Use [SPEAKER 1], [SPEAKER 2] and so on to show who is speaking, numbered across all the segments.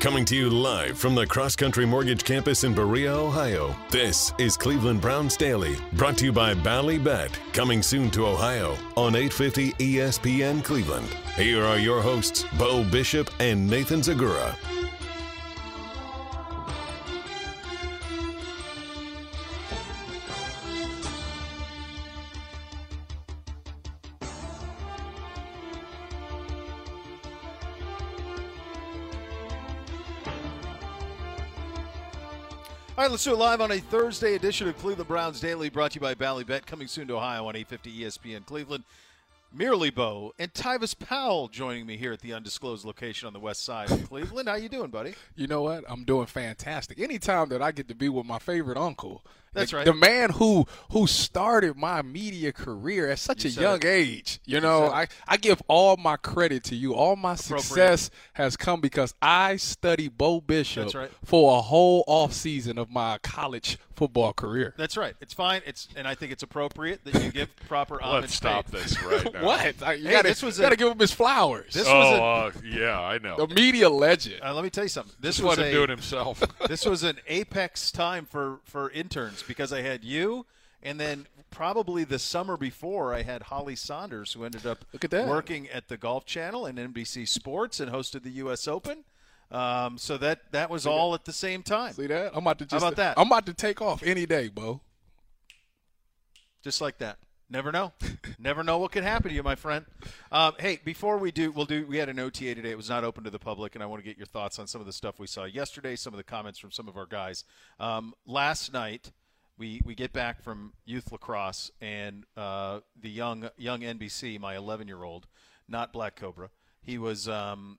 [SPEAKER 1] Coming to you live from the Cross Country Mortgage Campus in Berea, Ohio. This is Cleveland Browns Daily, brought to you by Ballybet. Coming soon to Ohio on E 850 ESPN Cleveland. Here are your hosts, Bo Bishop and Nathan Zagura.
[SPEAKER 2] All right, let's do it live on a Thursday edition of Cleveland Browns Daily, brought to you by Ballybet, coming soon to Ohio on E 850 ESPN Cleveland. Merely Bo and Tyvis Powell joining me here at the undisclosed location on the west side of Cleveland. How you doing, buddy?
[SPEAKER 3] You know what? I'm doing fantastic. Anytime that I get to be with my favorite uncle,
[SPEAKER 2] That's
[SPEAKER 3] the,
[SPEAKER 2] right.
[SPEAKER 3] the man who who started my media career at such
[SPEAKER 2] You
[SPEAKER 3] a
[SPEAKER 2] said
[SPEAKER 3] young
[SPEAKER 2] it.
[SPEAKER 3] age. You know, I, I give all my credit to you. All my success has come because I studied Bo Bishop
[SPEAKER 2] That's right.
[SPEAKER 3] for a whole off season of my college football career.
[SPEAKER 2] That's right. It's fine. It's and I think it's appropriate that you give proper homage.
[SPEAKER 4] Let's stop
[SPEAKER 2] paid.
[SPEAKER 4] this right now.
[SPEAKER 3] What? Like, you
[SPEAKER 2] Hey,
[SPEAKER 3] gotta,
[SPEAKER 2] this was
[SPEAKER 3] you gotta
[SPEAKER 2] a-
[SPEAKER 3] give him his flowers.
[SPEAKER 2] This
[SPEAKER 4] oh,
[SPEAKER 2] was a,
[SPEAKER 4] uh, yeah, I know.
[SPEAKER 3] the media legend.
[SPEAKER 2] uh, let me tell you something. This
[SPEAKER 4] Just
[SPEAKER 2] was
[SPEAKER 4] let him
[SPEAKER 2] a,
[SPEAKER 4] do it himself.
[SPEAKER 2] this was an apex time for for interns because I had you, and then probably the summer before I had Holly Saunders, who ended up
[SPEAKER 3] Look at that.
[SPEAKER 2] working at the Golf Channel and NBC Sports and hosted the U.S. Open. Um, so that that was all at the same time,
[SPEAKER 3] See that? I'm about to just
[SPEAKER 2] about that?
[SPEAKER 3] I'm about to take off any day, Bo.
[SPEAKER 2] just like that. Never know, never know what could happen to you, my friend. Um, hey, before we do, we'll do. We had an OTA today; it was not open to the public, and I want to get your thoughts on some of the stuff we saw yesterday, some of the comments from some of our guys um, last night. we we get back from youth lacrosse and uh, the young young NBC, my 11 year old, not Black Cobra. He was. Um,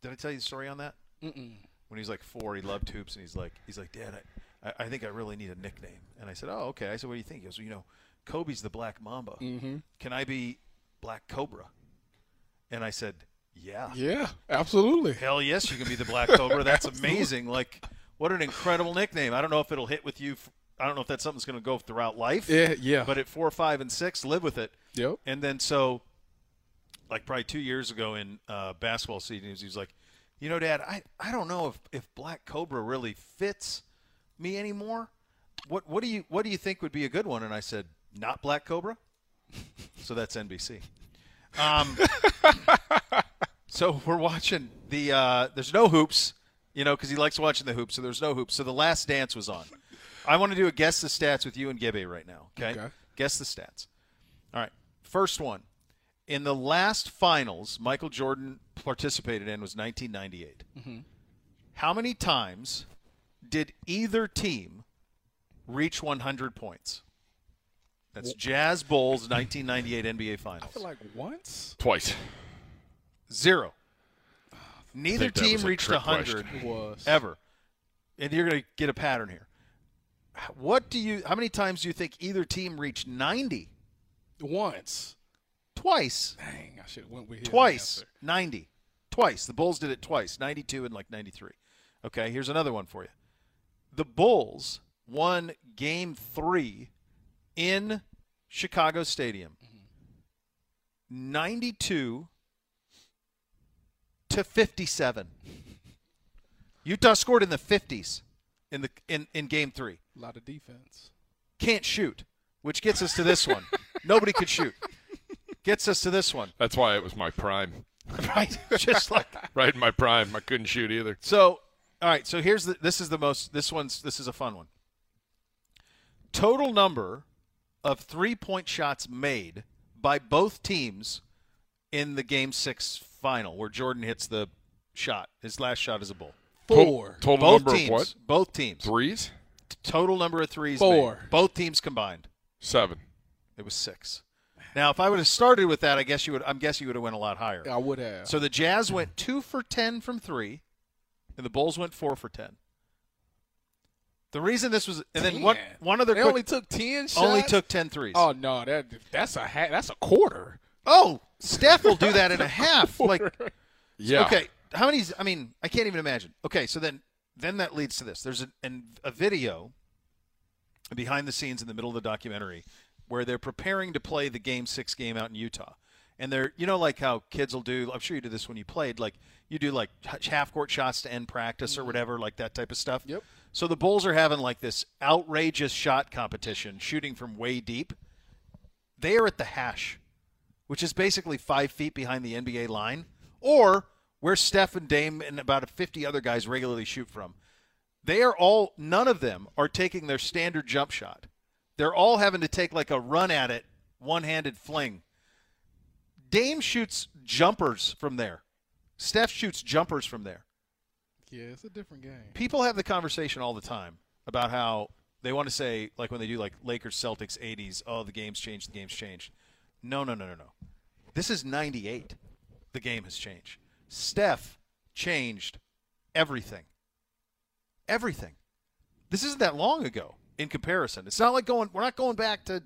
[SPEAKER 2] did I tell you the story on that? Mm-mm. When he was like four, he loved hoops, and he's like he's like Dad, I, I- I think I really need a nickname. And I said, Oh, okay. I said, What do you think? He goes, well, You know, Kobe's the Black Mamba. Can I be Black Cobra? And I said, Yeah.
[SPEAKER 3] Yeah, absolutely.
[SPEAKER 2] Hell yes, you can be the Black Cobra. That's amazing. Like, what an incredible nickname. I don't know if it'll hit with you. F- I don't know if that's something that's going to go throughout life.
[SPEAKER 3] Yeah, yeah.
[SPEAKER 2] But at four, five, and six, live with it.
[SPEAKER 3] Yep.
[SPEAKER 2] And then so, like probably two years ago in uh, basketball season, he was, he was like, you know, Dad, I, I don't know if, if Black Cobra really fits me anymore. What what do you what do you think would be a good one? And I said, not Black Cobra. So that's NBC. Um, so we're watching the. Uh, there's no hoops, you know, because he likes watching the hoops. So there's no hoops. So the Last Dance was on. I want to do a guess the stats with you and Gibbe right now. Okay?
[SPEAKER 3] Okay.
[SPEAKER 2] Guess the stats. All right. First one. In the last finals, Michael Jordan participated in was 1998. How many times did either team reach 100 points? That's Jazz Bulls 1998 NBA Finals.
[SPEAKER 3] like once
[SPEAKER 4] Twice.
[SPEAKER 2] Zero. Neither
[SPEAKER 4] think that
[SPEAKER 2] team
[SPEAKER 4] was a
[SPEAKER 2] reached
[SPEAKER 4] trick
[SPEAKER 2] 100
[SPEAKER 4] question.
[SPEAKER 3] was
[SPEAKER 2] ever. And you're going to get a pattern here. What do you how many times do you think either team reached 90?
[SPEAKER 3] once.
[SPEAKER 2] Twice.
[SPEAKER 3] Dang, I should have went with his
[SPEAKER 2] Twice.
[SPEAKER 3] answer.
[SPEAKER 2] 90. Twice. The Bulls did it twice, 92 and like 93. Okay, here's another one for you. The Bulls won game 3 in Chicago Stadium. 92 to 57. Utah scored in the 50s in the in, in game 3
[SPEAKER 3] A lot of defense.
[SPEAKER 2] can't shoot, which gets us to this one. Nobody could shoot. Gets us to this one.
[SPEAKER 4] That's why it was my prime.
[SPEAKER 2] Right? Just like
[SPEAKER 4] Right in my prime, I couldn't shoot either.
[SPEAKER 2] so. All right. So here's the. This is the most. This one's. This is a fun one. Total number of three-point shots made by both teams in the Game Six final, where Jordan hits the shot. His last shot is a bull.
[SPEAKER 3] Four.
[SPEAKER 4] total
[SPEAKER 2] Both
[SPEAKER 4] number
[SPEAKER 2] teams.
[SPEAKER 4] of what?
[SPEAKER 2] Both teams.
[SPEAKER 4] Threes?
[SPEAKER 2] Total number of threes.
[SPEAKER 3] Four.
[SPEAKER 2] made. Both teams combined.
[SPEAKER 4] Seven.
[SPEAKER 2] It was six. Now, if I would have started with that, I guess you would. I'm guessing you would have went a lot higher.
[SPEAKER 3] I would have.
[SPEAKER 2] So the Jazz went two for ten from three, and the Bulls went four for ten. The reason this was, and then one
[SPEAKER 3] Damn.
[SPEAKER 2] one other
[SPEAKER 3] they
[SPEAKER 2] quick,
[SPEAKER 3] only took ten shots.
[SPEAKER 2] only took 10 threes.
[SPEAKER 3] Oh no, that that's a ha- that's a quarter.
[SPEAKER 2] Oh, Steph will do that in a half. Like,
[SPEAKER 4] Yeah.
[SPEAKER 2] okay, how many? I mean, I can't even imagine. Okay, so then then that leads to this. There's a, an, a video behind the scenes in the middle of the documentary where they're preparing to play the game six game out in Utah. And they're, you know, like how kids will do. I'm sure you did this when you played. Like you do, like h- half court shots to end practice or whatever, like that type of stuff.
[SPEAKER 3] Yep.
[SPEAKER 2] So the Bulls are having like this outrageous shot competition, shooting from way deep. They are at the hash which is basically five feet behind the NBA line, or where Steph and Dame and about 50 other guys regularly shoot from. They are all, none of them are taking their standard jump shot. They're all having to take like a run at it, one handed fling. Dame shoots jumpers from there, Steph shoots jumpers from there
[SPEAKER 3] Yeah, it's a different game.
[SPEAKER 2] people have the conversation all the time about how they want to say like when they do like Lakers Celtics 80s, oh the game's changed, the game's changed. No, no, no, no, no. This is 98. The game has changed. Steph changed everything. Everything. This isn't that long ago in comparison. It's not like going we're not going back to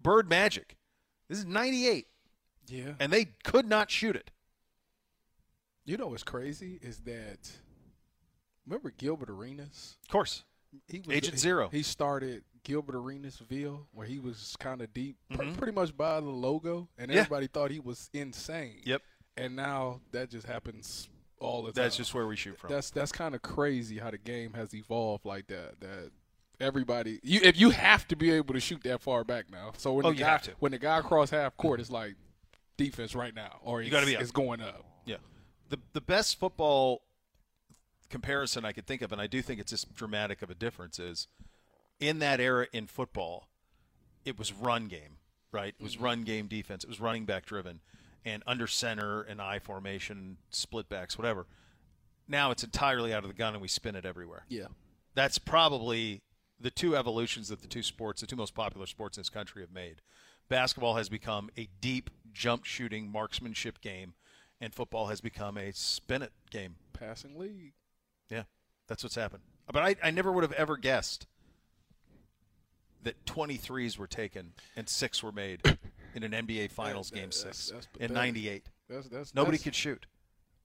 [SPEAKER 2] Bird Magic. This is 98
[SPEAKER 3] Yeah.
[SPEAKER 2] and they could not shoot it.
[SPEAKER 3] You know what's crazy is that remember Gilbert Arenas?
[SPEAKER 2] Of course.
[SPEAKER 3] He was
[SPEAKER 2] Agent Zero.
[SPEAKER 3] He started Gilbert Arenas-ville, where he was kind of deep, pr- pretty much by the logo, and
[SPEAKER 2] Mm-hmm. Yeah.
[SPEAKER 3] everybody thought he was insane.
[SPEAKER 2] Yep.
[SPEAKER 3] And now that just happens all the time.
[SPEAKER 2] That's just where we shoot from.
[SPEAKER 3] That's that's kind of crazy how the game has evolved like that. That everybody, you if you have to be able to shoot that far back now. So when
[SPEAKER 2] Oh,
[SPEAKER 3] the
[SPEAKER 2] you
[SPEAKER 3] guy,
[SPEAKER 2] have to.
[SPEAKER 3] when the guy cross half court, it's like defense right now, or it's,
[SPEAKER 2] gotta be up.
[SPEAKER 3] it's going up.
[SPEAKER 2] Yeah. The the best football comparison I could think of, and I do think it's this dramatic of a difference, is in that era in football, it was run game, right? It was run game defense. It was running back driven and under center and I formation, split backs, whatever. Now it's entirely out of the gun and we spin it everywhere
[SPEAKER 3] Yeah.
[SPEAKER 2] that's probably the two evolutions that the two sports, the two most popular sports in this country, have made. Basketball has become a deep jump shooting marksmanship game, and football has become a spin it game.
[SPEAKER 3] Passing league.
[SPEAKER 2] Yeah, that's what's happened. But I, I never would have ever guessed that 23s were taken and six were made in an NBA Finals
[SPEAKER 3] That- that-
[SPEAKER 2] game
[SPEAKER 3] that's-
[SPEAKER 2] six
[SPEAKER 3] that's
[SPEAKER 2] in
[SPEAKER 3] pathetic.
[SPEAKER 2] '98.
[SPEAKER 3] That's that's
[SPEAKER 2] Nobody
[SPEAKER 3] that's-
[SPEAKER 2] could shoot.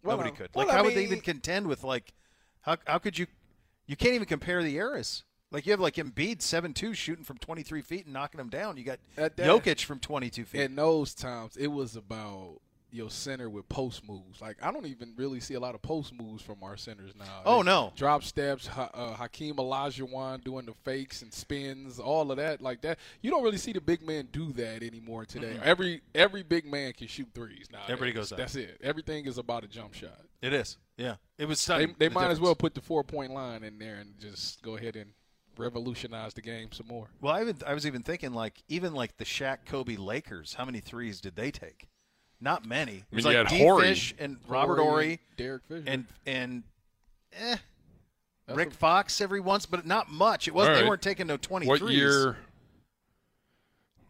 [SPEAKER 3] Well,
[SPEAKER 2] Nobody
[SPEAKER 3] I-
[SPEAKER 2] could.
[SPEAKER 3] well,
[SPEAKER 2] Like,
[SPEAKER 3] I
[SPEAKER 2] how would they
[SPEAKER 3] mean-
[SPEAKER 2] even contend with like, how how could you? You can't even compare the eras. Like you have like Embiid seven two shooting from twenty three feet and knocking them down. You got
[SPEAKER 3] At Uh, that-
[SPEAKER 2] Jokic from twenty two feet.
[SPEAKER 3] in those times it was about your center with post moves. Like I don't even really see a lot of post moves from our centers now.
[SPEAKER 2] Oh,
[SPEAKER 3] They
[SPEAKER 2] no.
[SPEAKER 3] drop steps, ha- uh, Hakeem Olajuwon doing the fakes and spins, all of that like that. You don't really see the big man do that anymore today. Every every big man can shoot threes now.
[SPEAKER 2] Everybody goes up.
[SPEAKER 3] That's it. Everything is about a jump shot.
[SPEAKER 2] it is. Yeah, it was.
[SPEAKER 3] They,
[SPEAKER 2] Stunning,
[SPEAKER 3] they
[SPEAKER 2] Uh, the
[SPEAKER 3] might as
[SPEAKER 2] difference.
[SPEAKER 3] well put the four point line in there and just go ahead and revolutionize the game some more.
[SPEAKER 2] Well, I, even, I was even thinking like even like the Shaq Kobe Lakers. How many threes did they take? Not many. It was
[SPEAKER 4] mean, you
[SPEAKER 2] like
[SPEAKER 4] had
[SPEAKER 2] D
[SPEAKER 4] Horry.
[SPEAKER 2] Fish and Robert Ory
[SPEAKER 3] Derek Fisher,
[SPEAKER 2] and and eh,
[SPEAKER 3] That's
[SPEAKER 2] Rick
[SPEAKER 3] a-
[SPEAKER 2] Fox every once, but not much. It wasn't.
[SPEAKER 4] All
[SPEAKER 2] They
[SPEAKER 4] right.
[SPEAKER 2] weren't taking no twenty
[SPEAKER 4] What
[SPEAKER 2] threes.
[SPEAKER 4] year?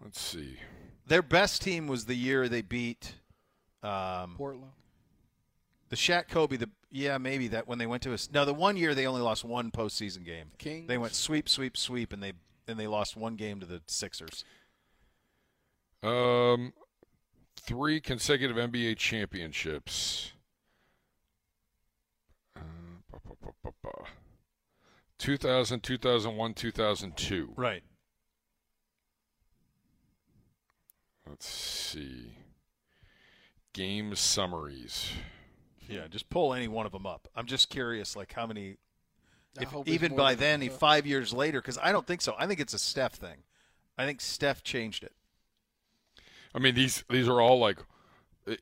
[SPEAKER 4] Let's see.
[SPEAKER 2] Their best team was the year they beat um,
[SPEAKER 3] Portland.
[SPEAKER 2] the Shaq Kobe. The yeah, maybe that when they went to us. No, the one year they only lost one postseason game.
[SPEAKER 3] Kings?
[SPEAKER 2] They went sweep, sweep, sweep, and they and they lost one game to the Sixers.
[SPEAKER 4] Um, three consecutive NBA championships. Uh, ba, ba, ba, ba, ba. 2000, 2001, 2002.
[SPEAKER 2] Right.
[SPEAKER 4] Let's see. Game summaries.
[SPEAKER 2] Yeah. Just pull any one of them up. I'm just curious, like how many.
[SPEAKER 3] I
[SPEAKER 2] If,
[SPEAKER 3] hope it's
[SPEAKER 2] even
[SPEAKER 3] more
[SPEAKER 2] by
[SPEAKER 3] than-
[SPEAKER 2] then, he five years later, because I don't think so. I think it's a Steph thing. I think Steph changed it.
[SPEAKER 4] I mean, these these are all like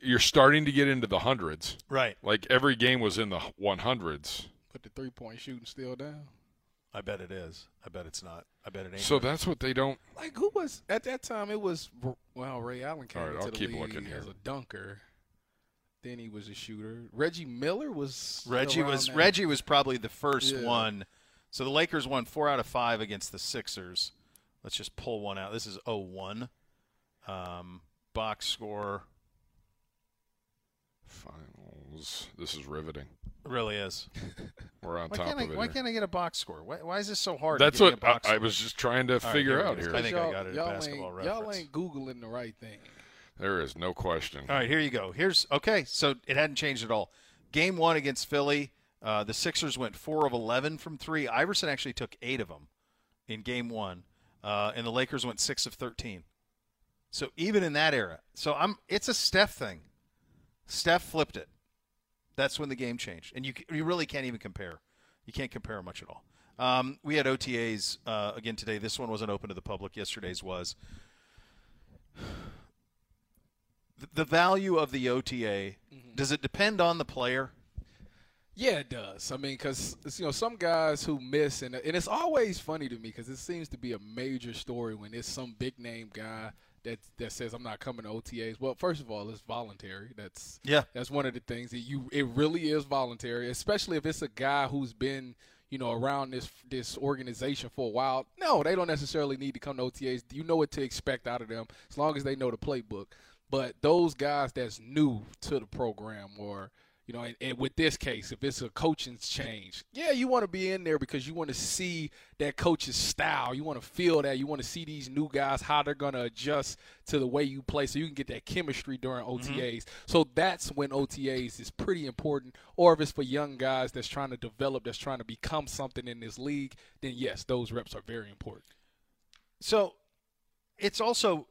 [SPEAKER 4] you're starting to get into the hundreds.
[SPEAKER 2] Right.
[SPEAKER 4] Like every game was in the 100s.
[SPEAKER 3] But the three point shooting still down.
[SPEAKER 2] I bet it is. I bet it's not. I bet it ain't.
[SPEAKER 4] So that's what they don't.
[SPEAKER 3] Like who was at that time? It was well Ray Allen came
[SPEAKER 4] All right,
[SPEAKER 3] into
[SPEAKER 4] I'll
[SPEAKER 3] the
[SPEAKER 4] keep
[SPEAKER 3] league
[SPEAKER 4] looking here.
[SPEAKER 3] as a dunker. then he was a shooter. Reggie Miller was
[SPEAKER 2] Reggie
[SPEAKER 3] around
[SPEAKER 2] was
[SPEAKER 3] that.
[SPEAKER 2] Reggie was probably the first
[SPEAKER 3] Yeah.
[SPEAKER 2] one. So the Lakers won four out of five against the Sixers. Let's just pull one out. This is 0-1. Um, box score
[SPEAKER 4] Finals. This is riveting.
[SPEAKER 2] really is.
[SPEAKER 4] We're on
[SPEAKER 2] Why
[SPEAKER 4] top
[SPEAKER 2] can't, I,
[SPEAKER 4] of it.
[SPEAKER 2] why
[SPEAKER 4] here.
[SPEAKER 2] can't I get a box score? Why, why is this so hard?
[SPEAKER 4] That's
[SPEAKER 2] getting
[SPEAKER 4] what
[SPEAKER 2] a
[SPEAKER 4] I,
[SPEAKER 2] box
[SPEAKER 4] I
[SPEAKER 2] score?
[SPEAKER 4] was just trying to
[SPEAKER 2] right,
[SPEAKER 4] figure
[SPEAKER 2] here we
[SPEAKER 4] out
[SPEAKER 2] go.
[SPEAKER 4] here.
[SPEAKER 2] I think
[SPEAKER 3] Y'all-
[SPEAKER 2] got it at
[SPEAKER 3] y'all
[SPEAKER 2] Basketball
[SPEAKER 3] ain't, Y'all
[SPEAKER 2] Reference.
[SPEAKER 3] ain't googling the right thing.
[SPEAKER 4] There is no question.
[SPEAKER 2] All right, here you go. Here's okay. So it hadn't changed at all. Game one against Philly, uh, the Sixers went four of eleven from three. Iverson actually took eight of them in game one, uh, and the Lakers went six of thirteen. So even in that era, so I'm it's a Steph thing. Steph flipped it. That's when the game changed, and you c- you really can't even compare. You can't compare much at all. Um, we had OTAs uh, again today. This one wasn't open to the public. Yesterday's was. Th- The value of the OTA does it depend on the player?
[SPEAKER 3] Yeah, it does. I mean, because you know some guys who miss, and and it's always funny to me because it seems to be a major story when it's some big name guy that that says I'm not coming to OTAs. Well, first of all, it's voluntary. That's
[SPEAKER 2] Yeah.
[SPEAKER 3] That's one of the things that you. It really is voluntary, especially if it's a guy who's been you know around this this organization for a while. No, they don't necessarily need to come to OTAs. You know what to expect out of them as long as they know the playbook. But those guys that's new to the program or you know, and, and with this case, if it's a coaching change, yeah, you want to be in there because you want to see that coach's style. You want to feel that. You want to see these new guys how they're going to adjust to the way you play, so you can get that chemistry during
[SPEAKER 2] Mm-hmm.
[SPEAKER 3] OTAs. So that's when OTAs is pretty important. Or if it's for young guys that's trying to develop, that's trying to become something in this league, then yes, those reps are very important.
[SPEAKER 2] So it's also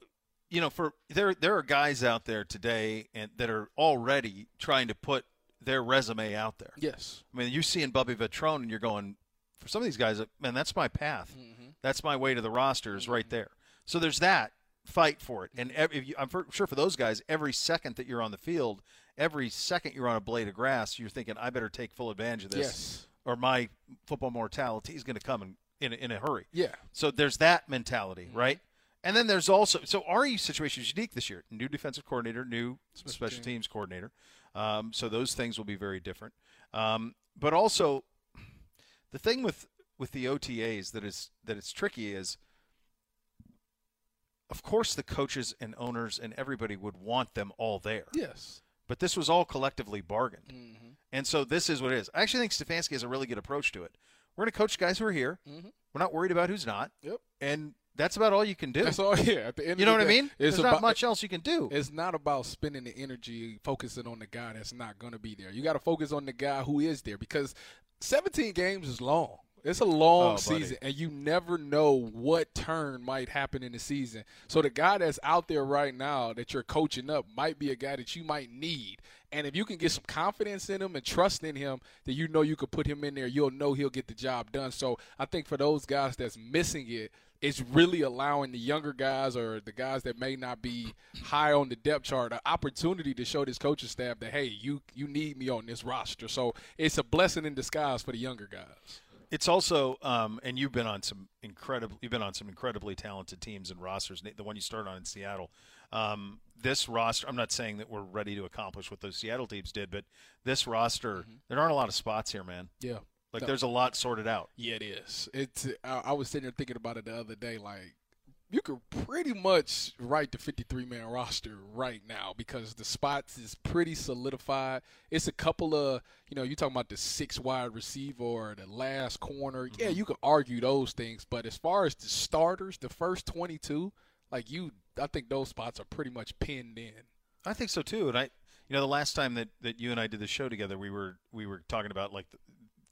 [SPEAKER 2] you know for there there are guys out there today and that are already trying to put their resume out there.
[SPEAKER 3] Yes.
[SPEAKER 2] I mean, you're seeing Bubby Vetrone, and you're going for some of these guys. Man, that's my path. That's my way to the roster is right there. So there's that fight for it, and ev- if you, I'm for, sure for those guys, every second that you're on the field, every second you're on a blade of grass, you're thinking, I better take full advantage of this,
[SPEAKER 3] Yes.
[SPEAKER 2] or my football mortality is going to come in in a, in a hurry.
[SPEAKER 3] Yeah.
[SPEAKER 2] So there's that mentality, right? And then there's also so RU situation is unique this year. New defensive coordinator, new special, teams. coordinator. Um, so those things will be very different. Um, but also, the thing with with the OTAs that is that it's tricky is, of course, the coaches and owners and everybody would want them all there.
[SPEAKER 3] Yes.
[SPEAKER 2] But this was all collectively bargained, and so this is what it is. I actually think Stefanski has a really good approach to it. We're going to coach guys who are here. We're not worried about who's not
[SPEAKER 3] Mm-hmm. Yep.
[SPEAKER 2] and that's about all you can do.
[SPEAKER 3] That's all. Yeah. At the end,
[SPEAKER 2] you
[SPEAKER 3] of
[SPEAKER 2] know
[SPEAKER 3] the
[SPEAKER 2] what I
[SPEAKER 3] day,
[SPEAKER 2] mean? There's
[SPEAKER 3] about-
[SPEAKER 2] not much else you can do.
[SPEAKER 3] It's not about spending the energy focusing on the guy that's not going to be there. You got to focus on the guy who is there because 17 games is long. It's a
[SPEAKER 2] Oh,
[SPEAKER 3] long
[SPEAKER 2] buddy.
[SPEAKER 3] season, and you never know what turn might happen in the season. So the guy that's out there right now that you're coaching up might be a guy that you might need. And if you can get some confidence in him and trust in him, then you know you could put him in there. You'll know he'll get the job done. So I think for those guys that's missing it, it's really allowing the younger guys or the guys that may not be high on the depth chart an opportunity to show this coaching staff that hey, you you need me on this roster. So it's a blessing in disguise for the younger guys.
[SPEAKER 2] It's also, um, and you've been on some incredible, you've been on some incredibly talented teams and rosters. The one you started on in Seattle, um, this roster. I'm not saying that we're ready to accomplish what those Seattle teams did, but this roster, there aren't a lot of spots here, man.
[SPEAKER 3] Yeah.
[SPEAKER 2] Like
[SPEAKER 3] Mm-hmm. No.
[SPEAKER 2] there's a lot sorted out.
[SPEAKER 3] Yeah, it is. It's. I, I was sitting there thinking about it the other day. Like, you could pretty much write the 53 man roster right now because the spots is pretty solidified. It's a couple of, you know, you talking about the six wide receiver or the last corner. Yeah, you could argue those things, but as far as the starters, the first 22, like you, I think those spots are pretty much pinned in.
[SPEAKER 2] I think so too. And I, you know, the last time that, that you and I did the show together, we were we were talking about like the,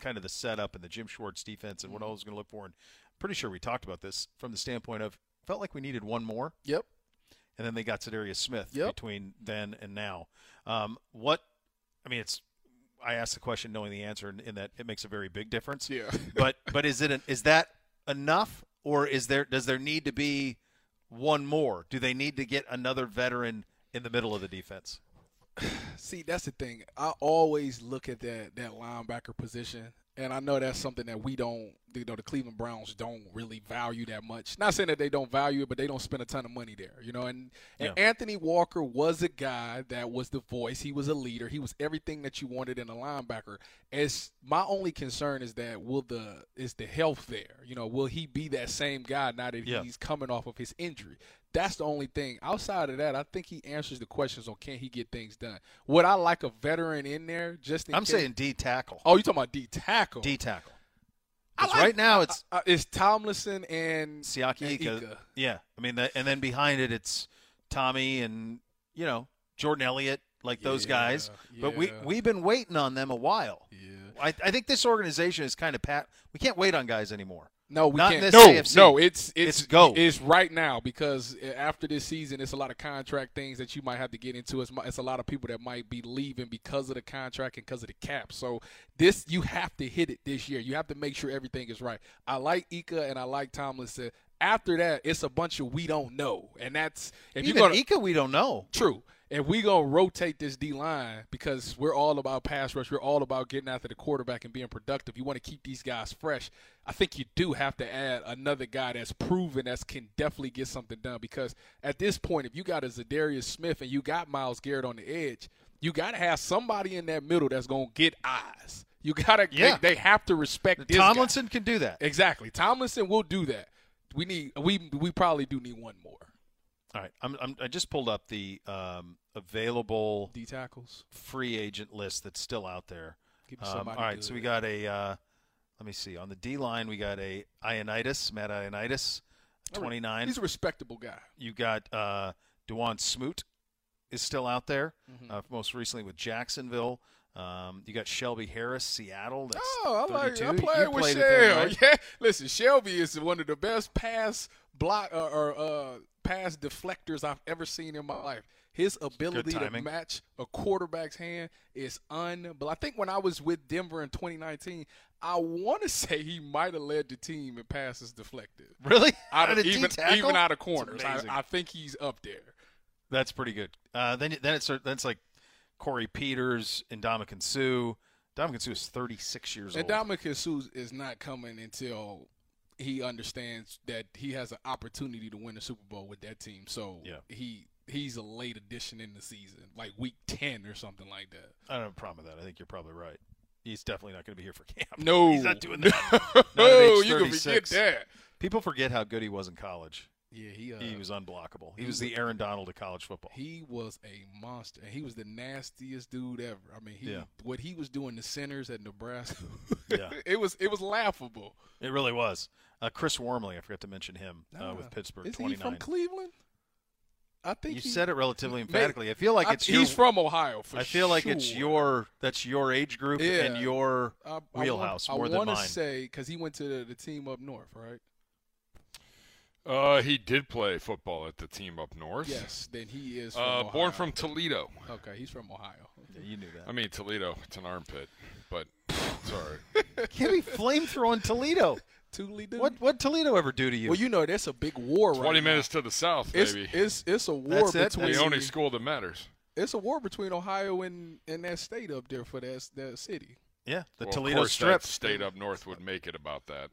[SPEAKER 2] kind of the setup and the Jim Schwartz defense
[SPEAKER 3] Mm-hmm.
[SPEAKER 2] and what I was going to look for. And pretty sure we talked about this from the standpoint of felt like we needed one more,
[SPEAKER 3] Yep.
[SPEAKER 2] and then they got Zadarius Smith
[SPEAKER 3] Yep.
[SPEAKER 2] between then and now. Um, what I mean, it's I asked the question knowing the answer, and in, that it makes a very big difference.
[SPEAKER 3] Yeah.
[SPEAKER 2] but but is it an, is that enough, or is there does there need to be one more? Do they need to get another veteran in the middle of the defense?
[SPEAKER 3] See, that's the thing. I always look at that that linebacker position And I know that's something that we don't, you know, the Cleveland Browns don't really value that much. Not saying that they don't value it, but they don't spend a ton of money there, you know. And, and Anthony Walker was a guy that was the voice. He was a leader. He was everything that you wanted in a linebacker. As my only concern is that will the is the health there? You know, will he be that same guy now that
[SPEAKER 2] Yeah.
[SPEAKER 3] he's coming off of his injury? That's the only thing. Outside of that, I think he answers the questions on can he get things done. Would I like a veteran in there just in
[SPEAKER 2] I'm
[SPEAKER 3] case-
[SPEAKER 2] saying D tackle.
[SPEAKER 3] Oh, you talking about D tackle?
[SPEAKER 2] D tackle.
[SPEAKER 3] I
[SPEAKER 2] 'Cause
[SPEAKER 3] like-
[SPEAKER 2] right now it's
[SPEAKER 3] uh, it's Tomlinson and
[SPEAKER 2] Siaki
[SPEAKER 3] and
[SPEAKER 2] Ika.
[SPEAKER 3] Ika.
[SPEAKER 2] Yeah, I mean, that, and then behind it, it's Tommy and you know Jordan Elliott, like those guys. But we
[SPEAKER 3] yeah.
[SPEAKER 2] we've been waiting on them a while.
[SPEAKER 3] Yeah.
[SPEAKER 2] I, I think this organization is kind of pat. We can't wait on guys anymore.
[SPEAKER 3] No, we
[SPEAKER 2] Not
[SPEAKER 3] can't.
[SPEAKER 2] this
[SPEAKER 3] no,
[SPEAKER 2] AFC.
[SPEAKER 3] no, it's it's
[SPEAKER 2] It's go.
[SPEAKER 3] It's right now because after this season, it's a lot of contract things that you might have to get into. It's, mi- it's a lot of people that might be leaving because of the contract and because of the cap. So this, you have to hit it this year. You have to make sure everything is right. I like Ika and I like Tomlinson. After that, it's a bunch of we don't know, and that's if
[SPEAKER 2] Even
[SPEAKER 3] you're gonna
[SPEAKER 2] Ika, we don't know.
[SPEAKER 3] True. And we gonna rotate this D line because we're all about pass rush. We're all about getting after the quarterback and being productive. You want to keep these guys fresh. I think you do have to add another guy that's proven that can definitely get something done. Because at this point, if you got a Zadarius Smith and you got Miles Garrett on the edge, you gotta have somebody in that middle that's gonna get eyes. You gotta. they-
[SPEAKER 2] Yeah.
[SPEAKER 3] They, have to respect this guy.
[SPEAKER 2] Tomlinson can do that.
[SPEAKER 3] Exactly. Tomlinson will do that. We need. We we probably do need one more
[SPEAKER 2] All right, I'm, I'm, I just pulled up the um, available
[SPEAKER 3] D tackles.
[SPEAKER 2] free agent list that's still out there.
[SPEAKER 3] Give me
[SPEAKER 2] Um, all
[SPEAKER 3] somebody
[SPEAKER 2] right,
[SPEAKER 3] good.
[SPEAKER 2] so we got a. Uh, let me see. On the D line, we got a Ionitis, Matt Ionitis, twenty nine.
[SPEAKER 3] He's a respectable guy.
[SPEAKER 2] You got uh, Dewan Smoot is still out there,
[SPEAKER 3] Mm-hmm.
[SPEAKER 2] uh, most recently with Jacksonville. Um, you got Shelby Harris, Seattle. That's
[SPEAKER 3] Oh, I like.
[SPEAKER 2] 32.
[SPEAKER 3] I
[SPEAKER 2] You
[SPEAKER 3] played with
[SPEAKER 2] played
[SPEAKER 3] Shelby.
[SPEAKER 2] with him, right?
[SPEAKER 3] Yeah, listen, Shelby is one of the best pass block uh, or uh, pass deflectors I've ever seen in my life. His ability to
[SPEAKER 2] timing.
[SPEAKER 3] match a quarterback's hand is unbelievable. I think when I was with Denver in 2019, I want to say he might have led the team in passes deflected.
[SPEAKER 2] Really?
[SPEAKER 3] Out
[SPEAKER 2] Out
[SPEAKER 3] of,
[SPEAKER 2] of D
[SPEAKER 3] even,
[SPEAKER 2] tackle?
[SPEAKER 3] even out of
[SPEAKER 2] That's
[SPEAKER 3] corners,
[SPEAKER 2] amazing.
[SPEAKER 3] I, I think he's up there.
[SPEAKER 2] That's pretty good. Uh, then then it's that's like Corey Peters and Dominican Sue. Dominican Sue is 36 years
[SPEAKER 3] And
[SPEAKER 2] old.
[SPEAKER 3] Dominic Sue is not coming until he understands that he has an opportunity to win the Super Bowl with that team. So
[SPEAKER 2] Yeah.
[SPEAKER 3] he he's a late addition in the season, like week ten or something like that.
[SPEAKER 2] I don't have a problem with that. I think you're probably right. He's definitely not going to be here for camp.
[SPEAKER 3] No,
[SPEAKER 2] He's not doing that. Not at
[SPEAKER 3] no,
[SPEAKER 2] age
[SPEAKER 3] you can forget
[SPEAKER 2] 36.
[SPEAKER 3] that.
[SPEAKER 2] People forget how good he was in college.
[SPEAKER 3] Yeah, he uh,
[SPEAKER 2] He was unblockable. He
[SPEAKER 3] he
[SPEAKER 2] was the
[SPEAKER 3] was-
[SPEAKER 2] Aaron Donald of college football.
[SPEAKER 3] He was a monster, and he was the nastiest dude ever. I mean, he,
[SPEAKER 2] Yeah.
[SPEAKER 3] what he was doing to centers at Nebraska,
[SPEAKER 2] Yeah.
[SPEAKER 3] it was it was laughable.
[SPEAKER 2] It really was. Uh, Chris Wormley, I forgot to mention him uh, with Pittsburgh,
[SPEAKER 3] is Ah. he
[SPEAKER 2] 29.
[SPEAKER 3] from Cleveland? I think
[SPEAKER 2] you
[SPEAKER 3] he-
[SPEAKER 2] said it relatively
[SPEAKER 3] Mate,
[SPEAKER 2] emphatically. I feel like
[SPEAKER 3] I-
[SPEAKER 2] it's
[SPEAKER 3] he's
[SPEAKER 2] your,
[SPEAKER 3] from Ohio. For
[SPEAKER 2] I feel like it's
[SPEAKER 3] sure.
[SPEAKER 2] your that's your age group
[SPEAKER 3] Yeah.
[SPEAKER 2] and your
[SPEAKER 3] I- I want-
[SPEAKER 2] wheelhouse more
[SPEAKER 3] I
[SPEAKER 2] than
[SPEAKER 3] wanna
[SPEAKER 2] mine.
[SPEAKER 3] say because he went to the, the team up north, right?
[SPEAKER 4] Uh, he did play football at the team up north.
[SPEAKER 3] Yes. Then he is from
[SPEAKER 4] Uh, born
[SPEAKER 3] Ohio.
[SPEAKER 4] from Toledo.
[SPEAKER 3] Okay, he's from Ohio.
[SPEAKER 2] Yeah, you knew
[SPEAKER 4] I
[SPEAKER 2] that.
[SPEAKER 4] mean Toledo. It's an armpit, but sorry.
[SPEAKER 2] Can't be flamethrowing Toledo.
[SPEAKER 3] Tule dude.
[SPEAKER 2] What what Toledo ever do to you?
[SPEAKER 3] Well, you know that's a big war right
[SPEAKER 4] Twenty
[SPEAKER 3] now.
[SPEAKER 4] minutes to the south,
[SPEAKER 3] It's,
[SPEAKER 4] baby.
[SPEAKER 3] it's it's a war
[SPEAKER 2] That's it?
[SPEAKER 4] the
[SPEAKER 3] between
[SPEAKER 4] only school that matters.
[SPEAKER 3] it's a war between Ohio and, and that state up there for that that city.
[SPEAKER 2] yeah, the
[SPEAKER 4] Well, of
[SPEAKER 2] Toledo
[SPEAKER 4] course,
[SPEAKER 2] Strip.
[SPEAKER 4] That state up north would make it about that.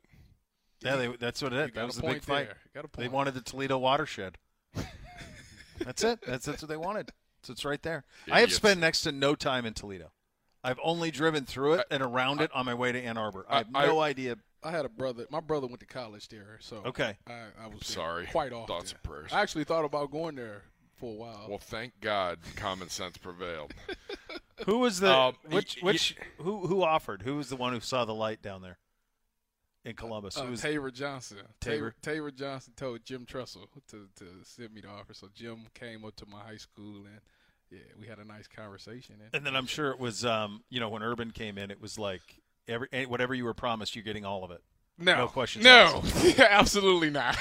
[SPEAKER 2] Yeah, they, that's what it.
[SPEAKER 3] You
[SPEAKER 2] Is.
[SPEAKER 3] got
[SPEAKER 2] That
[SPEAKER 3] a
[SPEAKER 2] was the big
[SPEAKER 3] point
[SPEAKER 2] fight.
[SPEAKER 3] there. You got a
[SPEAKER 2] They
[SPEAKER 3] point.
[SPEAKER 2] wanted the Toledo watershed. that's it. That's that's what they wanted. So it's right there. I have
[SPEAKER 4] Idiots.
[SPEAKER 2] spent next to no time in Toledo. I've only driven through it and around it on my way to Ann Arbor. I,
[SPEAKER 4] I-
[SPEAKER 2] have
[SPEAKER 4] I-
[SPEAKER 2] no idea.
[SPEAKER 3] I had a brother. My brother went to college there, so
[SPEAKER 2] Okay.
[SPEAKER 3] I, I was there
[SPEAKER 4] Sorry.
[SPEAKER 3] quite often.
[SPEAKER 4] Thoughts and prayers.
[SPEAKER 3] I actually thought about going there for a while.
[SPEAKER 4] Well, thank God, common sense prevailed.
[SPEAKER 2] Who was the
[SPEAKER 4] Um,
[SPEAKER 2] which
[SPEAKER 4] y- y-
[SPEAKER 2] which who who offered? Who was the one who saw the light down there in Columbus?
[SPEAKER 3] Uh,
[SPEAKER 2] who was
[SPEAKER 3] Taylor Johnson.
[SPEAKER 2] Tabor.
[SPEAKER 3] Taylor Taylor Johnson told Jim Trussell to, to send me the offer. So Jim came up to my high school and yeah, we had a nice conversation. And
[SPEAKER 2] And then I'm sure it was um you know when Urban came in, it was like every eh, whatever you were promised, you're getting all of it.
[SPEAKER 3] no,
[SPEAKER 2] no questions
[SPEAKER 3] No, absolutely not.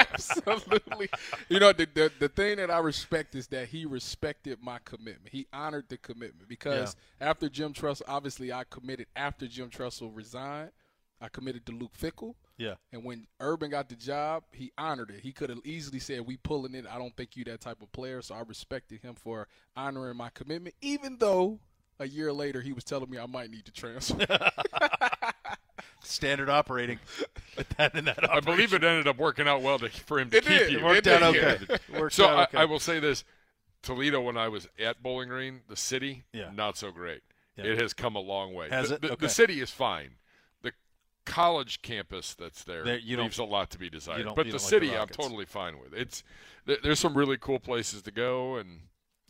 [SPEAKER 3] absolutely. You know the, the the thing that I respect is that he respected my commitment. He honored the commitment because after Jim Trussell, obviously I committed after Jim Trussell resigned. I committed to Luke Fickle.
[SPEAKER 2] Yeah.
[SPEAKER 3] And when Urban got the job, he honored it. He could have easily said, "We pulling it. I don't think you that type of player." So I respected him for honoring my commitment, even though a year later he was telling me I might need to transfer.
[SPEAKER 2] standard operating. But that and that
[SPEAKER 4] I believe it ended up working out well to, for him to
[SPEAKER 3] It
[SPEAKER 4] keep
[SPEAKER 3] did.
[SPEAKER 4] you.
[SPEAKER 3] It
[SPEAKER 2] worked out okay. It worked
[SPEAKER 4] So
[SPEAKER 2] out okay.
[SPEAKER 4] I, I will say this: Toledo, when I was at Bowling Green, the city,
[SPEAKER 2] Yeah.
[SPEAKER 4] not so great.
[SPEAKER 2] Yeah.
[SPEAKER 4] It has come a long way.
[SPEAKER 2] Has
[SPEAKER 4] the,
[SPEAKER 2] it?
[SPEAKER 4] The, the
[SPEAKER 2] Okay.
[SPEAKER 4] city is fine. The college campus that's there,
[SPEAKER 2] There- you don't-
[SPEAKER 4] leaves a lot to be desired.
[SPEAKER 2] you don't-
[SPEAKER 4] but
[SPEAKER 2] you
[SPEAKER 4] the
[SPEAKER 2] don't like the
[SPEAKER 4] city, I'm
[SPEAKER 2] Rockets.
[SPEAKER 4] totally fine with. It's there, there's some really cool places to go and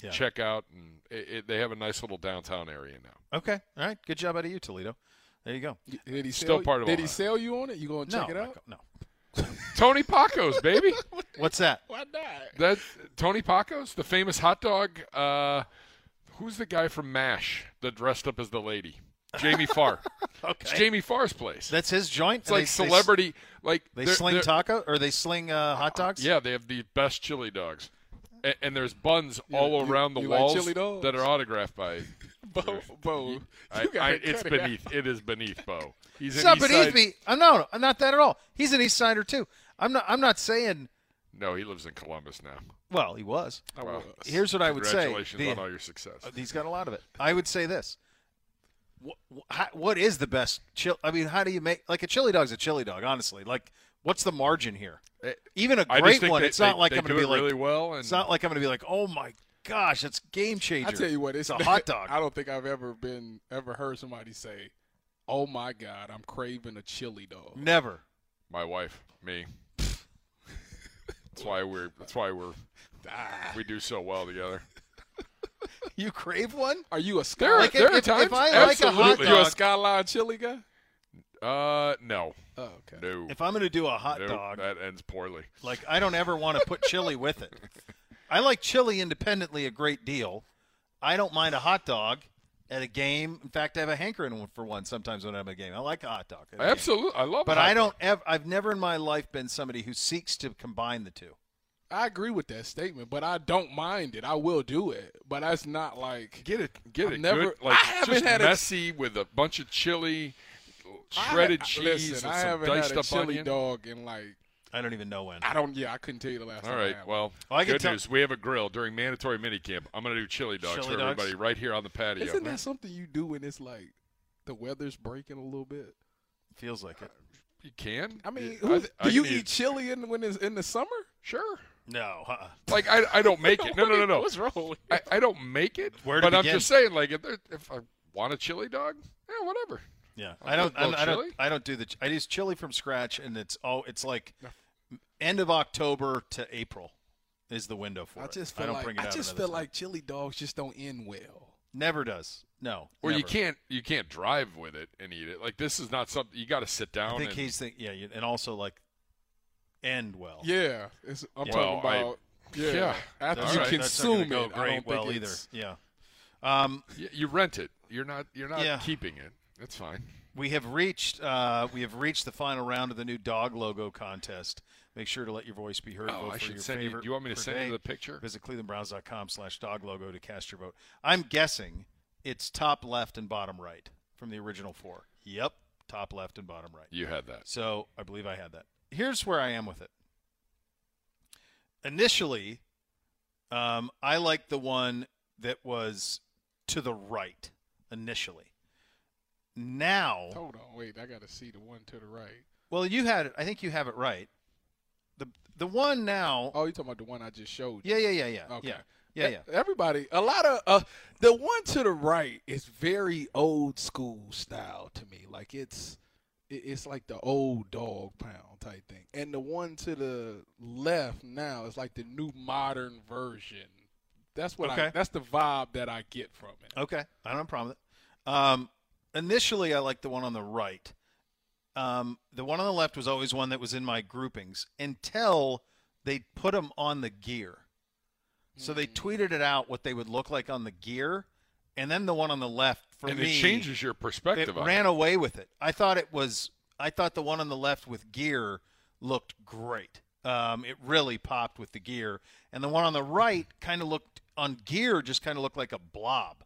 [SPEAKER 2] Yeah.
[SPEAKER 4] check out, and it, it, they have a nice little downtown area now.
[SPEAKER 2] okay. All right. Good job out of you, Toledo. There you go.
[SPEAKER 3] Did he sell,
[SPEAKER 4] Still part of
[SPEAKER 3] Did he
[SPEAKER 4] Ohio.
[SPEAKER 3] sell you on it? You going to
[SPEAKER 2] no,
[SPEAKER 3] check it
[SPEAKER 2] I'm
[SPEAKER 3] out?
[SPEAKER 2] not go- no.
[SPEAKER 4] Tony Paco's baby.
[SPEAKER 2] What's that?
[SPEAKER 3] Why not?
[SPEAKER 4] That Tony Paco's the famous hot dog. Uh, who's the guy from Mash that dressed up as the lady? Jamie Farr. It's Jamie Farr's place.
[SPEAKER 2] That's his joint.
[SPEAKER 4] it's like celebrity. like
[SPEAKER 2] They,
[SPEAKER 4] they're-
[SPEAKER 2] sling
[SPEAKER 4] they're-
[SPEAKER 2] taco or they sling uh, hot dogs.
[SPEAKER 4] Yeah, they have the best chili dogs, and, and there's buns all
[SPEAKER 3] you-
[SPEAKER 4] around the
[SPEAKER 3] you like
[SPEAKER 4] walls
[SPEAKER 3] chili dogs?
[SPEAKER 4] that are autographed by.
[SPEAKER 3] Bo, Bo, you
[SPEAKER 4] I,
[SPEAKER 3] gotta
[SPEAKER 4] I,
[SPEAKER 3] cut
[SPEAKER 4] it's
[SPEAKER 3] it out.
[SPEAKER 4] beneath. It is beneath Bo. He's
[SPEAKER 2] It's
[SPEAKER 4] an
[SPEAKER 2] not
[SPEAKER 4] East
[SPEAKER 2] beneath
[SPEAKER 4] Side-
[SPEAKER 2] me. I'm uh, no, I'm not that at all. He's an East Sider too. I'm not. I'm not saying.
[SPEAKER 4] No, he lives in Columbus now.
[SPEAKER 2] Well, he was.
[SPEAKER 4] Wow.
[SPEAKER 2] Here's what I would say.
[SPEAKER 4] Congratulations
[SPEAKER 2] The-
[SPEAKER 4] on all your success.
[SPEAKER 2] He's got a lot of it. I would say this. What, what is the best chili? I mean, how do you make like a chili dog's a chili dog? Honestly, like what's the margin here? Even a
[SPEAKER 4] Eh, I just
[SPEAKER 2] great
[SPEAKER 4] think
[SPEAKER 2] one,
[SPEAKER 4] they-
[SPEAKER 2] it's not
[SPEAKER 4] they-
[SPEAKER 2] like
[SPEAKER 4] they
[SPEAKER 2] I'm going
[SPEAKER 4] do
[SPEAKER 2] to be
[SPEAKER 4] it
[SPEAKER 2] like
[SPEAKER 4] really well, and
[SPEAKER 2] It's not like I'm going to be like, oh my gosh, it's game changer.
[SPEAKER 3] I tell you what,
[SPEAKER 2] it's
[SPEAKER 3] it's
[SPEAKER 2] a hot dog.
[SPEAKER 3] I don't think I've ever been ever heard somebody say, "Oh my God, I'm craving a chili dog."
[SPEAKER 2] Never.
[SPEAKER 4] My wife, me. that's why we're. That's why we're. We do so well together.
[SPEAKER 2] You crave one?
[SPEAKER 3] Are you a
[SPEAKER 4] There,
[SPEAKER 3] skyline?
[SPEAKER 4] are
[SPEAKER 2] Like,
[SPEAKER 4] there
[SPEAKER 2] if-
[SPEAKER 4] are
[SPEAKER 2] if-
[SPEAKER 4] times.
[SPEAKER 2] if I like a hot
[SPEAKER 4] absolutely.
[SPEAKER 3] you a
[SPEAKER 2] dog-
[SPEAKER 3] skyline chili guy?
[SPEAKER 4] Uh, no,
[SPEAKER 3] Oh, okay.
[SPEAKER 4] no,
[SPEAKER 2] If I'm going to do a hot
[SPEAKER 4] no,
[SPEAKER 2] dog,
[SPEAKER 4] That ends poorly.
[SPEAKER 2] like I don't ever want to put chili with it. I like chili independently a great deal. I don't mind a hot dog at a game. In fact, I have a hankering for one sometimes when I'm at a game. I like a hot dog. at a game.
[SPEAKER 4] Absolutely, I love.
[SPEAKER 2] But
[SPEAKER 4] hot
[SPEAKER 2] I
[SPEAKER 4] dog.
[SPEAKER 2] don't ever. I've never in my life been somebody who seeks to combine the two.
[SPEAKER 3] I agree with that statement, but I don't mind it. I will do it, but that's not like
[SPEAKER 4] get it. Get
[SPEAKER 3] I've
[SPEAKER 4] it.
[SPEAKER 3] never-
[SPEAKER 4] good, like
[SPEAKER 3] I haven't
[SPEAKER 4] just
[SPEAKER 3] had a-
[SPEAKER 4] messy with a bunch of chili, shredded cheese,
[SPEAKER 3] Listen,
[SPEAKER 4] and
[SPEAKER 3] I
[SPEAKER 4] some
[SPEAKER 3] haven't
[SPEAKER 4] diced
[SPEAKER 3] had a
[SPEAKER 4] up
[SPEAKER 3] chili
[SPEAKER 4] onion.
[SPEAKER 3] dog in like
[SPEAKER 2] I don't even know when.
[SPEAKER 3] I don't. Yeah, I couldn't tell you the last
[SPEAKER 4] All
[SPEAKER 3] time. I
[SPEAKER 4] right.
[SPEAKER 3] had one.
[SPEAKER 4] Well,
[SPEAKER 2] Well, I can
[SPEAKER 4] good
[SPEAKER 2] tell-
[SPEAKER 4] news. We have a grill during mandatory minicamp. I'm going to do chili dogs
[SPEAKER 2] Chili
[SPEAKER 4] for
[SPEAKER 2] dogs?
[SPEAKER 4] everybody right here on the patio.
[SPEAKER 3] isn't that something you do when it's like the weather's breaking a little bit?
[SPEAKER 2] Feels like it.
[SPEAKER 4] you can.
[SPEAKER 3] I mean,
[SPEAKER 4] I
[SPEAKER 3] who-
[SPEAKER 4] th- I
[SPEAKER 3] do you
[SPEAKER 4] can
[SPEAKER 3] eat chili in, when it's in the summer?
[SPEAKER 4] Sure.
[SPEAKER 2] No. Uh-uh.
[SPEAKER 4] Like I, I don't make it. No, no, no, no.
[SPEAKER 3] What's wrong? With you?
[SPEAKER 4] I, I don't make it.
[SPEAKER 2] Where to
[SPEAKER 4] but I'm
[SPEAKER 2] begin?
[SPEAKER 4] just saying, like if, there- if I want a chili dog, yeah, whatever.
[SPEAKER 2] Yeah, I don't.
[SPEAKER 4] well,
[SPEAKER 2] I'm- I don't.
[SPEAKER 4] chili?
[SPEAKER 2] I don't do the. ch- I use chili from scratch, and it's all. It's like end of October to April is the window for
[SPEAKER 3] I
[SPEAKER 2] it.
[SPEAKER 3] just
[SPEAKER 2] I
[SPEAKER 3] feel
[SPEAKER 2] don't
[SPEAKER 3] like
[SPEAKER 2] bring it
[SPEAKER 3] I
[SPEAKER 2] out
[SPEAKER 3] just
[SPEAKER 2] another
[SPEAKER 3] feel
[SPEAKER 2] time.
[SPEAKER 3] like chili dogs just don't end well.
[SPEAKER 2] never does. No,
[SPEAKER 4] Or you
[SPEAKER 2] never.
[SPEAKER 4] can't you can't drive with it and eat it. Like this is not something you got to sit down.
[SPEAKER 2] I think
[SPEAKER 4] and,
[SPEAKER 2] he's think. Yeah, you- and also like end well.
[SPEAKER 3] Yeah, it's, I'm
[SPEAKER 4] Well,
[SPEAKER 3] talking
[SPEAKER 4] I-
[SPEAKER 3] about yeah.
[SPEAKER 4] yeah.
[SPEAKER 3] After you
[SPEAKER 4] That's right.
[SPEAKER 2] That's not gonna
[SPEAKER 3] consume
[SPEAKER 2] go
[SPEAKER 3] it, I
[SPEAKER 2] great
[SPEAKER 3] don't
[SPEAKER 2] well
[SPEAKER 3] think
[SPEAKER 2] either.
[SPEAKER 3] it's-
[SPEAKER 2] Yeah. Um,
[SPEAKER 4] y- you rent it. You're not you're not
[SPEAKER 2] Yeah.
[SPEAKER 4] keeping it. That's fine.
[SPEAKER 2] we have reached. Uh, we have reached the final round of the new dog logo contest. Make sure to let your voice be heard.
[SPEAKER 4] Oh,
[SPEAKER 2] Vote
[SPEAKER 4] I
[SPEAKER 2] for
[SPEAKER 4] should
[SPEAKER 2] your
[SPEAKER 4] send you-
[SPEAKER 2] favorite
[SPEAKER 4] do you want me to
[SPEAKER 2] per
[SPEAKER 4] send you
[SPEAKER 2] day.
[SPEAKER 4] the picture?
[SPEAKER 2] Visit clevelandbrowns.com slash dog logo to cast your vote. I'm guessing it's top left and bottom right from the original four. Yep, top left and bottom right.
[SPEAKER 4] You had that.
[SPEAKER 2] So I believe I had that. Here's where I am with it. Initially, um, I liked the one that was to the right initially. Now,
[SPEAKER 3] Hold on, wait. I gotta see the one to the right.
[SPEAKER 2] well, you had it. I think you have it right. The the one now.
[SPEAKER 3] Oh, you talking about the one I just showed? you.
[SPEAKER 2] Yeah, yeah, yeah, yeah,
[SPEAKER 3] Okay.
[SPEAKER 2] yeah, yeah, yeah.
[SPEAKER 3] E- Everybody, a lot of uh, the one to the right is very old school style to me. Like it's it- it's like the old dog pound type thing, and the one to the left now is like the new modern version. That's what I.
[SPEAKER 2] Okay.
[SPEAKER 3] That's the vibe that I get from it.
[SPEAKER 2] Okay, I don't have a problem with it. Um, initially, I liked the one on the right. Um, the one on the left was always one that was in my groupings until they put them on the gear. So they tweeted it out what they would look like on the gear, and then the one on the left for
[SPEAKER 4] and
[SPEAKER 2] me
[SPEAKER 4] it changes your
[SPEAKER 2] it
[SPEAKER 4] perspective on
[SPEAKER 2] ran
[SPEAKER 4] it.
[SPEAKER 2] away with it. I thought it was. I thought the one on the left with gear looked great. Um, it really popped with the gear, and the one on the right kind of looked on gear just kind of looked like a blob,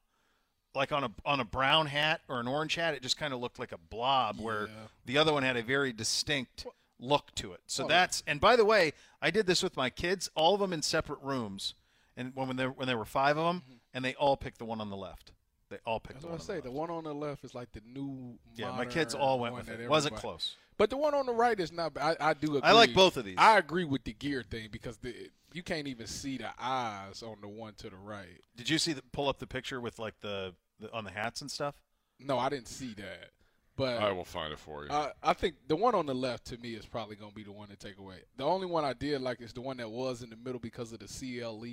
[SPEAKER 2] like on a on a brown hat or an orange hat. It just kind of looked like a blob, where
[SPEAKER 3] Yeah.
[SPEAKER 2] the other one had a very distinct look to it. So that's and by the way, I did this with my kids, all of them in separate rooms, and when when there when there were five of them, and they all picked the one on the left. They all picked
[SPEAKER 3] Mm-hmm. That's
[SPEAKER 2] the one. on
[SPEAKER 3] what I say.
[SPEAKER 2] the
[SPEAKER 3] The
[SPEAKER 2] left.
[SPEAKER 3] one on the left is like the new.
[SPEAKER 2] yeah, my kids all went with it. It wasn't close.
[SPEAKER 3] But the one on the right is not. I, I do. Agree.
[SPEAKER 2] I like both of these.
[SPEAKER 3] I agree with the gear thing because the, you can't even see the eyes on the one to the right.
[SPEAKER 2] Did you see the pull up the picture with like the, the on the hats and stuff?
[SPEAKER 3] No, I didn't see that. But
[SPEAKER 4] I will find it for you.
[SPEAKER 3] I, I think the one on the left to me is probably going to be the one to take away. The only one I did like is the one that was in the middle because of the CLE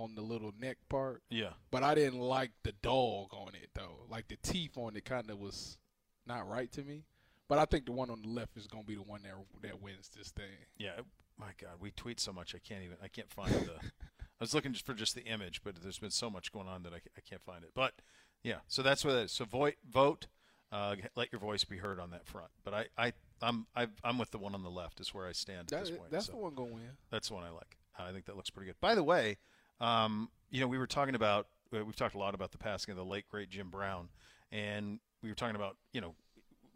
[SPEAKER 3] on the little neck part.
[SPEAKER 2] Yeah.
[SPEAKER 3] But I didn't like the dog on it though. Like the teeth on it kind of was not right to me. But I think the one on the left is going to be the one that that wins this thing.
[SPEAKER 2] Yeah. it- My God, we tweet so much. I can't even. I can't find the. I was looking just for just the image, but there's been so much going on that I, ca- I can't find it. But yeah, so that's what it is. So vote, vote. Uh, g- let your voice be heard on that front. But I, I, I'm, I, I'm with the one on the left. Is where I stand at
[SPEAKER 3] That,
[SPEAKER 2] this point.
[SPEAKER 3] that's
[SPEAKER 2] so.
[SPEAKER 3] the one going to win.
[SPEAKER 2] That's the one I like. Uh, I think that looks pretty good. By the way, um, you know, we were talking about uh, we've talked a lot about the passing of the late great Jim Brown, and we were talking about you know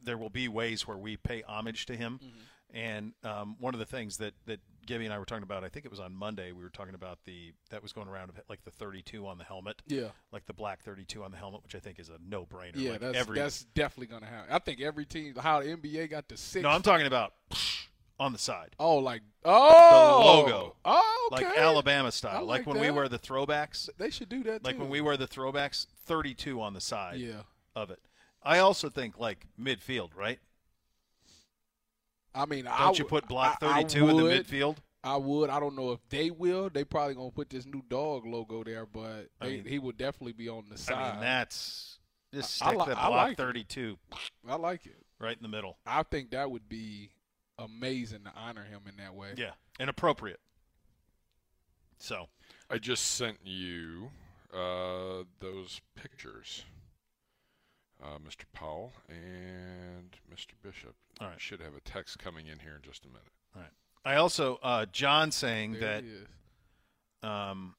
[SPEAKER 2] there will be ways where we pay homage to him,
[SPEAKER 3] Mm-hmm.
[SPEAKER 2] and um, one of the things that that Gibby and I were talking about, I think it was on Monday, we were talking about the that was going around like the 32 on the helmet,
[SPEAKER 3] Yeah.
[SPEAKER 2] like the black 32 on the helmet, which I think is a no brainer.
[SPEAKER 3] Yeah,
[SPEAKER 2] like
[SPEAKER 3] that's
[SPEAKER 2] every,
[SPEAKER 3] that's definitely going to happen. I think every team how the NBA got the six.
[SPEAKER 2] no, I'm talking about on the side.
[SPEAKER 3] oh like oh
[SPEAKER 2] logo.
[SPEAKER 3] Oh, okay.
[SPEAKER 2] Like Alabama style,
[SPEAKER 3] I
[SPEAKER 2] like,
[SPEAKER 3] like
[SPEAKER 2] when we
[SPEAKER 3] that.
[SPEAKER 2] wear the throwbacks
[SPEAKER 3] They should do that
[SPEAKER 2] like
[SPEAKER 3] too.
[SPEAKER 2] when we wear the throwbacks 32 on the side
[SPEAKER 3] Yeah.
[SPEAKER 2] of it i also think like midfield right
[SPEAKER 3] I mean,
[SPEAKER 2] don't you put block 32 in the midfield
[SPEAKER 3] I would. I don't know if they will. They probably gonna put this new dog logo there, but
[SPEAKER 2] I
[SPEAKER 3] they,
[SPEAKER 2] mean-
[SPEAKER 3] he will definitely be on the side.
[SPEAKER 2] i mean that's just
[SPEAKER 3] I- I
[SPEAKER 2] stick
[SPEAKER 3] li-
[SPEAKER 2] that
[SPEAKER 3] I
[SPEAKER 2] block
[SPEAKER 3] like it.
[SPEAKER 2] 32
[SPEAKER 3] I like it.
[SPEAKER 2] right in the middle
[SPEAKER 3] I think that would be amazing to honor him in that way.
[SPEAKER 2] yeah and appropriate so
[SPEAKER 4] I just sent you uh, those pictures, uh, Mr. Powell and Mr. Bishop.
[SPEAKER 2] All right.
[SPEAKER 4] Should have a text coming in here in just a minute.
[SPEAKER 2] all right i also uh john saying
[SPEAKER 3] There
[SPEAKER 2] that
[SPEAKER 3] he is.
[SPEAKER 2] um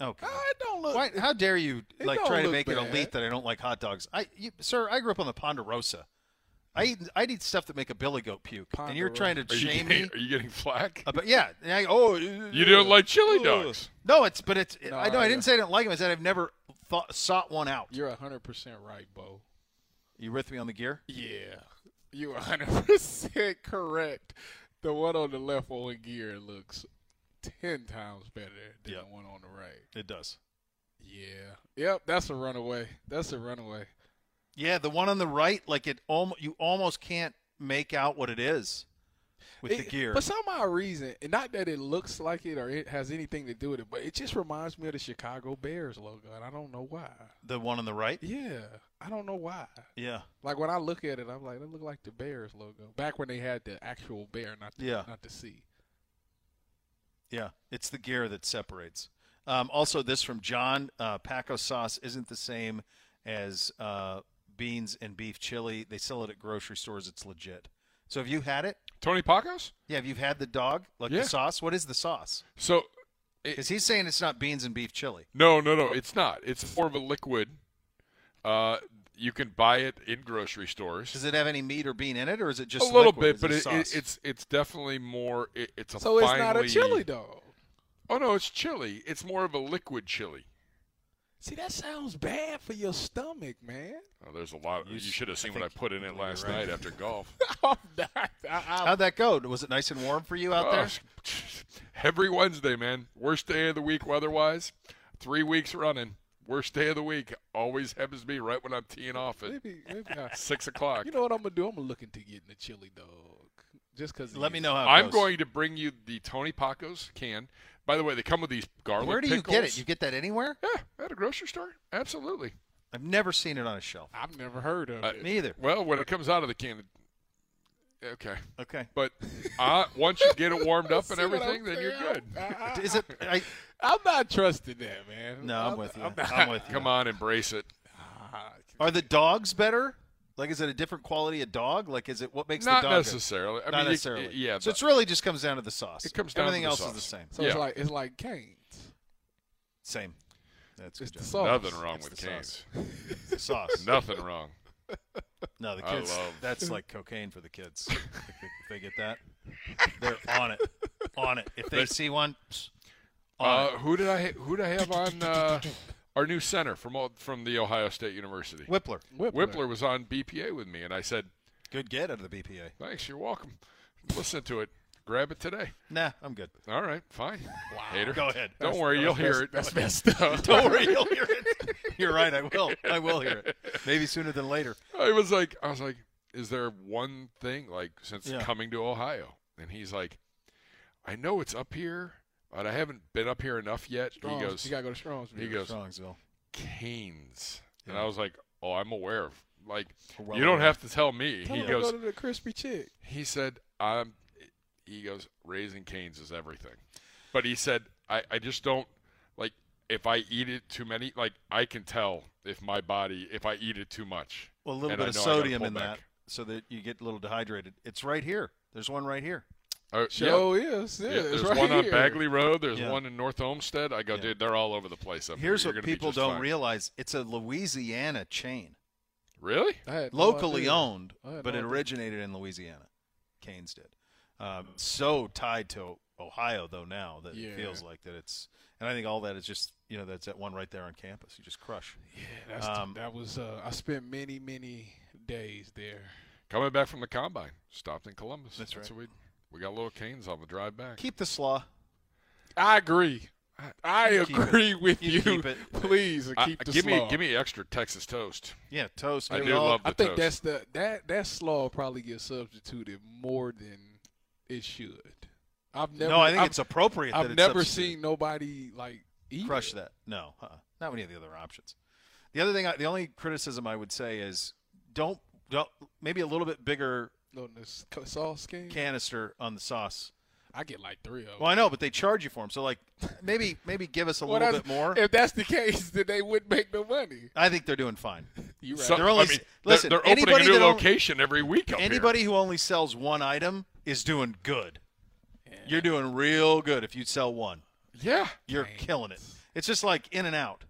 [SPEAKER 2] oh God.
[SPEAKER 3] Ah, it don't look.
[SPEAKER 2] Why, how dare you
[SPEAKER 3] It
[SPEAKER 2] like
[SPEAKER 3] don't
[SPEAKER 2] try to
[SPEAKER 3] look
[SPEAKER 2] make it
[SPEAKER 3] bad.
[SPEAKER 2] elite that I don't like hot dogs? I, you, sir, I grew up on the Ponderosa. I eat, I eat stuff that make a billy goat puke, and you're trying to
[SPEAKER 4] Are you,
[SPEAKER 2] shame me.
[SPEAKER 4] getting, are you getting flack?
[SPEAKER 2] Uh, But yeah, and I- oh,
[SPEAKER 4] You don't like chili dogs.
[SPEAKER 2] No, it's but it's. I know I
[SPEAKER 3] yeah.
[SPEAKER 2] didn't say I didn't like them. I said I've never thought, sought one out.
[SPEAKER 3] You're hundred percent right, Bo.
[SPEAKER 2] You with me on the gear?
[SPEAKER 3] Yeah, you're hundred percent correct. The one on the left on gear looks ten times better than
[SPEAKER 2] Yep.
[SPEAKER 3] the one on the right.
[SPEAKER 2] It does.
[SPEAKER 3] Yeah. Yep. That's a runaway. That's a runaway.
[SPEAKER 2] Yeah, the one on the right, like it almost you almost can't make out what it is with the
[SPEAKER 3] It-
[SPEAKER 2] gear.
[SPEAKER 3] For some odd reason, and not that it looks like it or it has anything to do with it, but it just reminds me of the Chicago Bears logo, and I don't know why.
[SPEAKER 2] The one on the right.
[SPEAKER 3] Yeah, I don't know why.
[SPEAKER 2] Yeah,
[SPEAKER 3] Like when I look at it, I'm like, that look like the Bears logo. Back when they had the actual bear, not the,
[SPEAKER 2] Yeah.
[SPEAKER 3] not the C.
[SPEAKER 2] yeah. It's the gear that separates. Um, also, this from John uh, Paco sauce isn't the same as uh, beans and beef chili. They sell it at grocery stores. It's legit. So have you had it?
[SPEAKER 4] Tony Pacos?
[SPEAKER 2] Yeah, have you had the dog like
[SPEAKER 4] Yeah.
[SPEAKER 2] the sauce? What is the sauce?
[SPEAKER 4] So,
[SPEAKER 2] Because he's saying it's not beans and beef chili.
[SPEAKER 4] no, no, no. It's not. It's more of a liquid. Uh, you can buy it in grocery stores.
[SPEAKER 2] Does it have any meat or bean in it, or is it just
[SPEAKER 4] a little
[SPEAKER 2] liquid? Is
[SPEAKER 4] bit, but it,
[SPEAKER 2] sauce?
[SPEAKER 4] it, it's it's definitely more. It, it's a
[SPEAKER 3] So it's not a
[SPEAKER 4] finely-
[SPEAKER 3] chili dog.
[SPEAKER 4] Oh no, it's chili. It's more of a liquid chili.
[SPEAKER 3] See, that sounds bad for your stomach, man.
[SPEAKER 4] Oh, there's a lot.
[SPEAKER 2] You
[SPEAKER 4] You,
[SPEAKER 2] s-
[SPEAKER 4] should have seen
[SPEAKER 2] I
[SPEAKER 4] what I
[SPEAKER 2] think
[SPEAKER 4] put in it
[SPEAKER 2] you're
[SPEAKER 4] last
[SPEAKER 2] right.
[SPEAKER 4] night after golf.
[SPEAKER 3] I'm not- I- I-
[SPEAKER 2] how'd that go? Was it nice and warm for you out
[SPEAKER 4] Oh,
[SPEAKER 2] there?
[SPEAKER 4] every Wednesday, man. Worst day of the week weather-wise. Three weeks running. Worst day of the week always happens to be right when I'm teeing off at
[SPEAKER 3] maybe, maybe I,
[SPEAKER 4] six o'clock.
[SPEAKER 3] uh, you know what I'm gonna do? I'm gonna look into getting a chili dog, just cause. it
[SPEAKER 2] Let
[SPEAKER 3] is-
[SPEAKER 2] me know how. It
[SPEAKER 4] I'm
[SPEAKER 2] goes.
[SPEAKER 4] going to bring you the Tony Pacos can. By the way, they come with these garlic.
[SPEAKER 2] Where do you get it?
[SPEAKER 4] pickles.
[SPEAKER 2] You get that anywhere?
[SPEAKER 4] yeah, at a grocery store. Absolutely.
[SPEAKER 2] I've never seen it on a shelf.
[SPEAKER 3] I've never heard of
[SPEAKER 4] Uh,
[SPEAKER 3] it.
[SPEAKER 2] Me either.
[SPEAKER 4] Well, when it comes out of the can, it- okay.
[SPEAKER 2] Okay.
[SPEAKER 4] But uh, once you get it warmed up and
[SPEAKER 3] See what I'm
[SPEAKER 4] everything, then you're
[SPEAKER 3] saying?
[SPEAKER 4] good.
[SPEAKER 3] I,
[SPEAKER 2] Is it? I,
[SPEAKER 3] am not trusting that, man.
[SPEAKER 2] no, I'm with you. I'm, with you.
[SPEAKER 4] Come on, embrace it.
[SPEAKER 3] uh-huh.
[SPEAKER 2] Are the dogs better? Like, is it a different quality of dog? Like, is it what makes
[SPEAKER 4] Not
[SPEAKER 2] the dog? good?
[SPEAKER 4] necessarily. I
[SPEAKER 2] Not
[SPEAKER 4] mean, you-
[SPEAKER 2] necessarily.
[SPEAKER 4] yeah,
[SPEAKER 2] So
[SPEAKER 4] but-
[SPEAKER 2] it's really just comes down to the sauce.
[SPEAKER 4] It comes down to
[SPEAKER 2] Everything
[SPEAKER 4] the
[SPEAKER 2] else
[SPEAKER 4] sauce.
[SPEAKER 2] is the same.
[SPEAKER 3] So
[SPEAKER 4] Yeah.
[SPEAKER 3] it's like it's like canes.
[SPEAKER 2] Same. That's
[SPEAKER 3] It's
[SPEAKER 2] good job.
[SPEAKER 3] the sauce.
[SPEAKER 4] Nothing wrong
[SPEAKER 2] It's
[SPEAKER 4] with
[SPEAKER 2] the
[SPEAKER 4] canes.
[SPEAKER 2] The sauce.
[SPEAKER 4] Nothing wrong.
[SPEAKER 2] No, the
[SPEAKER 4] I
[SPEAKER 2] kids.
[SPEAKER 4] love-
[SPEAKER 2] That's like cocaine for the kids. if they- if they get that, they're on it, on it. If they see one, psst, on
[SPEAKER 4] Uh, who did I ha- who did I have on? Uh, our new center from O- from the Ohio State University.
[SPEAKER 2] Whippler.
[SPEAKER 4] Whippler. was on BPA with me, and I said,
[SPEAKER 2] Good get out of the BPA.
[SPEAKER 4] "Thanks, you're welcome. Listen to it. Grab it today."
[SPEAKER 2] Nah, I'm good.
[SPEAKER 4] All right, fine. Wow. Hater.
[SPEAKER 2] Go ahead.
[SPEAKER 4] Don't worry, you'll hear it.
[SPEAKER 2] That's messed up. Don't worry, you'll hear it. You're right. I will. I will hear it. Maybe sooner than later.
[SPEAKER 4] I was like, I was like, is there one thing like since
[SPEAKER 2] Yeah.
[SPEAKER 4] coming to Ohio? And he's like, I know it's up here, but I haven't been up here enough yet.
[SPEAKER 3] Strong's.
[SPEAKER 4] He
[SPEAKER 3] Oh,
[SPEAKER 4] goes,
[SPEAKER 3] you gotta go to Strong's.
[SPEAKER 4] he goes,
[SPEAKER 2] Strongsville.
[SPEAKER 4] Canes, and
[SPEAKER 2] Yeah.
[SPEAKER 4] I was like, oh, I'm aware of. Like,
[SPEAKER 2] Well
[SPEAKER 4] you don't
[SPEAKER 2] aware.
[SPEAKER 4] have to tell me.
[SPEAKER 3] Tell
[SPEAKER 4] he
[SPEAKER 3] him to
[SPEAKER 4] goes,
[SPEAKER 3] go to the crispy chick.
[SPEAKER 4] he said, um, he goes, raising canes is everything. But he said, I, I just don't like if I eat it too many. Like I can tell if my body if I eat it too much.
[SPEAKER 2] Well, a little
[SPEAKER 4] And
[SPEAKER 2] bit
[SPEAKER 4] I
[SPEAKER 2] of
[SPEAKER 4] know I gotta
[SPEAKER 2] sodium
[SPEAKER 4] pull
[SPEAKER 2] in
[SPEAKER 4] back.
[SPEAKER 2] that, so that you get a little dehydrated. It's right here. There's one right here.
[SPEAKER 4] Uh,
[SPEAKER 3] Show is. Yeah,
[SPEAKER 4] yeah,
[SPEAKER 3] it's
[SPEAKER 4] there's
[SPEAKER 3] right
[SPEAKER 4] one on
[SPEAKER 3] here.
[SPEAKER 4] Bagley Road. There's
[SPEAKER 2] Yeah.
[SPEAKER 4] one in North Olmsted. I go,
[SPEAKER 2] Yeah.
[SPEAKER 4] dude, they're all over the place. Up
[SPEAKER 2] Here's
[SPEAKER 4] here. You're
[SPEAKER 2] what
[SPEAKER 4] gonna be
[SPEAKER 2] people
[SPEAKER 4] just
[SPEAKER 2] don't
[SPEAKER 4] fine."
[SPEAKER 2] realize: it's a Louisiana chain,
[SPEAKER 4] Really?
[SPEAKER 3] Oh, I had no
[SPEAKER 2] locally
[SPEAKER 3] idea.
[SPEAKER 2] owned,
[SPEAKER 3] I had
[SPEAKER 2] but
[SPEAKER 3] no
[SPEAKER 2] it
[SPEAKER 3] idea.
[SPEAKER 2] originated in Louisiana. Canes did. Um, so tied to Ohio, though now that
[SPEAKER 3] Yeah.
[SPEAKER 2] it feels like that it's, and I think all that is just you know that's that one right there on campus. You just crush.
[SPEAKER 3] Yeah, that's
[SPEAKER 2] Um,
[SPEAKER 3] that was. Uh, I spent many, many days there.
[SPEAKER 4] Coming back from the combine, stopped in Columbus.
[SPEAKER 2] That's right.
[SPEAKER 4] what we we got little canes on the drive back.
[SPEAKER 2] Keep the slaw.
[SPEAKER 3] I agree. I
[SPEAKER 2] Keep it.
[SPEAKER 3] agree with
[SPEAKER 2] You
[SPEAKER 3] you.
[SPEAKER 2] keep it.
[SPEAKER 3] Please and
[SPEAKER 4] I-
[SPEAKER 3] keep the
[SPEAKER 4] give me
[SPEAKER 3] slaw.
[SPEAKER 4] give me extra Texas toast.
[SPEAKER 2] Yeah, toast.
[SPEAKER 4] I
[SPEAKER 2] give it
[SPEAKER 4] do
[SPEAKER 2] all-
[SPEAKER 4] love
[SPEAKER 3] I
[SPEAKER 4] the
[SPEAKER 3] think
[SPEAKER 4] toast.
[SPEAKER 3] that's the that that slaw probably gets substituted more than it should. I've never.
[SPEAKER 2] no, I think
[SPEAKER 3] I've,
[SPEAKER 2] it's appropriate.
[SPEAKER 3] I've
[SPEAKER 2] that it's
[SPEAKER 3] never
[SPEAKER 2] substituted.
[SPEAKER 3] seen nobody like eat
[SPEAKER 2] crush
[SPEAKER 3] it.
[SPEAKER 2] that. No, uh-uh. not any of the other options. The other thing, I, the only criticism I would say is don't don't maybe a little bit bigger
[SPEAKER 3] No, this c- sauce scheme.
[SPEAKER 2] canister on the sauce.
[SPEAKER 3] I get like three of them.
[SPEAKER 2] Well, I know, but they charge you for them, so like maybe maybe give us a
[SPEAKER 3] Well,
[SPEAKER 2] little
[SPEAKER 3] that's-
[SPEAKER 2] bit more.
[SPEAKER 3] If that's the case, then they wouldn't make no money.
[SPEAKER 2] I think they're doing fine.
[SPEAKER 3] You right?
[SPEAKER 4] So-
[SPEAKER 2] They're only-
[SPEAKER 4] I mean, they're-
[SPEAKER 2] listen,
[SPEAKER 4] They're, opening a
[SPEAKER 2] anybody
[SPEAKER 4] new
[SPEAKER 2] that only-
[SPEAKER 4] location every week. Up here.
[SPEAKER 2] Anybody who only sells one item is doing good. You're doing real good if you sell one.
[SPEAKER 4] Yeah.
[SPEAKER 2] You're killing it. It's just like In and Out.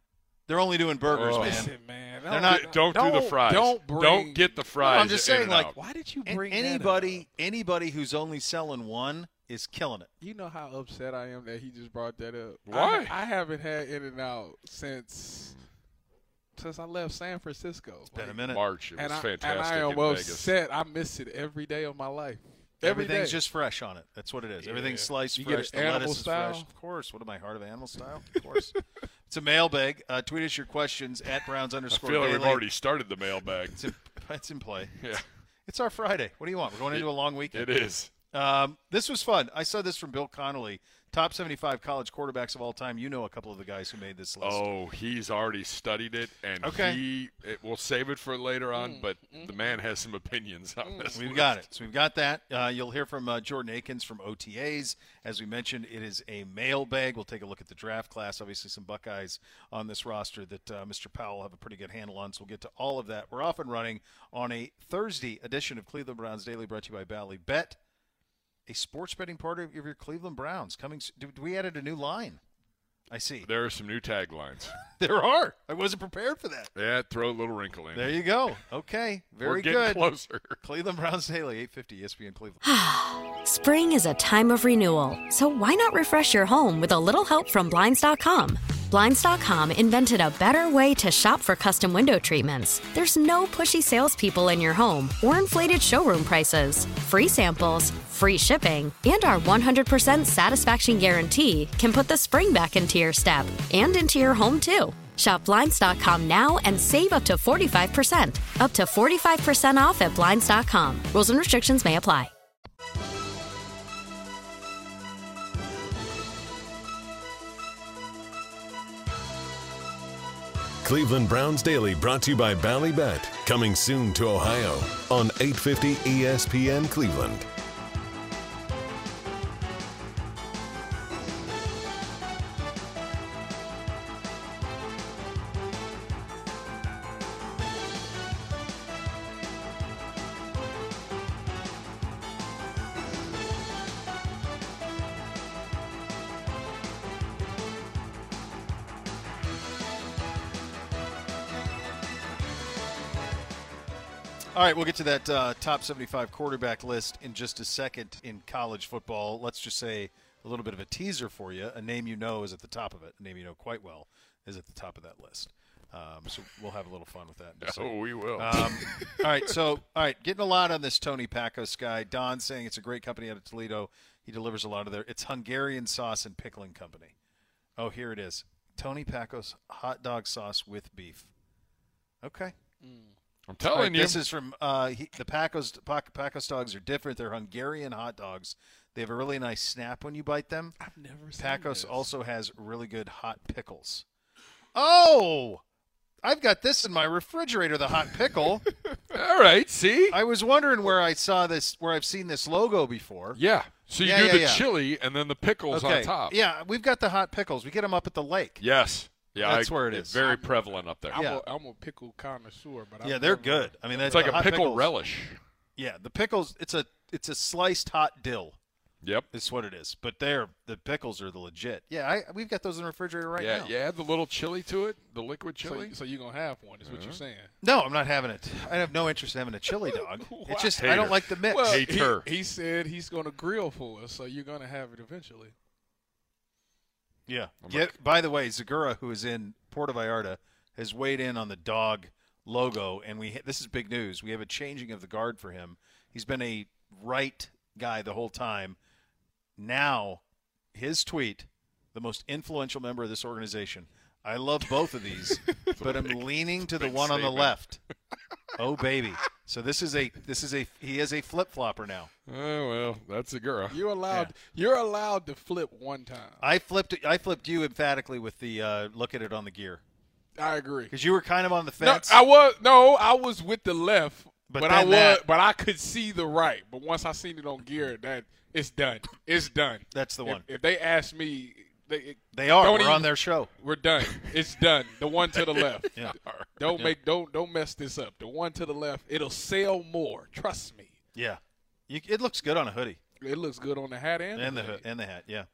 [SPEAKER 2] They're only doing burgers,
[SPEAKER 4] Oh.
[SPEAKER 2] man.
[SPEAKER 3] Listen, man.
[SPEAKER 2] They're not-
[SPEAKER 4] D- don't, do the fries.
[SPEAKER 3] Don't bring.
[SPEAKER 4] Don't get the fries.
[SPEAKER 2] I'm just
[SPEAKER 4] at
[SPEAKER 2] saying, like,
[SPEAKER 4] In-N-Out.
[SPEAKER 3] Why did you
[SPEAKER 2] And
[SPEAKER 3] bring that
[SPEAKER 2] anybody
[SPEAKER 3] up?
[SPEAKER 2] anybody who's only selling one is killing it.
[SPEAKER 3] You know how upset I am that he just brought that up.
[SPEAKER 4] Why?
[SPEAKER 3] I, I haven't had In and Out since since I left San Francisco. It's
[SPEAKER 2] Been a minute.
[SPEAKER 4] March. It was
[SPEAKER 3] and I,
[SPEAKER 4] fantastic
[SPEAKER 3] and I
[SPEAKER 4] in
[SPEAKER 3] am
[SPEAKER 4] Vegas.
[SPEAKER 3] upset. I miss it every day of my life. Every
[SPEAKER 2] Everything's
[SPEAKER 3] day.
[SPEAKER 2] just fresh on it. That's what it is. Everything's
[SPEAKER 3] Yeah.
[SPEAKER 2] sliced
[SPEAKER 3] You get
[SPEAKER 2] fresh.
[SPEAKER 3] it
[SPEAKER 2] the
[SPEAKER 3] animal
[SPEAKER 2] lettuce is
[SPEAKER 3] style?
[SPEAKER 2] fresh. Of course. What am I, heart of animal style? Of course. it's a mailbag. Uh, tweet us your questions at Browns
[SPEAKER 4] I
[SPEAKER 2] underscore
[SPEAKER 4] feel like we've
[SPEAKER 2] daily.
[SPEAKER 4] already started the mailbag.
[SPEAKER 2] It's in, it's in play.
[SPEAKER 4] yeah,
[SPEAKER 2] It's our Friday. What do you want? We're going into a long weekend.
[SPEAKER 4] it is.
[SPEAKER 2] Um, this was fun. I saw this from Bill Connolly. Top 75 college quarterbacks of all time. You know a couple of the guys who made this list.
[SPEAKER 4] Oh, he's already studied it, and
[SPEAKER 2] Okay.
[SPEAKER 4] he it, we'll save it for later on.
[SPEAKER 3] Mm,
[SPEAKER 4] but
[SPEAKER 3] mm-hmm.
[SPEAKER 4] the man has some opinions on this.
[SPEAKER 2] We've
[SPEAKER 4] list.
[SPEAKER 2] got it. So we've got that. Uh, you'll hear from uh, Jordan Akins from OTAs. As we mentioned, it is a mailbag. We'll take a look at the draft class. Obviously, some Buckeyes on this roster that uh, Mr. Powell will have a pretty good handle on. So we'll get to all of that. We're off and running on a Thursday edition of Cleveland Browns Daily, brought to you by Bally Bet, a sports betting partner of your Cleveland Browns. Coming. s- Do, do we added a new line? I see.
[SPEAKER 4] There are some new taglines.
[SPEAKER 2] There are. I wasn't prepared for that.
[SPEAKER 4] yeah, throw a little wrinkle in.
[SPEAKER 2] There you go. Okay.
[SPEAKER 4] We're
[SPEAKER 2] Very
[SPEAKER 4] getting
[SPEAKER 2] good.
[SPEAKER 4] closer.
[SPEAKER 2] Cleveland Browns Daily, E 850 ESPN Cleveland.
[SPEAKER 5] Spring is a time of renewal, so why not refresh your home with a little help from Blinds.com? Blinds.com invented a better way to shop for custom window treatments. There's no pushy salespeople in your home or inflated showroom prices. Free samples, free shipping, and our 100% satisfaction guarantee can put the spring back into your step and into your home too. Shop Blinds.com now and save up to 45%. Up to 45% off at Blinds.com. Rules and restrictions may apply.
[SPEAKER 1] Cleveland Browns Daily brought to you by Ballybet, coming soon to Ohio on E 850 ESPN Cleveland.
[SPEAKER 2] All right, we'll get to that uh, top 75 quarterback list in just a second in college football. Let's just say a little bit of a teaser for you. A name you know is at the top of it, a name you know quite well is at the top of that list. Um, so we'll have a little fun with that. in a
[SPEAKER 4] Oh,
[SPEAKER 2] second.
[SPEAKER 4] we will.
[SPEAKER 2] Um, all right, so all right, getting a lot on this Tony Pacos guy. Don saying it's a great company out of Toledo. He delivers a lot of their. It's Hungarian sauce and pickling company. Oh, here it is. Tony Pacos hot dog sauce with beef. Okay.
[SPEAKER 4] I'm
[SPEAKER 2] All
[SPEAKER 4] telling
[SPEAKER 2] right,
[SPEAKER 4] you.
[SPEAKER 2] This is from uh, he, the Pacos. Pac- Pacos dogs are different. They're Hungarian hot dogs. They have a really nice snap when you bite them.
[SPEAKER 3] I've never seen
[SPEAKER 2] Pacos
[SPEAKER 3] this.
[SPEAKER 2] also has really good hot pickles. Oh, I've got this in my refrigerator. The hot pickle.
[SPEAKER 4] All right. See.
[SPEAKER 2] I was wondering where I saw this, where I've seen this logo before.
[SPEAKER 4] yeah. So you
[SPEAKER 2] Yeah,
[SPEAKER 4] do
[SPEAKER 2] yeah,
[SPEAKER 4] the
[SPEAKER 2] yeah.
[SPEAKER 4] chili and then the pickles on top.
[SPEAKER 2] Yeah, we've got the hot pickles. We get them up at the lake.
[SPEAKER 4] Yes. Yeah.
[SPEAKER 2] That's
[SPEAKER 4] I-
[SPEAKER 2] where it
[SPEAKER 4] it's
[SPEAKER 2] is.
[SPEAKER 4] Very prevalent up there.
[SPEAKER 3] I'm,
[SPEAKER 2] Yeah.
[SPEAKER 3] a, I'm a pickle connoisseur, but I've
[SPEAKER 2] Yeah, they're
[SPEAKER 3] never-
[SPEAKER 2] good. I mean,
[SPEAKER 4] It's like
[SPEAKER 2] the
[SPEAKER 4] a
[SPEAKER 2] hot
[SPEAKER 4] pickle
[SPEAKER 2] pickles-
[SPEAKER 4] relish.
[SPEAKER 2] Yeah, the pickles. It's a it's a sliced hot dill.
[SPEAKER 4] Yep.
[SPEAKER 2] Is what it is. But they're the pickles are the legit. Yeah, I, we've got those in the refrigerator right
[SPEAKER 4] yeah.
[SPEAKER 2] now.
[SPEAKER 4] You add the little chili to it, the liquid
[SPEAKER 3] So,
[SPEAKER 4] chili.
[SPEAKER 3] so you're gonna have one? Is what
[SPEAKER 4] Uh-huh.
[SPEAKER 3] you're saying?
[SPEAKER 2] No, I'm not having it. I have no interest in having a chili dog. It's just I
[SPEAKER 4] Hater.
[SPEAKER 2] don't like the mix.
[SPEAKER 4] Well, Hate
[SPEAKER 3] he,
[SPEAKER 4] her.
[SPEAKER 3] he said he's gonna grill for us, so you're gonna have it eventually.
[SPEAKER 2] Yeah.
[SPEAKER 4] I'm
[SPEAKER 2] yeah. By the way, Zagura, who is in Puerto Vallarta, has weighed in on the dog logo, and we this is big news. We have a changing of the guard for him. He's been a right guy the whole time. Now, his tweet, the most influential member of this organization. I love both of these, but I'm leaning to the
[SPEAKER 4] big
[SPEAKER 2] one on the
[SPEAKER 4] statement.
[SPEAKER 2] left. Oh baby! So this is a this is a he is a flip flopper now.
[SPEAKER 4] oh well, that's a girl.
[SPEAKER 3] You're allowed. You're allowed to flip one time.
[SPEAKER 2] I flipped I flipped you emphatically with the uh, look at it on the gear
[SPEAKER 3] I agree.
[SPEAKER 2] because you were kind of on the
[SPEAKER 3] No,
[SPEAKER 2] fence.
[SPEAKER 3] I was no, I was with the left,
[SPEAKER 2] But
[SPEAKER 3] but, I
[SPEAKER 2] then
[SPEAKER 3] was,
[SPEAKER 2] that-
[SPEAKER 3] but I could see the right. But once I seen it on gear, that it's done. It's done.
[SPEAKER 2] That's the
[SPEAKER 3] If-
[SPEAKER 2] one.
[SPEAKER 3] If, they ask me, they
[SPEAKER 2] They are.
[SPEAKER 3] Don't
[SPEAKER 2] We're
[SPEAKER 3] even-
[SPEAKER 2] on their show.
[SPEAKER 3] we're done. It's done. The one to the left.
[SPEAKER 2] Yeah.
[SPEAKER 3] Don't make don't don't mess this up. The one to the left, it'll sell more. Trust me.
[SPEAKER 2] Yeah. You, it looks good on a hoodie
[SPEAKER 3] It looks good on the hat and,
[SPEAKER 2] and the
[SPEAKER 3] hood.
[SPEAKER 2] hood and the hat. Yeah.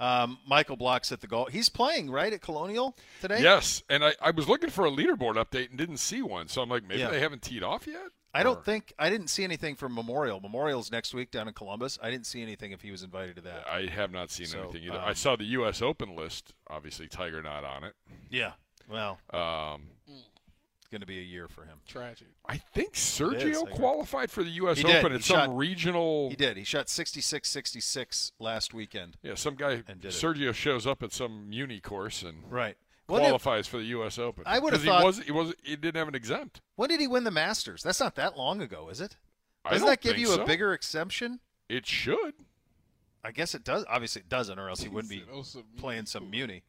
[SPEAKER 2] Um, Michael blocks at the goal. He's playing right at Colonial today.
[SPEAKER 4] Yes, and I, I was looking for a leaderboard update and didn't see one, so I'm like, maybe
[SPEAKER 2] Yeah.
[SPEAKER 4] they haven't teed off yet.
[SPEAKER 2] I
[SPEAKER 4] Or-
[SPEAKER 2] don't think I didn't see anything from Memorial. Memorial's next week down in Columbus. I didn't see anything if he was invited to that.
[SPEAKER 4] I have not seen
[SPEAKER 2] So,
[SPEAKER 4] anything either.
[SPEAKER 2] um,
[SPEAKER 4] I saw the U.S. Open list, obviously Tiger not on it.
[SPEAKER 2] yeah. Well,
[SPEAKER 4] Um,
[SPEAKER 2] it's going to be a year for him.
[SPEAKER 3] Tragic.
[SPEAKER 4] I think
[SPEAKER 2] is, I
[SPEAKER 4] Sergio
[SPEAKER 2] agree.
[SPEAKER 4] qualified for the U.S.
[SPEAKER 2] He did.
[SPEAKER 4] Open
[SPEAKER 2] He
[SPEAKER 4] at some
[SPEAKER 2] shot-
[SPEAKER 4] regional.
[SPEAKER 2] He did. He shot 66-66 last weekend.
[SPEAKER 4] Yeah, some guy
[SPEAKER 2] And did it.
[SPEAKER 4] Sergio shows up at some muni course and
[SPEAKER 2] Right. When did,
[SPEAKER 4] qualifies for the U.S. Open.
[SPEAKER 2] I would've
[SPEAKER 4] 'Cause
[SPEAKER 2] thought-
[SPEAKER 4] he was he was he didn't have an exempt.
[SPEAKER 2] when did he win the Masters? That's not that long ago, is it?
[SPEAKER 4] I
[SPEAKER 2] Doesn't
[SPEAKER 4] don't
[SPEAKER 2] that give
[SPEAKER 4] think
[SPEAKER 2] you a
[SPEAKER 4] so.
[SPEAKER 2] bigger exemption?
[SPEAKER 4] It should.
[SPEAKER 2] I guess it does. Obviously, it doesn't, or else he wouldn't be
[SPEAKER 3] Said, "Oh, some
[SPEAKER 2] playing some Muni.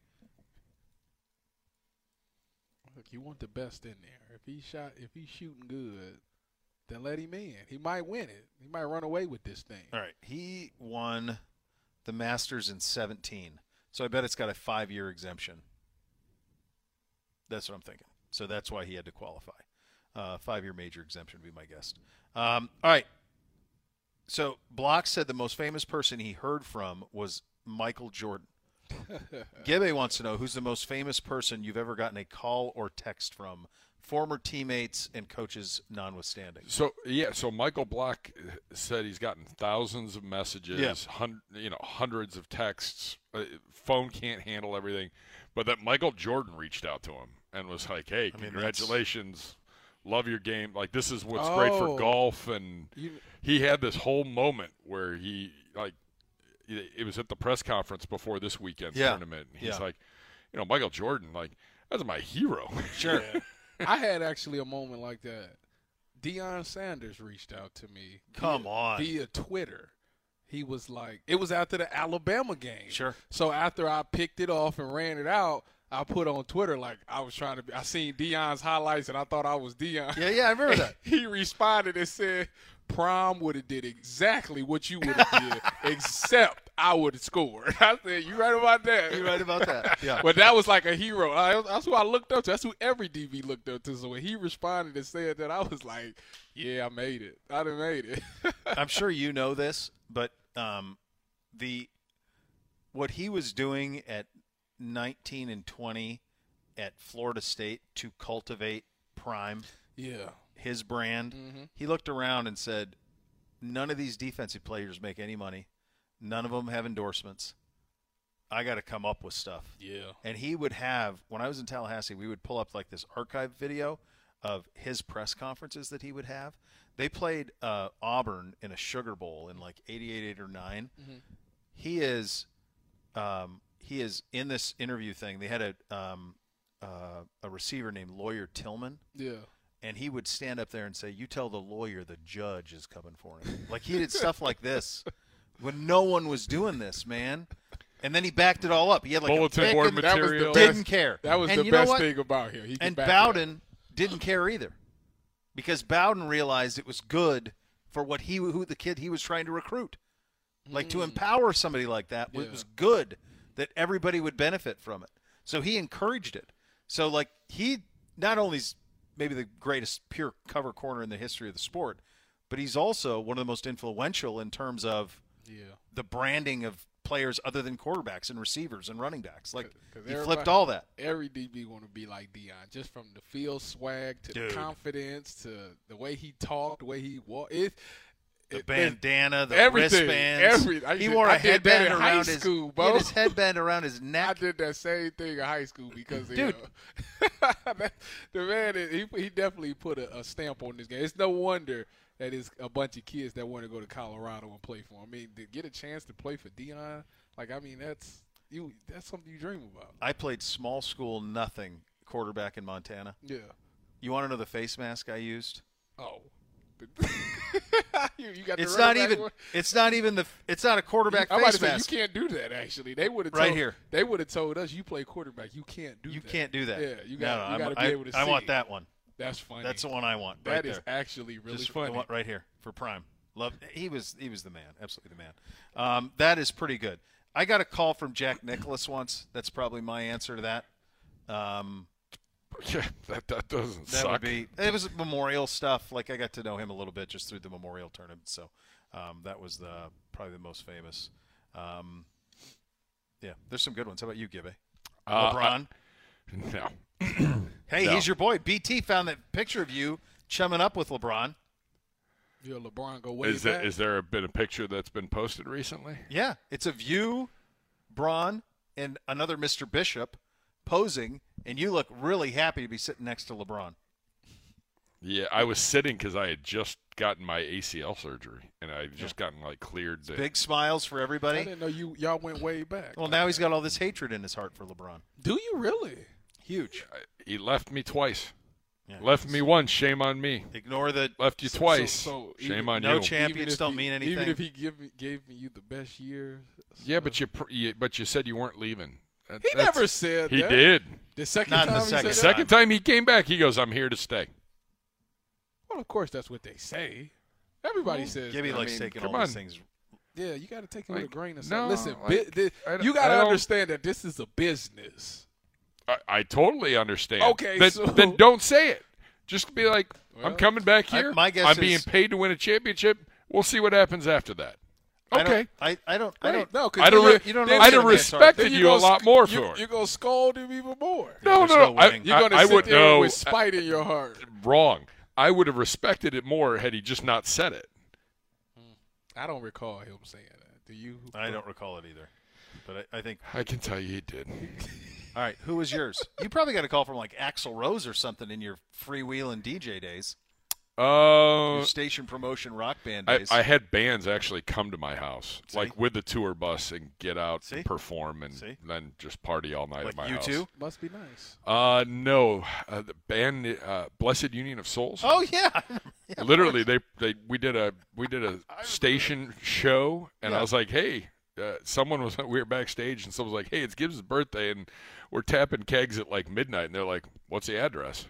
[SPEAKER 3] Look, you want the best in there. If he shot, if he's shooting good, then let him in. He might win it. He might run away with this thing.
[SPEAKER 2] All right. He won the Masters in 17. So I bet it's got a five year exemption. That's what I'm thinking. So that's why he had to qualify. Uh, five year major exemption would be my guess. Um, all right. So Block said the most famous person he heard from was Michael Jordan. Gibbe wants to know who's the most famous person you've ever gotten a call or text from, former teammates and coaches notwithstanding.
[SPEAKER 4] So yeah, so Michael Block uh, said he's gotten thousands of messages,
[SPEAKER 2] Yeah.
[SPEAKER 4] hun- you know, hundreds of texts. Uh, phone can't handle everything, but that Michael Jordan reached out to him and was like, "Hey,
[SPEAKER 2] mean,
[SPEAKER 4] congratulations, love your game. Like this is what's great
[SPEAKER 3] Oh.
[SPEAKER 4] for golf." And
[SPEAKER 3] You-
[SPEAKER 4] he had this whole moment where he like, it it was at the press conference before this weekend's
[SPEAKER 2] Yeah.
[SPEAKER 4] tournament. And he's
[SPEAKER 2] Yeah.
[SPEAKER 4] like, you know, Michael Jordan, like that's my hero.
[SPEAKER 2] Sure.
[SPEAKER 3] I had actually a moment like that. Deion Sanders reached out to me
[SPEAKER 2] Come on.
[SPEAKER 3] via Twitter. He was like, it was after the Alabama game.
[SPEAKER 2] Sure.
[SPEAKER 3] So after I picked it off and ran it out, I put on Twitter like I was trying to. Be, I seen Dion's highlights and I thought I was Dion.
[SPEAKER 2] Yeah, yeah, I remember that.
[SPEAKER 3] he responded and said, "Prom would have did exactly what you would have did, except I would have scored." I said, "You right about that?
[SPEAKER 2] You're right about that. Yeah.
[SPEAKER 3] But that was like a hero. I, that's who I looked up to. That's who every DB looked up to. So when he responded and said that, I was like, "Yeah, I made it. I done made it."
[SPEAKER 2] I'm sure you know this, but um, the what he was doing at 19 and 20 at Florida State to cultivate prime
[SPEAKER 3] yeah.
[SPEAKER 2] his brand, he looked around and said, "None of these defensive players make any money. None of them have endorsements. I got to come up with stuff.
[SPEAKER 3] Yeah.
[SPEAKER 2] And he would have, when I was in Tallahassee, we would pull up like this archive video of his press conferences that he would have. They played uh, Auburn in a Sugar Bowl in like 88, 8 or 9. He is, um, he is in this interview thing. They had a, um, uh, a receiver named Lawyer Tillman
[SPEAKER 3] Yeah.
[SPEAKER 2] and he would stand up there and say, "You tell the lawyer the judge is coming for him." Like he did stuff like this when no one was doing this, man. And then he backed it all up. He had like
[SPEAKER 4] Bulletin
[SPEAKER 2] a pick
[SPEAKER 4] board
[SPEAKER 2] and
[SPEAKER 3] That
[SPEAKER 4] material.
[SPEAKER 3] was the best,
[SPEAKER 2] Didn't care.
[SPEAKER 3] That was
[SPEAKER 2] And
[SPEAKER 3] the
[SPEAKER 2] you know
[SPEAKER 3] best
[SPEAKER 2] what?
[SPEAKER 3] thing about him. He can
[SPEAKER 2] And
[SPEAKER 3] back it up.
[SPEAKER 2] Bowden didn't care either, because Bowden realized it was good for what he who the kid he was trying to recruit, like to empower somebody like that. It
[SPEAKER 3] Mm. Yeah.
[SPEAKER 2] was good that everybody would benefit from it. So he encouraged it. So like he not only's maybe the greatest pure cover corner in the history of the sport, but he's also one of the most influential in terms of
[SPEAKER 3] Yeah.
[SPEAKER 2] the branding of players other than quarterbacks and receivers and running backs. Like
[SPEAKER 3] 'Cause
[SPEAKER 2] he flipped
[SPEAKER 3] everybody-
[SPEAKER 2] all that.
[SPEAKER 3] Every DB want to be like Dion, just from the field swag to
[SPEAKER 2] Dude.
[SPEAKER 3] the confidence to the way he talked, the way he walked. It,
[SPEAKER 2] the
[SPEAKER 3] it-
[SPEAKER 2] bandana, the
[SPEAKER 3] everything,
[SPEAKER 2] wristbands.
[SPEAKER 3] every- I
[SPEAKER 2] he
[SPEAKER 3] did-
[SPEAKER 2] wore a
[SPEAKER 3] I did that
[SPEAKER 2] headband
[SPEAKER 3] in high
[SPEAKER 2] around his,
[SPEAKER 3] school,
[SPEAKER 2] he had
[SPEAKER 3] bro.
[SPEAKER 2] his headband around his
[SPEAKER 3] I
[SPEAKER 2] neck.
[SPEAKER 3] did that same thing in high school because
[SPEAKER 2] Dude.
[SPEAKER 3] You know, the man is- he he definitely put a, a stamp on this game. It's no wonder that it's a bunch of kids that want to go to Colorado and play for him. I mean, to get a chance to play for Dion, like I mean, that's you. That's something you dream about.
[SPEAKER 2] I played small school nothing quarterback in Montana.
[SPEAKER 3] Yeah.
[SPEAKER 2] You want to know the face mask I used?
[SPEAKER 3] Oh. you, you got the
[SPEAKER 2] It's not
[SPEAKER 3] running back
[SPEAKER 2] even.
[SPEAKER 3] one?
[SPEAKER 2] It's not even the. It's not a quarterback
[SPEAKER 3] I'm about to
[SPEAKER 2] face
[SPEAKER 3] say
[SPEAKER 2] mask.
[SPEAKER 3] you can't do that. Actually, they would have
[SPEAKER 2] Right
[SPEAKER 3] told,
[SPEAKER 2] here.
[SPEAKER 3] They would have told us you play quarterback. You can't do
[SPEAKER 2] You
[SPEAKER 3] that.
[SPEAKER 2] can't do that.
[SPEAKER 3] Yeah, you
[SPEAKER 2] No,
[SPEAKER 3] got
[SPEAKER 2] no,
[SPEAKER 3] you
[SPEAKER 2] I'm-
[SPEAKER 3] got to be
[SPEAKER 2] I,
[SPEAKER 3] able to.
[SPEAKER 2] I
[SPEAKER 3] see
[SPEAKER 2] want
[SPEAKER 3] it.
[SPEAKER 2] that one.
[SPEAKER 3] That's funny.
[SPEAKER 2] That's the one I want.
[SPEAKER 3] That
[SPEAKER 2] right
[SPEAKER 3] is
[SPEAKER 2] there.
[SPEAKER 3] actually really
[SPEAKER 2] Just
[SPEAKER 3] funny.
[SPEAKER 2] the one right here for prime. Love. He was he was the man. Absolutely the man. Um, that is pretty good. I got a call from Jack Nicholas once. That's probably my answer to that. Um,
[SPEAKER 4] Yeah, that, that doesn't
[SPEAKER 2] That
[SPEAKER 4] suck.
[SPEAKER 2] would be. It was memorial stuff. Like I got to know him a little bit just through the memorial tournament. So um, that was the probably the most famous. Um, yeah, there's some good ones. How about you, Gibby?
[SPEAKER 4] Uh,
[SPEAKER 2] LeBron.
[SPEAKER 4] no.
[SPEAKER 2] hey,
[SPEAKER 4] no.
[SPEAKER 2] he's your boy. BT found that picture of you chumming up with LeBron.
[SPEAKER 3] Yeah, LeBron go way
[SPEAKER 4] Is,
[SPEAKER 3] back.
[SPEAKER 4] there, is there been a picture that's been posted recently?
[SPEAKER 2] Yeah, it's of you, Braun, and another Mr. Bishop posing, and you look really happy to be sitting next to LeBron.
[SPEAKER 4] Yeah, I was sitting because I had just gotten my ACL surgery and I had just gotten like cleared. To,
[SPEAKER 2] Big smiles for
[SPEAKER 3] I
[SPEAKER 2] everybody.
[SPEAKER 3] didn't know you y'all went way back.
[SPEAKER 2] Well, now he's got all this hatred in his heart for LeBron.
[SPEAKER 3] do you really?
[SPEAKER 2] Huge.
[SPEAKER 4] He left me twice.
[SPEAKER 2] Yeah.
[SPEAKER 4] Left me once. Shame on me.
[SPEAKER 2] Ignore the
[SPEAKER 4] Left you
[SPEAKER 3] So- so-
[SPEAKER 4] twice.
[SPEAKER 3] so
[SPEAKER 4] shame
[SPEAKER 3] even-
[SPEAKER 4] on
[SPEAKER 2] no
[SPEAKER 4] you.
[SPEAKER 2] chance. Champions
[SPEAKER 3] Even if
[SPEAKER 2] don't
[SPEAKER 3] he-
[SPEAKER 2] mean
[SPEAKER 3] Even
[SPEAKER 2] anything.
[SPEAKER 3] if he give me, gave me you the best year,
[SPEAKER 4] Yeah, but you, pr- you but you said you weren't leaving. That-
[SPEAKER 3] he
[SPEAKER 4] that's-
[SPEAKER 3] never said
[SPEAKER 4] He
[SPEAKER 3] that.
[SPEAKER 4] did.
[SPEAKER 3] The second
[SPEAKER 2] Not the
[SPEAKER 3] time he
[SPEAKER 2] second
[SPEAKER 3] said
[SPEAKER 4] The
[SPEAKER 3] that?
[SPEAKER 2] time.
[SPEAKER 4] second time he came back, he goes, "I'm here to stay."
[SPEAKER 3] Well, of course that's what they say. Everybody says.
[SPEAKER 2] Gibby
[SPEAKER 3] that.
[SPEAKER 2] likes
[SPEAKER 4] mean,
[SPEAKER 2] taking
[SPEAKER 4] come
[SPEAKER 2] all these
[SPEAKER 4] on.
[SPEAKER 2] things.
[SPEAKER 3] Yeah, you got to take it with
[SPEAKER 4] Like,
[SPEAKER 3] a grain of
[SPEAKER 4] no,
[SPEAKER 3] salt. Listen, bi-
[SPEAKER 4] like,
[SPEAKER 3] thi-
[SPEAKER 4] I don't-
[SPEAKER 3] you got
[SPEAKER 4] I
[SPEAKER 3] to
[SPEAKER 4] don't-
[SPEAKER 3] understand that this is a business.
[SPEAKER 4] I, I totally understand.
[SPEAKER 3] Okay,
[SPEAKER 4] then,
[SPEAKER 3] so-
[SPEAKER 4] then don't say it. Just be like,
[SPEAKER 3] Well,
[SPEAKER 4] "I'm coming back
[SPEAKER 2] I-
[SPEAKER 4] here.
[SPEAKER 2] my guess
[SPEAKER 4] I'm
[SPEAKER 2] is-
[SPEAKER 4] being paid to win a championship. We'll see what happens after that." Okay.
[SPEAKER 2] I don't. I, I don't. I don't
[SPEAKER 3] no, 'cause
[SPEAKER 4] I don't
[SPEAKER 3] then
[SPEAKER 4] re-
[SPEAKER 3] you're-
[SPEAKER 2] you don't
[SPEAKER 3] then
[SPEAKER 2] know
[SPEAKER 4] I'd have
[SPEAKER 3] you're-
[SPEAKER 2] what's gonna
[SPEAKER 4] respected
[SPEAKER 3] then you're
[SPEAKER 4] you a
[SPEAKER 3] gonna
[SPEAKER 4] lot
[SPEAKER 3] sc-
[SPEAKER 4] more
[SPEAKER 3] you-
[SPEAKER 4] for it.
[SPEAKER 3] You're gonna scold him even more.
[SPEAKER 4] no,
[SPEAKER 2] there's
[SPEAKER 4] no,
[SPEAKER 2] no
[SPEAKER 4] I,
[SPEAKER 2] winning.
[SPEAKER 3] You're gonna
[SPEAKER 4] I- I
[SPEAKER 3] sit
[SPEAKER 4] would
[SPEAKER 3] there
[SPEAKER 4] no
[SPEAKER 3] with spite in your heart.
[SPEAKER 4] wrong. I would have respected it more had he just not said it.
[SPEAKER 3] I don't recall him saying that. Do you?
[SPEAKER 2] I don't recall it either. But I, I think.
[SPEAKER 4] I can tell you he did.
[SPEAKER 2] All right, who was yours? you probably got a call from like Axl Rose or something in your freewheeling DJ days,
[SPEAKER 4] Oh,
[SPEAKER 2] your station promotion rock band
[SPEAKER 4] I,
[SPEAKER 2] days.
[SPEAKER 4] I had bands actually come to my house,
[SPEAKER 2] See?
[SPEAKER 4] like with the tour bus, and get out,
[SPEAKER 2] See?
[SPEAKER 4] and perform, and
[SPEAKER 2] See?
[SPEAKER 4] then just party all night
[SPEAKER 2] like
[SPEAKER 4] at my
[SPEAKER 2] you
[SPEAKER 4] house.
[SPEAKER 2] two.
[SPEAKER 3] Must be nice.
[SPEAKER 4] Uh, no, uh, the band, uh, Blessed Union of Souls.
[SPEAKER 2] Oh yeah.
[SPEAKER 4] Literally, they, they we did a we did a station show, and I was like, hey. Uh, someone was we were backstage and someone was like, "Hey, it's Gibbs' birthday, and we're tapping kegs at like midnight." And they're like, "What's the address?"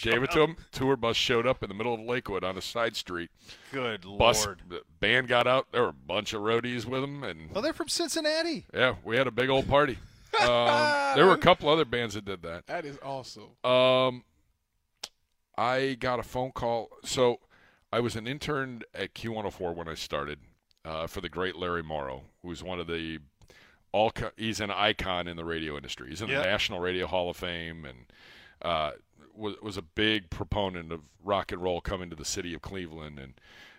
[SPEAKER 4] Gave it to him. Tour bus showed up in the middle of Lakewood on a side street.
[SPEAKER 2] Good
[SPEAKER 4] Bus
[SPEAKER 2] lord.
[SPEAKER 4] the band got out. There were a bunch of roadies with them, and
[SPEAKER 2] Oh, they're from Cincinnati.
[SPEAKER 4] yeah, we had a big old party. Um, there were a couple other bands that did that.
[SPEAKER 3] That is awesome.
[SPEAKER 4] Um, I got a phone call. So I was an intern at Q104 when I started uh, for the great Larry Morrow, who's one of the all. co- He's an icon in the radio industry. He's in
[SPEAKER 2] Yeah.
[SPEAKER 4] the National Radio Hall of Fame and uh, was was a big proponent of rock and roll coming to the city of Cleveland and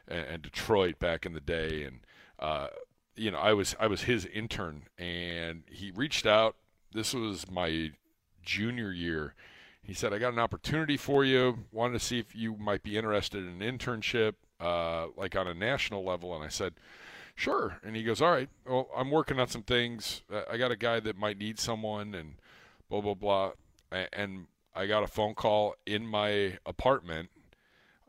[SPEAKER 4] and, and Detroit back in the day. And uh, you know, I was I was his intern, and he reached out. This was my junior year. He said, "I got an opportunity for you. Wanted to see if you might be interested in an internship, uh, like on a national level." And I said, "Sure." And he goes, "All right. Well, I'm working on some things. Uh, I got a guy that might need someone, and blah blah blah." A- And I got a phone call in my apartment,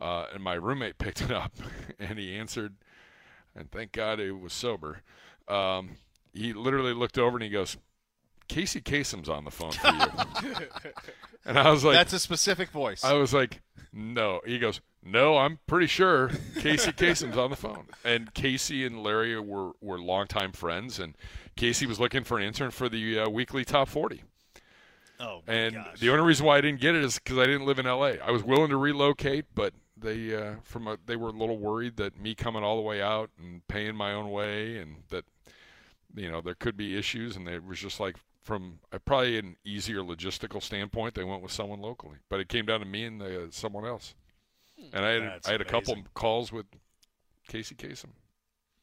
[SPEAKER 4] uh, and my roommate picked it up, and he answered and thank God it was sober. Um, he literally looked over and he goes, "Casey Kasem's on the phone for you," and I was like,
[SPEAKER 2] That's a specific voice.
[SPEAKER 4] "I was like, no." He goes, "No, I'm pretty sure Casey Kasem's on the phone." And Casey and Larry were were longtime friends, and Casey was looking for an intern for the uh, weekly top forty.
[SPEAKER 2] oh, my
[SPEAKER 4] And
[SPEAKER 2] gosh.
[SPEAKER 4] the only reason why I didn't get it is because I didn't live in L.A. I was willing to relocate, but they uh, from a, they were a little worried that me coming all the way out and paying my own way, and that you know there could be issues, and it was just like from uh, probably an easier logistical standpoint, they went with someone locally, but it came down to me and uh, someone else, and I had
[SPEAKER 2] Hmm. That's
[SPEAKER 4] I had a couple
[SPEAKER 2] amazing.
[SPEAKER 4] calls with Casey Kasem,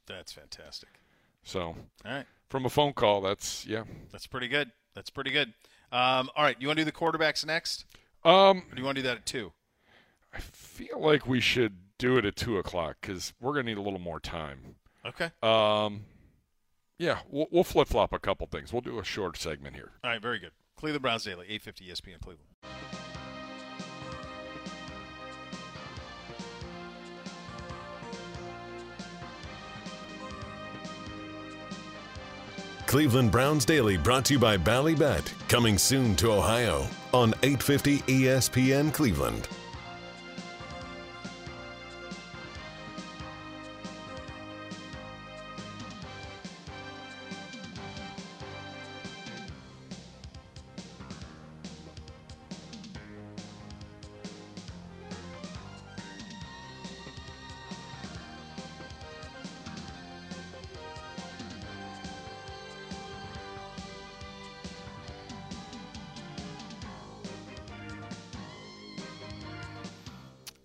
[SPEAKER 2] That's fantastic.
[SPEAKER 4] so
[SPEAKER 2] All right.
[SPEAKER 4] from a phone call, that's yeah.
[SPEAKER 2] That's pretty good. That's pretty good. Um, all right. You want to do the quarterbacks next?
[SPEAKER 4] Um,
[SPEAKER 2] Or do you want to do that at two?
[SPEAKER 4] I feel like we should do it at two o'clock because we're gonna need a little more time.
[SPEAKER 2] Okay.
[SPEAKER 4] Um, yeah, we'll, we'll flip flop a couple things. We'll do a short segment here.
[SPEAKER 2] All right. Very good. Cleveland Browns Daily, E 850 ESPN Cleveland.
[SPEAKER 1] Cleveland Browns Daily brought to you by Ballybet, coming soon to Ohio on E 850 ESPN Cleveland.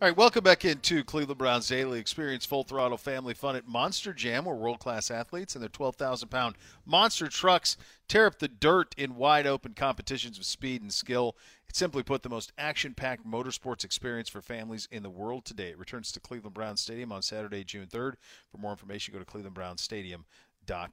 [SPEAKER 2] All right, welcome back into Cleveland Browns Daily. Experience full throttle family fun at Monster Jam, where world class athletes and their 12,000 pound monster trucks tear up the dirt in wide open competitions of speed and skill. Simply put, the most action packed motorsports experience for families in the world today. It returns to Cleveland Browns Stadium on Saturday, June 3rd. For more information, go to clevelandbrownstadium.com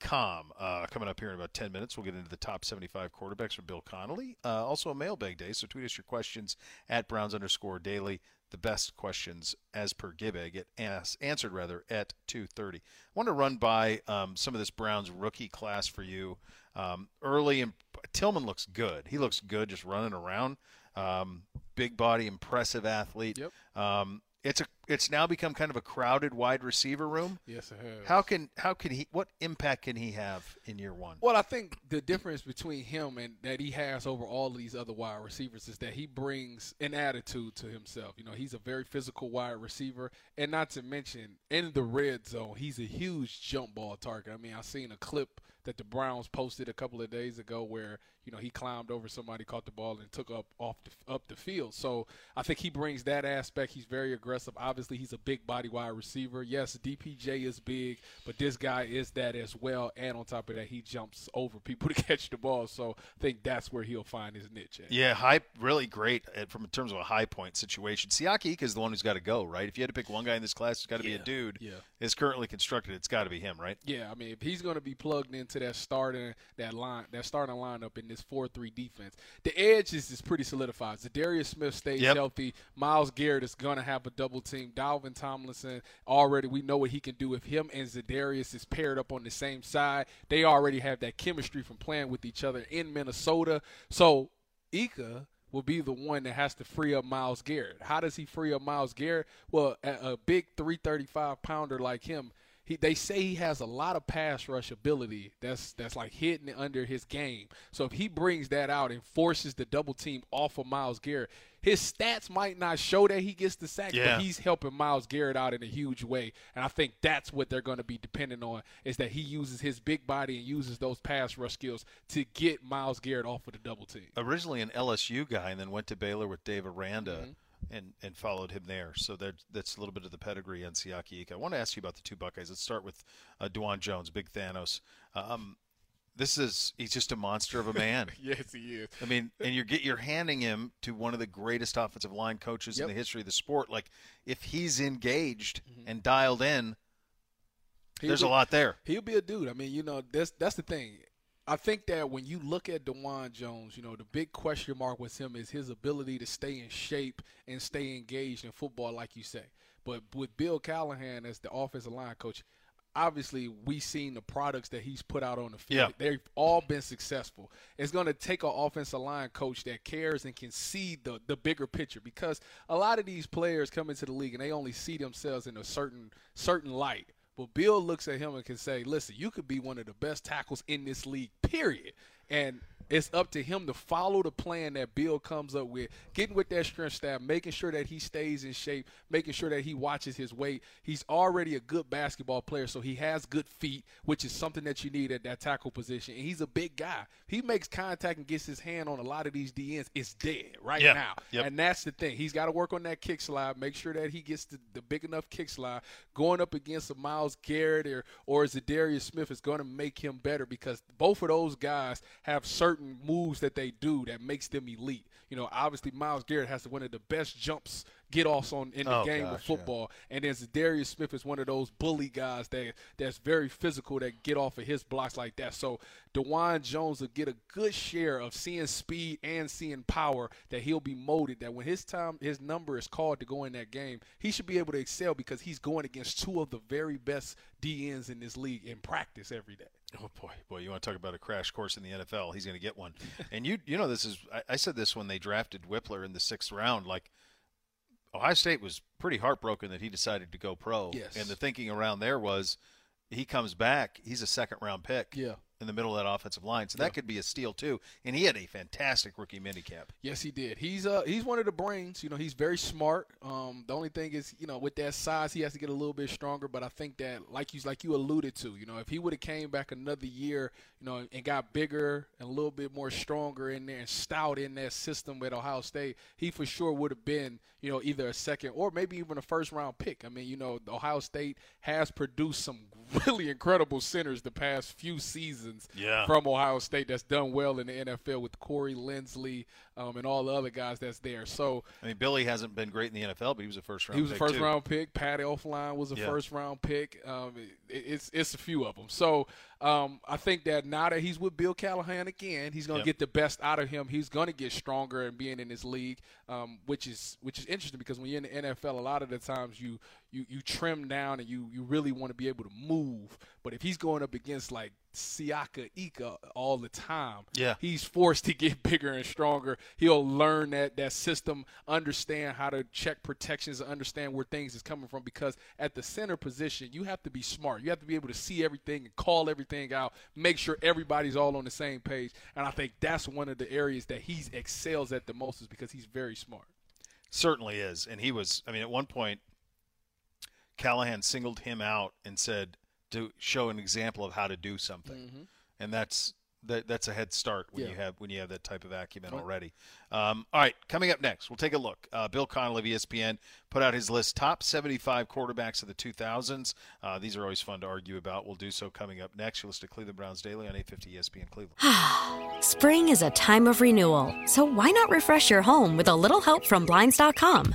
[SPEAKER 2] com. Uh, coming up here in about 10 minutes, we'll get into the top 75 quarterbacks from Bill Connolly. Uh, also, a mailbag day, so tweet us your questions at Browns underscore daily. The best questions, as per Gibbe, get ans- answered rather at 2:30. I want to run by um, some of this Browns rookie class for you. Um, early and Tillman looks good. He looks good just running around. Um, big body, impressive athlete.
[SPEAKER 3] Yep.
[SPEAKER 2] Um, it's a it's now become kind of a crowded wide receiver room.
[SPEAKER 3] Yes, it has.
[SPEAKER 2] How can how can he? What impact can he have in year one?
[SPEAKER 3] Well, I think the difference between him and that he has over all of these other wide receivers is that he brings an attitude to himself. You know, he's a very physical wide receiver, and not to mention in the red zone, he's a huge jump ball target. I mean, I seen a clip that the Browns posted a couple of days ago where you know he climbed over somebody, caught the ball, and took up off the, up the field. So I think he brings that aspect. He's very aggressive. Obviously, he's a big body wide receiver. Yes, DPJ is big, but this guy is that as well. And on top of that, he jumps over people to catch the ball. So I think that's where he'll find his niche. At.
[SPEAKER 2] Yeah, high, really great at, from in terms of a high point situation. Siaki is the one who's got to go, right? If you had to pick one guy in this class who's got to be a dude,
[SPEAKER 3] yeah.
[SPEAKER 2] is currently constructed, it's got to be him, right?
[SPEAKER 3] Yeah, I mean, if he's going to be plugged into that starting that line, that starting lineup in this four-three defense, the edge is, is pretty solidified. Darius Smith stays
[SPEAKER 2] Yep.
[SPEAKER 3] healthy. Miles Garrett is going to have a double team. Dalvin Tomlinson already, we know what he can do. If him and Zadarius is paired up on the same side, they already have that chemistry from playing with each other in Minnesota. So Ika will be the one that has to free up Miles Garrett. How does he free up Miles Garrett? Well, a, a big 335 pounder like him, he, they say he has a lot of pass rush ability that's that's like hidden under his game. So if he brings that out and forces the double team off of Miles Garrett, his stats might not show that he gets the sack,
[SPEAKER 2] Yeah.
[SPEAKER 3] but he's helping Miles Garrett out in a huge way. And I think that's what they're going to be dependent on is that he uses his big body and uses those pass rush skills to get Miles Garrett off of the double team.
[SPEAKER 2] Originally an LSU guy, and then went to Baylor with Dave Aranda.
[SPEAKER 3] Mm-hmm.
[SPEAKER 2] and and followed him there. So that that's a little bit of the pedigree on Siaki Ika. I want to ask you about the two Buckeyes. Let's start with uh, Dewan Jones, Big Thanos. Um, this is he's just a monster of a man.
[SPEAKER 3] Yes, he is.
[SPEAKER 2] I mean, and you're get, you're handing him to one of the greatest offensive line coaches
[SPEAKER 3] Yep. Mm-hmm.
[SPEAKER 2] in the history of the sport. Like, if he's engaged and dialed in,
[SPEAKER 3] He
[SPEAKER 2] there's a
[SPEAKER 3] will-
[SPEAKER 2] lot there.
[SPEAKER 3] He'll be a dude. I mean, you know, that's that's the thing. I think that when you look at Dewan Jones, you know, the big question mark with him is his ability to stay in shape and stay engaged in football, like you say. But with Bill Callahan as the offensive line coach, obviously we've seen the products that he's put out on the field.
[SPEAKER 2] Yeah.
[SPEAKER 3] They've all been successful. It's going to take an offensive line coach that cares and can see the, the bigger picture because a lot of these players come into the league and they only see themselves in a certain certain light. But Bill looks at him and can say, "Listen, you could be one of the best tackles in this league, period." And it's up to him to follow the plan that Bill comes up with, getting with that strength staff, making sure that he stays in shape, making sure that he watches his weight. He's already a good basketball player, so he has good feet, which is something that you need at that tackle position. And he's a big guy. He makes contact and gets his hand on a lot of these DNs. It's dead right
[SPEAKER 2] Yeah.
[SPEAKER 3] now.
[SPEAKER 2] Yep.
[SPEAKER 3] And that's the thing. He's got to work on that kick slide, make sure that he gets the, the big enough kick slide. Going up against a Miles Garrett or, or Zadarius Smith is going to make him better because both of those guys have certain moves that they do that makes them elite. You know, obviously Miles Garrett has one of the best jumps get offs on in the
[SPEAKER 2] Oh,
[SPEAKER 3] game of
[SPEAKER 2] gosh, yeah.
[SPEAKER 3] football. And then Zadarius Smith is one of those bully guys that that's very physical that get off of his blocks like that. So Dewan Jones will get a good share of seeing speed and seeing power that he'll be molded. That when his time his number is called to go in that game, he should be able to excel because he's going against two of the very best DNs in this league in practice every day.
[SPEAKER 2] Oh boy, boy, you want to talk about a crash course in the NFL? He's going to get one. and you, you know, this is. I, I said this when they drafted Whipler in the sixth round. Like Ohio State was pretty heartbroken that he decided to go pro.
[SPEAKER 3] Yes.
[SPEAKER 2] And the thinking around there was, he comes back, he's a second round pick.
[SPEAKER 3] Yeah.
[SPEAKER 2] In the middle of that offensive line, so that could be a steal too. And he had a fantastic rookie minicamp.
[SPEAKER 3] Yes, he did. He's uh he's one of the brains. You know, he's very smart. Um, the only thing is, you know, with that size, he has to get a little bit stronger. But I think that, like you like you alluded to, you know, if he would have came back another year, you know, and got bigger and a little bit more stronger in there and stout in that system at Ohio State, he for sure would have been, you know, either a second or maybe even a first round pick. I mean, you know, Ohio State has produced some really incredible centers the past few seasons
[SPEAKER 2] Yeah.
[SPEAKER 3] from Ohio State that's done well in the NFL with Corey Lindsley um, and all the other guys that's there. So
[SPEAKER 2] I mean, Billy hasn't been great in the NFL, but he was a first round.
[SPEAKER 3] he was a
[SPEAKER 2] pick
[SPEAKER 3] first
[SPEAKER 2] too.
[SPEAKER 3] round pick. Patty Offline was a
[SPEAKER 2] Yeah.
[SPEAKER 3] first round pick. Um, it, it's it's a few of them. So um, I think that now that he's with Bill Callahan again, he's going to
[SPEAKER 2] Yep.
[SPEAKER 3] get the best out of him. He's going to get stronger and being in this league, um, which is which is interesting because when you're in the NFL, a lot of the times you you you trim down and you you really want to be able to move. But if he's going up against like Siaka Ika all the time,
[SPEAKER 2] Yeah.
[SPEAKER 3] he's forced to get bigger and stronger. He'll learn that that system, understand how to check protections, and understand where things is coming from. Because at the center position, you have to be smart. You have to be able to see everything and call everything out, make sure everybody's all on the same page. And I think that's one of the areas that he excels at the most is because he's very smart.
[SPEAKER 2] Certainly is. And he was, I mean, at one point, Callahan singled him out and said to show an example of how to do something. And that's that, that's a head start when
[SPEAKER 3] Mm-hmm. Yeah.
[SPEAKER 2] you have when you have that type of acumen already. Um, all right, coming up next, we'll take a look. Uh, Bill Connell of ESPN put out his list top 75 quarterbacks of the 2000s. Uh, these are always fun to argue about. We'll do so coming up next. You listen to Cleveland Browns Daily on E 850 ESPN Cleveland.
[SPEAKER 5] Spring is a time of renewal, so why not refresh your home with a little help from Blinds.com?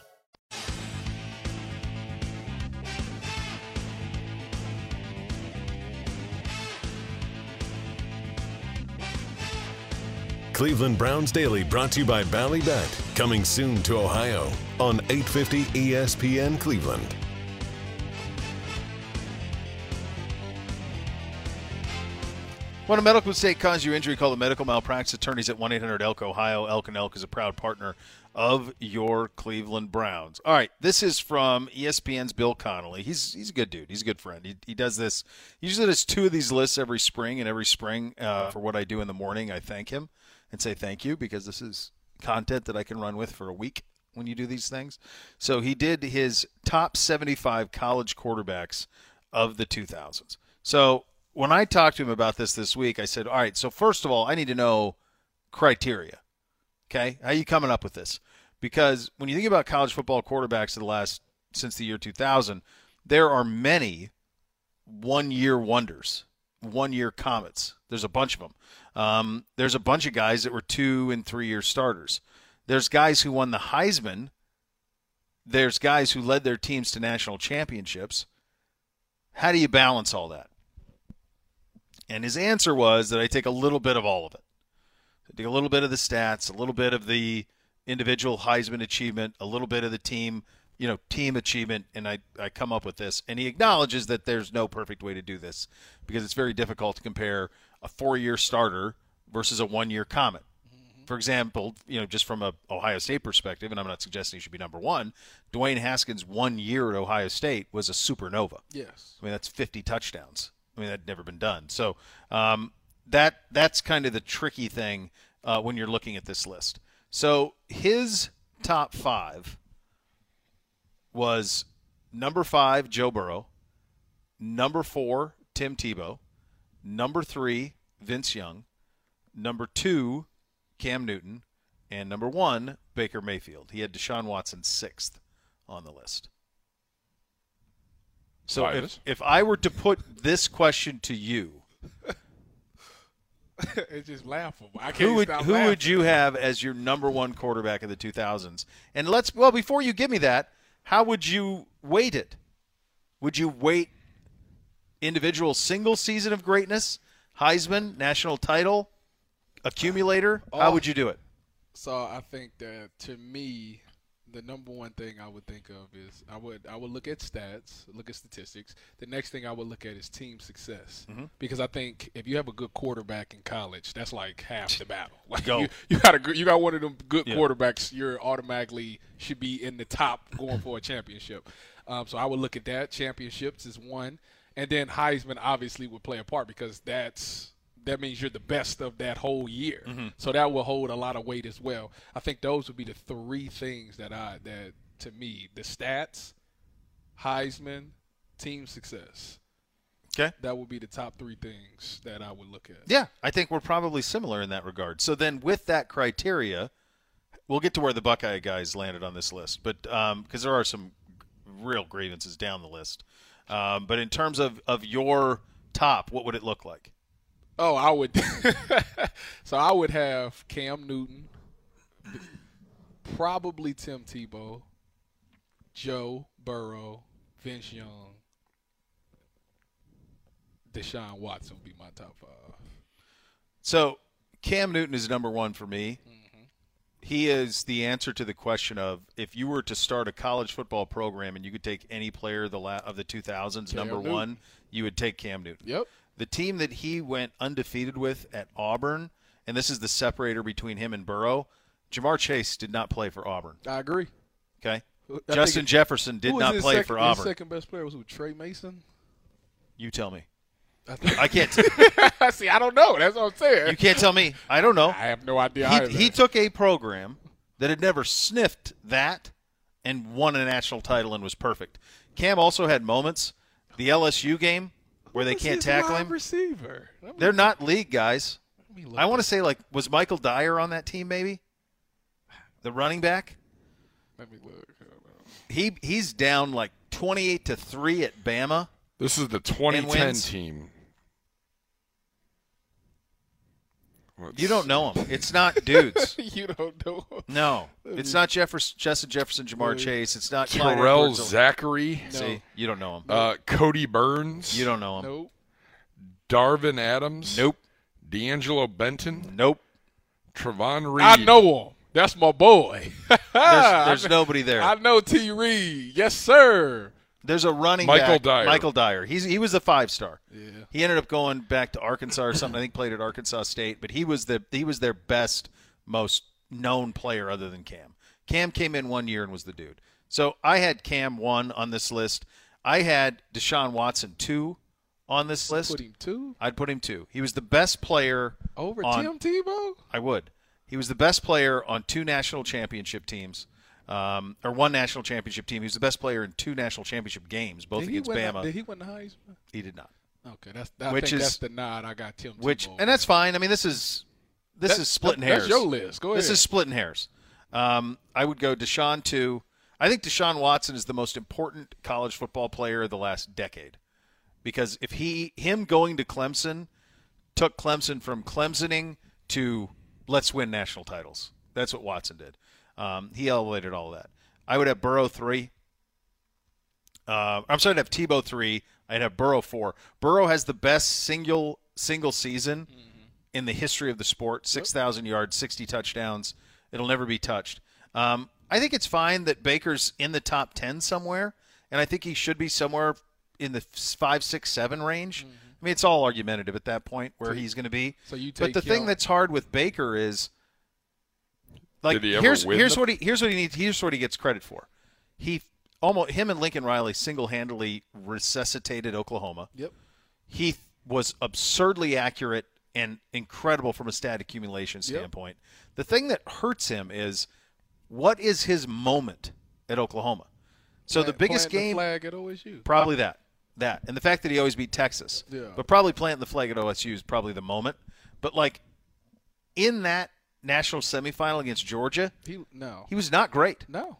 [SPEAKER 1] Cleveland Browns Daily brought to you by Ballybet, coming soon to Ohio on E 850 ESPN Cleveland.
[SPEAKER 2] I When a medical mistake causes you injury, call the medical malpractice attorneys at 1 800 Elk Ohio. Elk and Elk is a proud partner of your Cleveland Browns. All right, this is from E ESPN's Bill Connolly. He's he's a good dude. He's a good friend. He, he does this. He usually does two of these lists every spring, and every spring uh, for what I do in the morning, I thank him and say thank you because this is content that I can run with for a week when you do these things. So he did his top 75 college quarterbacks of the 2000s. So when I talked to him about this this week, I said, "All right, so first of all, I need to know criteria. Okay, how you coming up with this? Because when you think about college football quarterbacks of the last since the year 2000, there are many one-year wonders, one-year comets. There's a bunch of them. Um, there's a bunch of guys that were two and three-year starters. There's guys who won the Heisman. There's guys who led their teams to national championships. How do you balance all that? And his answer was that I take a little bit of all of it. I take a little bit of the stats, a little bit of the individual Heisman achievement, a little bit of the team, you know, team achievement, and I, I come up with this. And he acknowledges that there's no perfect way to do this because it's very difficult to compare a four year starter versus a one year comet. For example, you know, just from a Ohio State perspective, and I'm not suggesting he should be number one, Dwayne Haskins' one year at Ohio State was a supernova.
[SPEAKER 3] Yes.
[SPEAKER 2] I mean, that's 50 touchdowns. I mean, that'd never been done. So um, that that's kind of the tricky thing uh, when you're looking at this list. So his top five was number five, Joe Burrow. Number four, Tim Tebow. Number three, Vince Young. Number two, Cam Newton. And number one, Baker Mayfield. He had Deshaun Watson sixth on the list. So if,
[SPEAKER 4] Cyrus?
[SPEAKER 2] if I were to put this question to you,
[SPEAKER 3] it's just laughable. I can't
[SPEAKER 2] who would
[SPEAKER 3] stop
[SPEAKER 2] who
[SPEAKER 3] laughing.
[SPEAKER 2] would you have as your number one quarterback of the 2000s? And let's well before you give me that, how would you weight it? Would you weight individual single season of greatness, Heisman, national title, accumulator?
[SPEAKER 3] Oh.
[SPEAKER 2] How would you do it?
[SPEAKER 3] So I think that to me, the number one thing I would think of is I would I would look at stats, look at statistics. The next thing I would look at is team success
[SPEAKER 2] Mm-hmm.
[SPEAKER 3] because I think if you have a good quarterback in college, that's like half the battle. Like
[SPEAKER 2] Go.
[SPEAKER 3] You, you got a good, you got one of them good
[SPEAKER 2] Yeah.
[SPEAKER 3] quarterbacks, you're automatically should be in the top going for a championship. Um, so I would look at that. Championships is one, and then Heisman obviously would play a part because that's that means you're the best of that whole year. So that will hold a lot of weight as well. I think those would be the three things that I that to me the stats, Heisman, team success.
[SPEAKER 2] Okay.
[SPEAKER 3] That would be the top three things that I would look at.
[SPEAKER 2] Yeah, I think we're probably similar in that regard. So then, with that criteria, we'll get to where the Buckeye guys landed on this list, but because there are some real grievances down the list. Um, but in terms of of your top, what would it look like?
[SPEAKER 3] Oh, I would. so I would have Cam Newton, probably Tim Tebow, Joe Burrow, Vince Young, Deshaun Watson would be my top five.
[SPEAKER 2] So Cam Newton is number one for me. He is the answer to the question of if you were to start a college football program and you could take any player the la- of the 2000s, number
[SPEAKER 3] Newton.
[SPEAKER 2] one, you would take Cam Newton.
[SPEAKER 3] Yep.
[SPEAKER 2] the team that he went undefeated with at Auburn, and this is the separator between him and Burrow. Jamar Chase did not play for Auburn.
[SPEAKER 3] I agree.
[SPEAKER 2] Okay,
[SPEAKER 3] I think-
[SPEAKER 2] Justin Jefferson did
[SPEAKER 3] Who was
[SPEAKER 2] not
[SPEAKER 3] his
[SPEAKER 2] play
[SPEAKER 3] second-
[SPEAKER 2] for
[SPEAKER 3] his
[SPEAKER 2] Auburn.
[SPEAKER 3] second best player was who, Trey Mason?
[SPEAKER 2] You tell me.
[SPEAKER 3] I think,
[SPEAKER 2] I can't.
[SPEAKER 3] see, I don't know. That's what I'm saying.
[SPEAKER 2] you can't tell me. I don't know.
[SPEAKER 3] I have no idea. either.
[SPEAKER 2] He, he took a program that had never sniffed that and won a national title and was perfect. Cam also had moments. The LSU game where they
[SPEAKER 3] Who's
[SPEAKER 2] can't
[SPEAKER 3] his
[SPEAKER 2] tackle
[SPEAKER 3] wide
[SPEAKER 2] him.
[SPEAKER 3] Receiver. Let me-
[SPEAKER 2] They're not league guys.
[SPEAKER 3] let me look
[SPEAKER 2] I want
[SPEAKER 3] at-
[SPEAKER 2] to say like was Michael Dyer on that team maybe? The running back?
[SPEAKER 3] Let me look.
[SPEAKER 2] He he's down like 28 to 3 at Bama.
[SPEAKER 4] This is the
[SPEAKER 2] And
[SPEAKER 4] 2010
[SPEAKER 2] wins.
[SPEAKER 4] team.
[SPEAKER 2] You don't know him. It's not dudes.
[SPEAKER 3] you don't know. him.
[SPEAKER 2] No. It's not Jefferson Justin Jefferson Jamar Chase. It's not Clyde
[SPEAKER 4] Terrell
[SPEAKER 2] Edwards-
[SPEAKER 4] Zachary,
[SPEAKER 2] See, you don't know him.
[SPEAKER 4] uh, Cody Burns,
[SPEAKER 2] You don't know him.
[SPEAKER 3] Nope.
[SPEAKER 4] Darvin Adams,
[SPEAKER 2] Nope.
[SPEAKER 4] D'Angelo Benton,
[SPEAKER 2] Nope.
[SPEAKER 4] Travon
[SPEAKER 2] Ah,
[SPEAKER 4] Reed.
[SPEAKER 3] I know him. That's my boy. Ah!
[SPEAKER 2] There's, there's nobody there.
[SPEAKER 3] I know T. Reed. Yes, sir.
[SPEAKER 2] There's a running
[SPEAKER 4] Michael
[SPEAKER 2] back,
[SPEAKER 4] Dyer.
[SPEAKER 2] Michael Dyer. He's he was the five star. Yeah. He ended up going back to Arkansas or something. I think played at Arkansas State, but he was the he was their best, most known player other than Cam. Cam came in one year and was the dude. So I had Cam one on this list. I had Deshaun Watson two on this list.
[SPEAKER 3] Put him two
[SPEAKER 2] I'd put him two. He was the best player
[SPEAKER 3] over
[SPEAKER 2] on-
[SPEAKER 3] Tim Tebow.
[SPEAKER 2] I would. He was the best player on two national championship teams, um, or one national championship team. He was the best player in two national championship games, both
[SPEAKER 3] Did he
[SPEAKER 2] against
[SPEAKER 3] win
[SPEAKER 2] Bama.
[SPEAKER 3] The, did he win the Heisman?
[SPEAKER 2] he did not.
[SPEAKER 3] Okay, that's I
[SPEAKER 2] Which
[SPEAKER 3] think
[SPEAKER 2] is-
[SPEAKER 3] that's the nod I got Tim
[SPEAKER 2] Which,
[SPEAKER 3] Tebow.
[SPEAKER 2] and that's fine. I mean, this is this is
[SPEAKER 3] That-
[SPEAKER 2] splitting
[SPEAKER 3] that's
[SPEAKER 2] hairs.
[SPEAKER 3] your list. Go
[SPEAKER 2] This
[SPEAKER 3] ahead.
[SPEAKER 2] is splitting hairs. Um, I would go Deshaun two. I think Deshaun Watson is the most important college football player of the last decade, because if he him going to Clemson took Clemson from Clemsoning to let's win national titles. That's what Watson did. Um, he elevated all that. I would have Burrow three. Uh, I'm sorry, I'd have Tebow three. I'd have Burrow four. Burrow has the best single single season
[SPEAKER 3] Mm-hmm.
[SPEAKER 2] in the history of the sport. Six thousand yards, sixty touchdowns. It'll never be touched. Um, I think it's fine that Baker's in the top ten somewhere, and I think he should be somewhere in the f- five, six, seven range. I mean, it's all argumentative at that point where he's going to be.
[SPEAKER 3] Mm-hmm. so you
[SPEAKER 2] but
[SPEAKER 3] take
[SPEAKER 2] the thing
[SPEAKER 3] your-
[SPEAKER 2] that's hard with Baker is, like,
[SPEAKER 4] Did he ever
[SPEAKER 2] here's
[SPEAKER 4] win
[SPEAKER 2] here's
[SPEAKER 4] the-
[SPEAKER 2] what he here's what he needs here's what he gets credit for. He almost him and Lincoln Riley single handedly resuscitated Oklahoma.
[SPEAKER 3] Yep.
[SPEAKER 2] He was absurdly accurate and incredible from a stat accumulation standpoint. The thing that hurts him is what is his moment at Oklahoma? So the
[SPEAKER 3] Plant-
[SPEAKER 2] biggest
[SPEAKER 3] planting the
[SPEAKER 2] game
[SPEAKER 3] flag at OSU.
[SPEAKER 2] Probably that. That. And the fact that he always beat Texas.
[SPEAKER 3] Yeah.
[SPEAKER 2] But probably planting the flag at OSU is probably the moment. But like in that national semifinal against Georgia,
[SPEAKER 3] He no
[SPEAKER 2] he was not great.
[SPEAKER 3] no.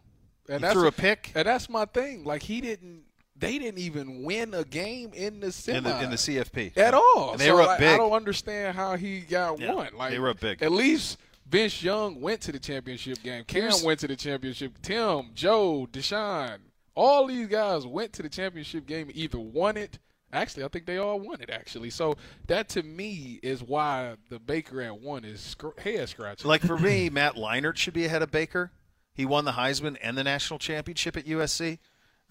[SPEAKER 3] And
[SPEAKER 2] He threw a pick.
[SPEAKER 3] and that's my thing. Like he didn't. They didn't even win a game in the semi.
[SPEAKER 2] In the, in the CFP
[SPEAKER 3] at all.
[SPEAKER 2] and they
[SPEAKER 3] So,
[SPEAKER 2] were up
[SPEAKER 3] like,
[SPEAKER 2] big.
[SPEAKER 3] I don't understand how he got
[SPEAKER 2] Yeah,
[SPEAKER 3] one. Like
[SPEAKER 2] they were up big.
[SPEAKER 3] At least Vince Young went to the championship game. Cam
[SPEAKER 2] Here's-
[SPEAKER 3] went to the championship. Tim, Joe, Deshaun, all these guys went to the championship game. Either won it. Actually, I think they all won it. Actually, so that to me is why the Baker at one is scr- head scratching.
[SPEAKER 2] Like for me, Matt Leinart should be ahead of Baker. He won the Heisman and the national championship at USC.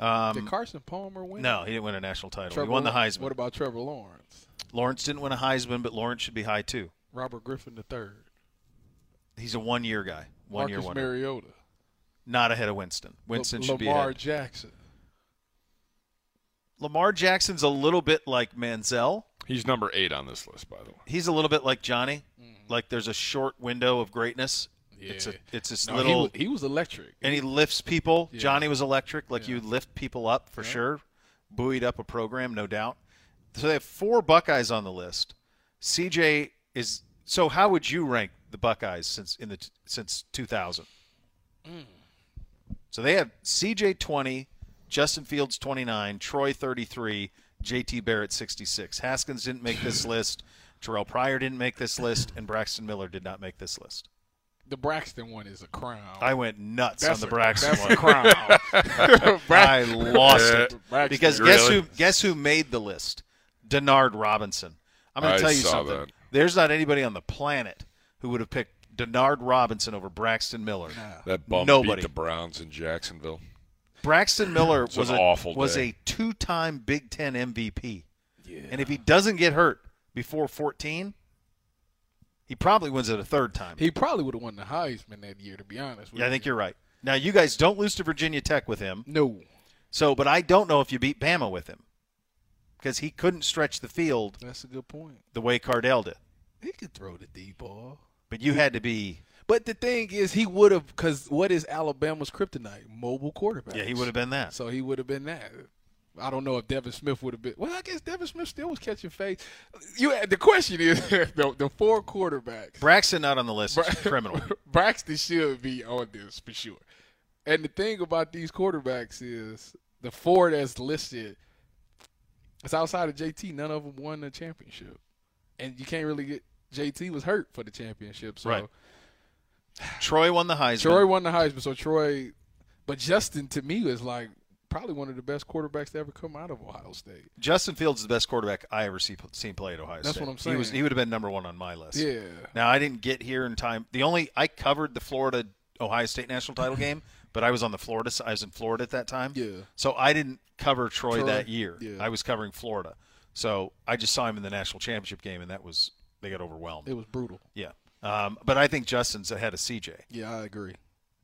[SPEAKER 3] did Carson Palmer win?
[SPEAKER 2] Um, No, he didn't win a national title.
[SPEAKER 3] Trevor
[SPEAKER 2] he won the
[SPEAKER 3] Lawrence-
[SPEAKER 2] Heisman.
[SPEAKER 3] What about Trevor Lawrence?
[SPEAKER 2] Lawrence didn't win a Heisman, but Lawrence should be high too.
[SPEAKER 3] Robert Griffin the third.
[SPEAKER 2] He's a one-year guy. One year
[SPEAKER 3] Marcus
[SPEAKER 2] wonder.
[SPEAKER 3] Mariota.
[SPEAKER 2] Not ahead of Winston. Winston
[SPEAKER 3] L-
[SPEAKER 2] should be
[SPEAKER 3] Lamar
[SPEAKER 2] ahead.
[SPEAKER 3] Jackson.
[SPEAKER 2] Lamar Jackson's a little bit like Manziel.
[SPEAKER 4] He's number eight on this list, by the way.
[SPEAKER 2] he's a little bit like Johnny. Like there's a short window of greatness. It's a
[SPEAKER 3] Mm-hmm. Yeah.
[SPEAKER 2] it's this
[SPEAKER 3] No, he
[SPEAKER 2] little
[SPEAKER 3] wa- he was electric.
[SPEAKER 2] and he lifts people. Johnny was electric. Like you lift people up for sure, buoyed up a program, no doubt. So they have four Buckeyes on the list. CJ is so. How would you rank the Buckeyes since in the t- since 2000?
[SPEAKER 3] Hmm.
[SPEAKER 2] So they have CJ 20, Justin Fields 29, Troy 33, JT Barrett 66. Haskins didn't make this list. Terrell Pryor didn't make this list, and Braxton Miller did not make this list.
[SPEAKER 3] The Braxton one is a crown.
[SPEAKER 2] I went nuts on
[SPEAKER 3] that's
[SPEAKER 2] the
[SPEAKER 3] a-
[SPEAKER 2] Braxton
[SPEAKER 3] that's
[SPEAKER 2] one.
[SPEAKER 3] a crown.
[SPEAKER 2] I lost
[SPEAKER 4] Yeah.
[SPEAKER 2] it
[SPEAKER 3] Braxton.
[SPEAKER 2] because guess who? Guess who made the list? Denard Robinson. I'm going
[SPEAKER 4] I
[SPEAKER 2] to tell you
[SPEAKER 4] saw
[SPEAKER 2] something.
[SPEAKER 4] that.
[SPEAKER 2] There's not anybody on the planet who would have picked Denard Robinson over Braxton Miller.
[SPEAKER 4] That bum
[SPEAKER 2] Nobody.
[SPEAKER 4] beat the Browns in Jacksonville.
[SPEAKER 2] Braxton Miller
[SPEAKER 4] an
[SPEAKER 2] was a,
[SPEAKER 4] awful
[SPEAKER 2] was
[SPEAKER 4] day.
[SPEAKER 2] a two-time Big Ten MVP. And if he doesn't get hurt before 14, he probably wins it a third time.
[SPEAKER 3] he probably would have won the Heisman that year, to be honest. With
[SPEAKER 2] yeah, I think
[SPEAKER 3] you.
[SPEAKER 2] you're right. Now you guys don't lose to Virginia Tech with him.
[SPEAKER 3] No,
[SPEAKER 2] So, but I don't know if you beat Bama with him because he couldn't stretch the field
[SPEAKER 3] that's a good point.
[SPEAKER 2] the way Cardell did.
[SPEAKER 3] He could throw the deep ball.
[SPEAKER 2] But you had to be.
[SPEAKER 3] But the thing is, he would have because what is Alabama's kryptonite? Mobile quarterback.
[SPEAKER 2] Yeah, he would have been that.
[SPEAKER 3] So he would have been that. I don't know if Devin Smith would have been. Well, I guess Devin Smith still was catching fades. You the question is the, the four quarterbacks.
[SPEAKER 2] Braxton not on the list. is
[SPEAKER 3] Bra-
[SPEAKER 2] criminal.
[SPEAKER 3] Braxton should be on this for sure. And the thing about these quarterbacks is the four that's listed, it's outside of JT. None of them won the championship, and you can't really get. JT was hurt for the championship, so
[SPEAKER 2] Right. Troy won the Heisman.
[SPEAKER 3] Troy won the Heisman. So Troy, but Justin to me is like probably one of the best quarterbacks to ever come out of Ohio State.
[SPEAKER 2] Justin Fields is the best quarterback I ever see, seen play at Ohio
[SPEAKER 3] That's
[SPEAKER 2] State.
[SPEAKER 3] what I'm
[SPEAKER 2] He was
[SPEAKER 3] saying.
[SPEAKER 2] he would have been number one on my list.
[SPEAKER 3] Yeah.
[SPEAKER 2] Now I didn't get here in time. The only I covered the Florida Ohio State national title game, but I was on the Florida. s- I was in Florida at that time.
[SPEAKER 3] Yeah.
[SPEAKER 2] So I didn't cover Troy,
[SPEAKER 3] Troy,
[SPEAKER 2] that year.
[SPEAKER 3] yeah.
[SPEAKER 2] I was covering Florida. So I just saw him in the national championship game, and that was they got overwhelmed.
[SPEAKER 3] It was brutal.
[SPEAKER 2] yeah. Um, but I think Justin's ahead of CJ.
[SPEAKER 3] Yeah, I agree.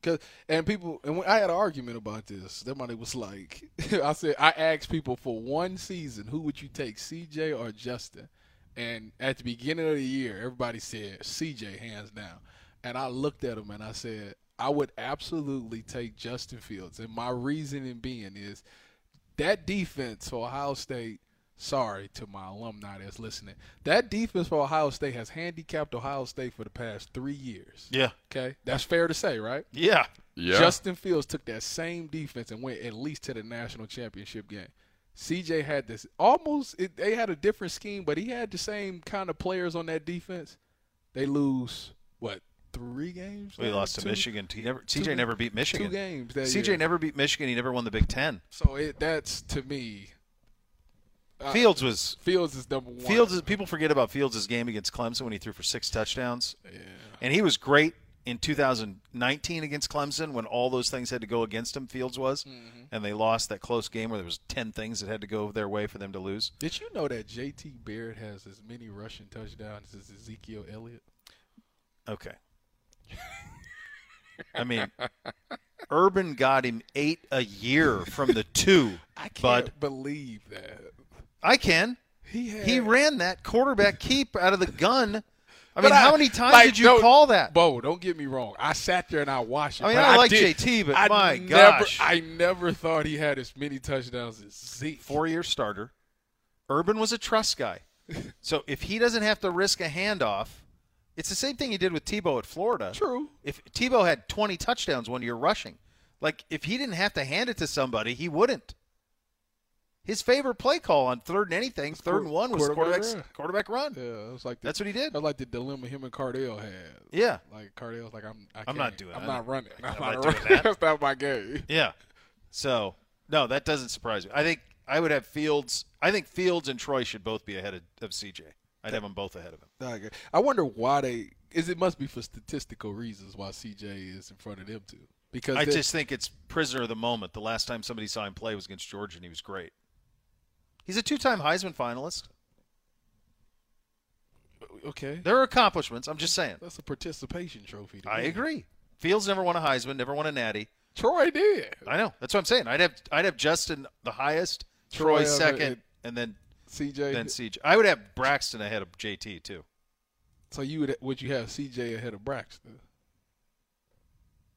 [SPEAKER 3] 'Cause- and people, and when I had an argument about this. Somebody was like, I said, I asked people for one season, who would you take, CJ or Justin? And at the beginning of the year, everybody said CJ hands down. And I looked at him and I said, I would absolutely take Justin Fields. And my reasoning being is that defense for Ohio State. Sorry to my alumni that's listening. That defense for Ohio State has handicapped Ohio State for the past three years.
[SPEAKER 2] Yeah.
[SPEAKER 3] Okay, that's fair to say, right?
[SPEAKER 2] Yeah.
[SPEAKER 4] Yeah.
[SPEAKER 3] Justin Fields took that same defense and went at least to the national championship game. CJ had this almost. It, they had a different scheme, but he had the same kind of players on that defense. They lose what three games?
[SPEAKER 2] We
[SPEAKER 3] now?
[SPEAKER 2] lost to
[SPEAKER 3] Two-
[SPEAKER 2] Michigan. He never, CJ
[SPEAKER 3] two-
[SPEAKER 2] never beat Michigan.
[SPEAKER 3] Two games. That
[SPEAKER 2] CJ
[SPEAKER 3] year.
[SPEAKER 2] never beat Michigan. He never won the Big Ten.
[SPEAKER 3] So it, that's to me. I-
[SPEAKER 2] Fields was
[SPEAKER 3] Fields is number Uh, one.
[SPEAKER 2] Fields. Is, people forget about Fields' game against Clemson when he threw for six touchdowns, and he was great in 2019 against Clemson when all those things had to go against him. Fields was,
[SPEAKER 3] Mm-hmm.
[SPEAKER 2] and they lost that close game where there was ten things that had to go their way for them to lose.
[SPEAKER 3] Did you know that JT Barrett has as many rushing touchdowns as Ezekiel Elliott?
[SPEAKER 2] Okay. I mean, Urban got him eight a year from the two.
[SPEAKER 3] I can't
[SPEAKER 2] Bud.
[SPEAKER 3] believe that.
[SPEAKER 2] I can.
[SPEAKER 3] He had
[SPEAKER 2] He ran that quarterback keep out of the gun. I mean,
[SPEAKER 3] But
[SPEAKER 2] how many times
[SPEAKER 3] like,
[SPEAKER 2] did you
[SPEAKER 3] don't-
[SPEAKER 2] call that?
[SPEAKER 3] Bo, don't get me wrong. I sat there and I watched it.
[SPEAKER 2] I mean,
[SPEAKER 3] but
[SPEAKER 2] I like
[SPEAKER 3] did-
[SPEAKER 2] JT, but
[SPEAKER 3] I
[SPEAKER 2] my
[SPEAKER 3] never,
[SPEAKER 2] gosh.
[SPEAKER 3] I never thought he had as many touchdowns as Zeke.
[SPEAKER 2] Four-year starter. Urban was a trust guy, so if he doesn't have to risk a handoff, it's the same thing he did with Tebow at Florida.
[SPEAKER 3] True.
[SPEAKER 2] If Tebow had 20 touchdowns one year rushing, like if he didn't have to hand it to somebody, he wouldn't. His favorite play call on third and anything, third and one, was
[SPEAKER 3] quarterback
[SPEAKER 2] quarterback
[SPEAKER 3] run.
[SPEAKER 2] quarterback run.
[SPEAKER 3] Yeah, it was like the,
[SPEAKER 2] That's what he did.
[SPEAKER 3] That's like the dilemma him and Cardell had.
[SPEAKER 2] Yeah.
[SPEAKER 3] Like Cardell's like I'm. I
[SPEAKER 2] I'm not
[SPEAKER 3] can't.
[SPEAKER 2] doing
[SPEAKER 3] I'm
[SPEAKER 2] that.
[SPEAKER 3] not running. I'm,
[SPEAKER 2] not
[SPEAKER 3] not
[SPEAKER 2] doing
[SPEAKER 3] running.
[SPEAKER 2] that.
[SPEAKER 3] That's not my game.
[SPEAKER 2] Yeah. So no, that doesn't surprise me. I think I would have Fields. I think Fields and Troy should both be ahead of, of CJ. I'd have them both ahead of him.
[SPEAKER 3] No, I agree. I wonder why they is it must be for statistical reasons why CJ is in front of them too. Because
[SPEAKER 2] I
[SPEAKER 3] they-
[SPEAKER 2] just think it's prisoner of the moment. The last time somebody saw him play was against Georgia, and he was great. He's a two-time Heisman finalist.
[SPEAKER 3] okay.
[SPEAKER 2] There are accomplishments. I'm just saying.
[SPEAKER 3] That's a participation trophy. to
[SPEAKER 2] I
[SPEAKER 3] me.
[SPEAKER 2] agree. Fields never won a Heisman, never won a Natty.
[SPEAKER 3] Troy did.
[SPEAKER 2] I know. That's what I'm saying. I'd have I'd have Justin the highest,
[SPEAKER 3] Troy
[SPEAKER 2] Troy,
[SPEAKER 3] other-
[SPEAKER 2] second, and then
[SPEAKER 3] CJ.
[SPEAKER 2] then CJ. I would have Braxton ahead of JT too.
[SPEAKER 3] so you would would you have CJ ahead of Braxton?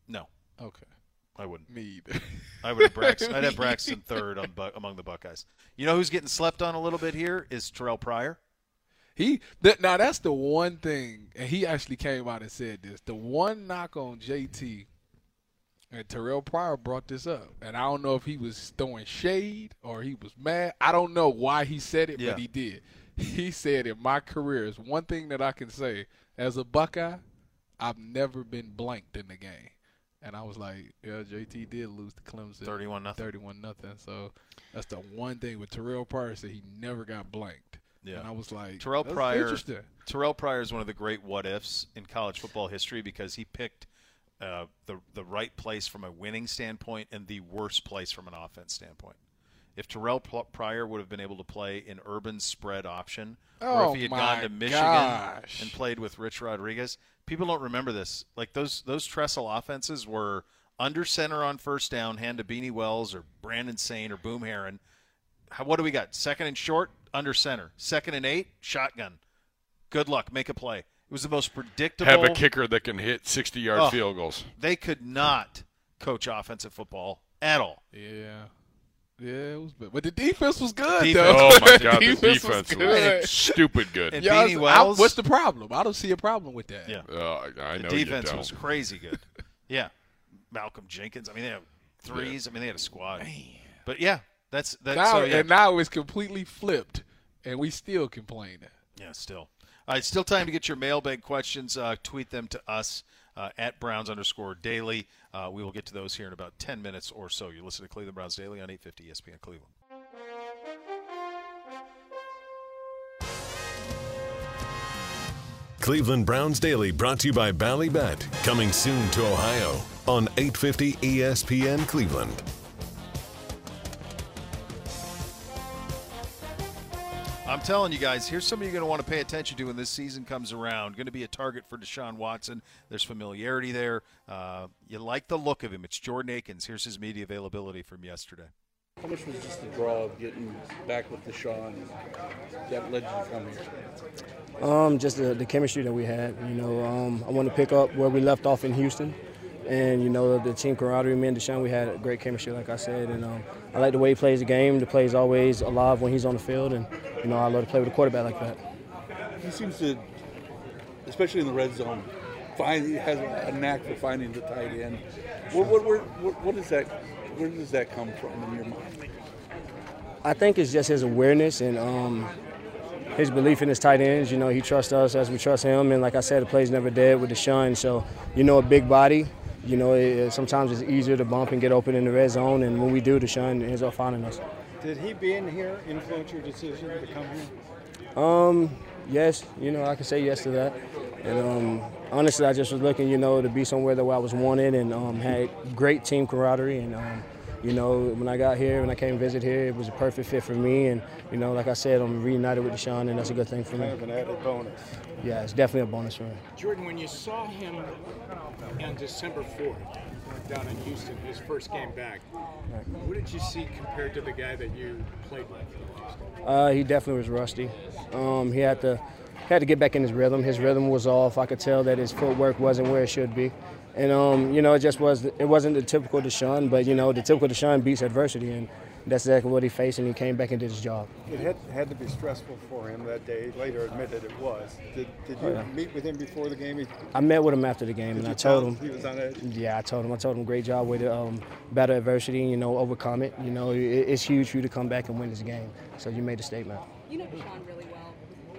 [SPEAKER 2] No,
[SPEAKER 3] Okay.
[SPEAKER 2] I wouldn't.
[SPEAKER 3] Me either.
[SPEAKER 2] I would have Braxton. I'd have Braxton third on Bu- among the Buckeyes. You know who's getting slept on a little bit here is Terrell Pryor.
[SPEAKER 3] He that now that's the one thing, and he actually came out and said this. The one knock on JT, and Terrell Pryor brought this up, and I don't know if he was throwing shade or he was mad. I don't know why he said it,
[SPEAKER 2] Yeah.
[SPEAKER 3] but he did. He said, "In my career, is one thing that I can say as a Buckeye, I've never been blanked in the game." And I was like, "Yeah, JT did lose to Clemson,
[SPEAKER 2] 31-0.
[SPEAKER 3] thirty-one nothing." So that's the one thing with Terrell Pryor said he never got blanked.
[SPEAKER 2] Yeah.
[SPEAKER 3] and I was like.
[SPEAKER 2] Terrell
[SPEAKER 3] That's
[SPEAKER 2] Pryor.
[SPEAKER 3] Interesting.
[SPEAKER 2] Terrell Pryor is one of the great what ifs in college football history because he picked uh, the the right place from a winning standpoint and the worst place from an offense standpoint. If Terrell Pl- Pryor would have been able to play in urban spread option, or
[SPEAKER 3] Oh
[SPEAKER 2] if he had
[SPEAKER 3] my
[SPEAKER 2] gone to Michigan
[SPEAKER 3] gosh.
[SPEAKER 2] and played with Rich Rodriguez, people don't remember this. Like those those trestle offenses were under center on first down, hand to Beanie Wells or Brandon Sane or Boom Heron. How, what do we got? Second and short, under center. Second and eight, shotgun good luck, make a play. It was the most predictable.
[SPEAKER 4] Have a kicker that can hit 60 yard
[SPEAKER 2] Oh.
[SPEAKER 4] field goals.
[SPEAKER 2] They could not coach offensive football at all.
[SPEAKER 3] Yeah. Yeah, it was bad. But the defense was good,
[SPEAKER 2] Defense-
[SPEAKER 3] though.
[SPEAKER 4] Oh my God, the
[SPEAKER 3] defense was
[SPEAKER 4] defense
[SPEAKER 3] good.
[SPEAKER 4] was stupid good.
[SPEAKER 2] And
[SPEAKER 3] Yeah, I was-
[SPEAKER 2] Beanie
[SPEAKER 3] I-
[SPEAKER 2] Wells-
[SPEAKER 3] what's the problem? I don't see a problem with that.
[SPEAKER 2] Yeah.
[SPEAKER 4] Uh, I
[SPEAKER 2] The
[SPEAKER 4] know
[SPEAKER 2] defense
[SPEAKER 4] you
[SPEAKER 2] was
[SPEAKER 4] don't.
[SPEAKER 2] crazy good. yeah, Malcolm Jenkins. I mean, they had threes. I mean, they had a squad. But yeah, that's that's
[SPEAKER 3] Now,
[SPEAKER 2] so, yeah.
[SPEAKER 3] And now it's completely flipped, and we still complaining.
[SPEAKER 2] Yeah, still. All right, still time to get your mailbag questions. Uh, tweet them to us uh, at Browns underscore daily. Uh, we will get to those here in about 10 minutes or so. You're listening to Cleveland Browns Daily on E 850 ESPN Cleveland.
[SPEAKER 1] Cleveland Browns Daily brought to you by Ballybet. Coming soon to Ohio on E 850 ESPN Cleveland.
[SPEAKER 2] I'm telling you guys, here's somebody you're going to want to pay attention to when this season comes around. Going to be a target for Deshaun Watson. There's familiarity there. Uh, you like the look of him. It's Jordan Akins. Here's his media availability from yesterday.
[SPEAKER 6] How much was just the draw of getting back with Deshaun that led you to come here?
[SPEAKER 7] Um, just the, the chemistry that we had. You know, um, I want to pick up where we left off in Houston, and you know the team camaraderie. Me and Deshaun, we had a great chemistry, like I said, and um, I like the way he plays the game. The play is always alive when he's on the field, and you know I love to play with a quarterback like that.
[SPEAKER 6] He seems to, especially in the red zone, find he has a knack for finding the tight end. What what what, what is that? where does that come from in your mind?
[SPEAKER 7] I think it's just his awareness and um, his belief in his tight ends. You know, he trusts us as we trust him. And like I said, the play's never dead with Deshaun. So, you know, a big body, you know, it, sometimes it's easier to bump and get open in the red zone. And when we do, Deshaun ends up finding us.
[SPEAKER 8] Did he being here influence your decision to come here?
[SPEAKER 7] Um, yes. You know, I can say yes to that. And um, honestly, I just was looking, you know, to be somewhere that I was wanted and um, had great team camaraderie. And, um, you know, when I got here, when I came visit here, it was a perfect fit for me. And, you know, like I said, I'm reunited with Deshaun, and that's a good thing for me.
[SPEAKER 8] Kind of an added bonus.
[SPEAKER 7] Yeah, it's definitely a bonus for me.
[SPEAKER 8] Jordan, when you saw him on December 4th, down in Houston, his first game back. What did you see compared to the guy that you played with?
[SPEAKER 7] Uh, he definitely was rusty. Um, he had to had to get back in his rhythm. His rhythm was off. I could tell that his footwork wasn't where it should be. And um, you know, it just was. It wasn't the typical Deshaun, but you know, the typical Deshaun beats adversity, and that's exactly what he faced. And he came back and did his job.
[SPEAKER 8] It had, had to be stressful for him that day. He later admitted it was. Did, did you yeah. meet with him before the game? He,
[SPEAKER 7] I met with him after the game, Oh, and I told him.
[SPEAKER 8] He was on edge.
[SPEAKER 7] Yeah, I told him. I told him, great job with it. Um, battle adversity, and, you know, overcome it. You know, it, it's huge for you to come back and win this game. So you made a statement.
[SPEAKER 9] You know Deshaun really well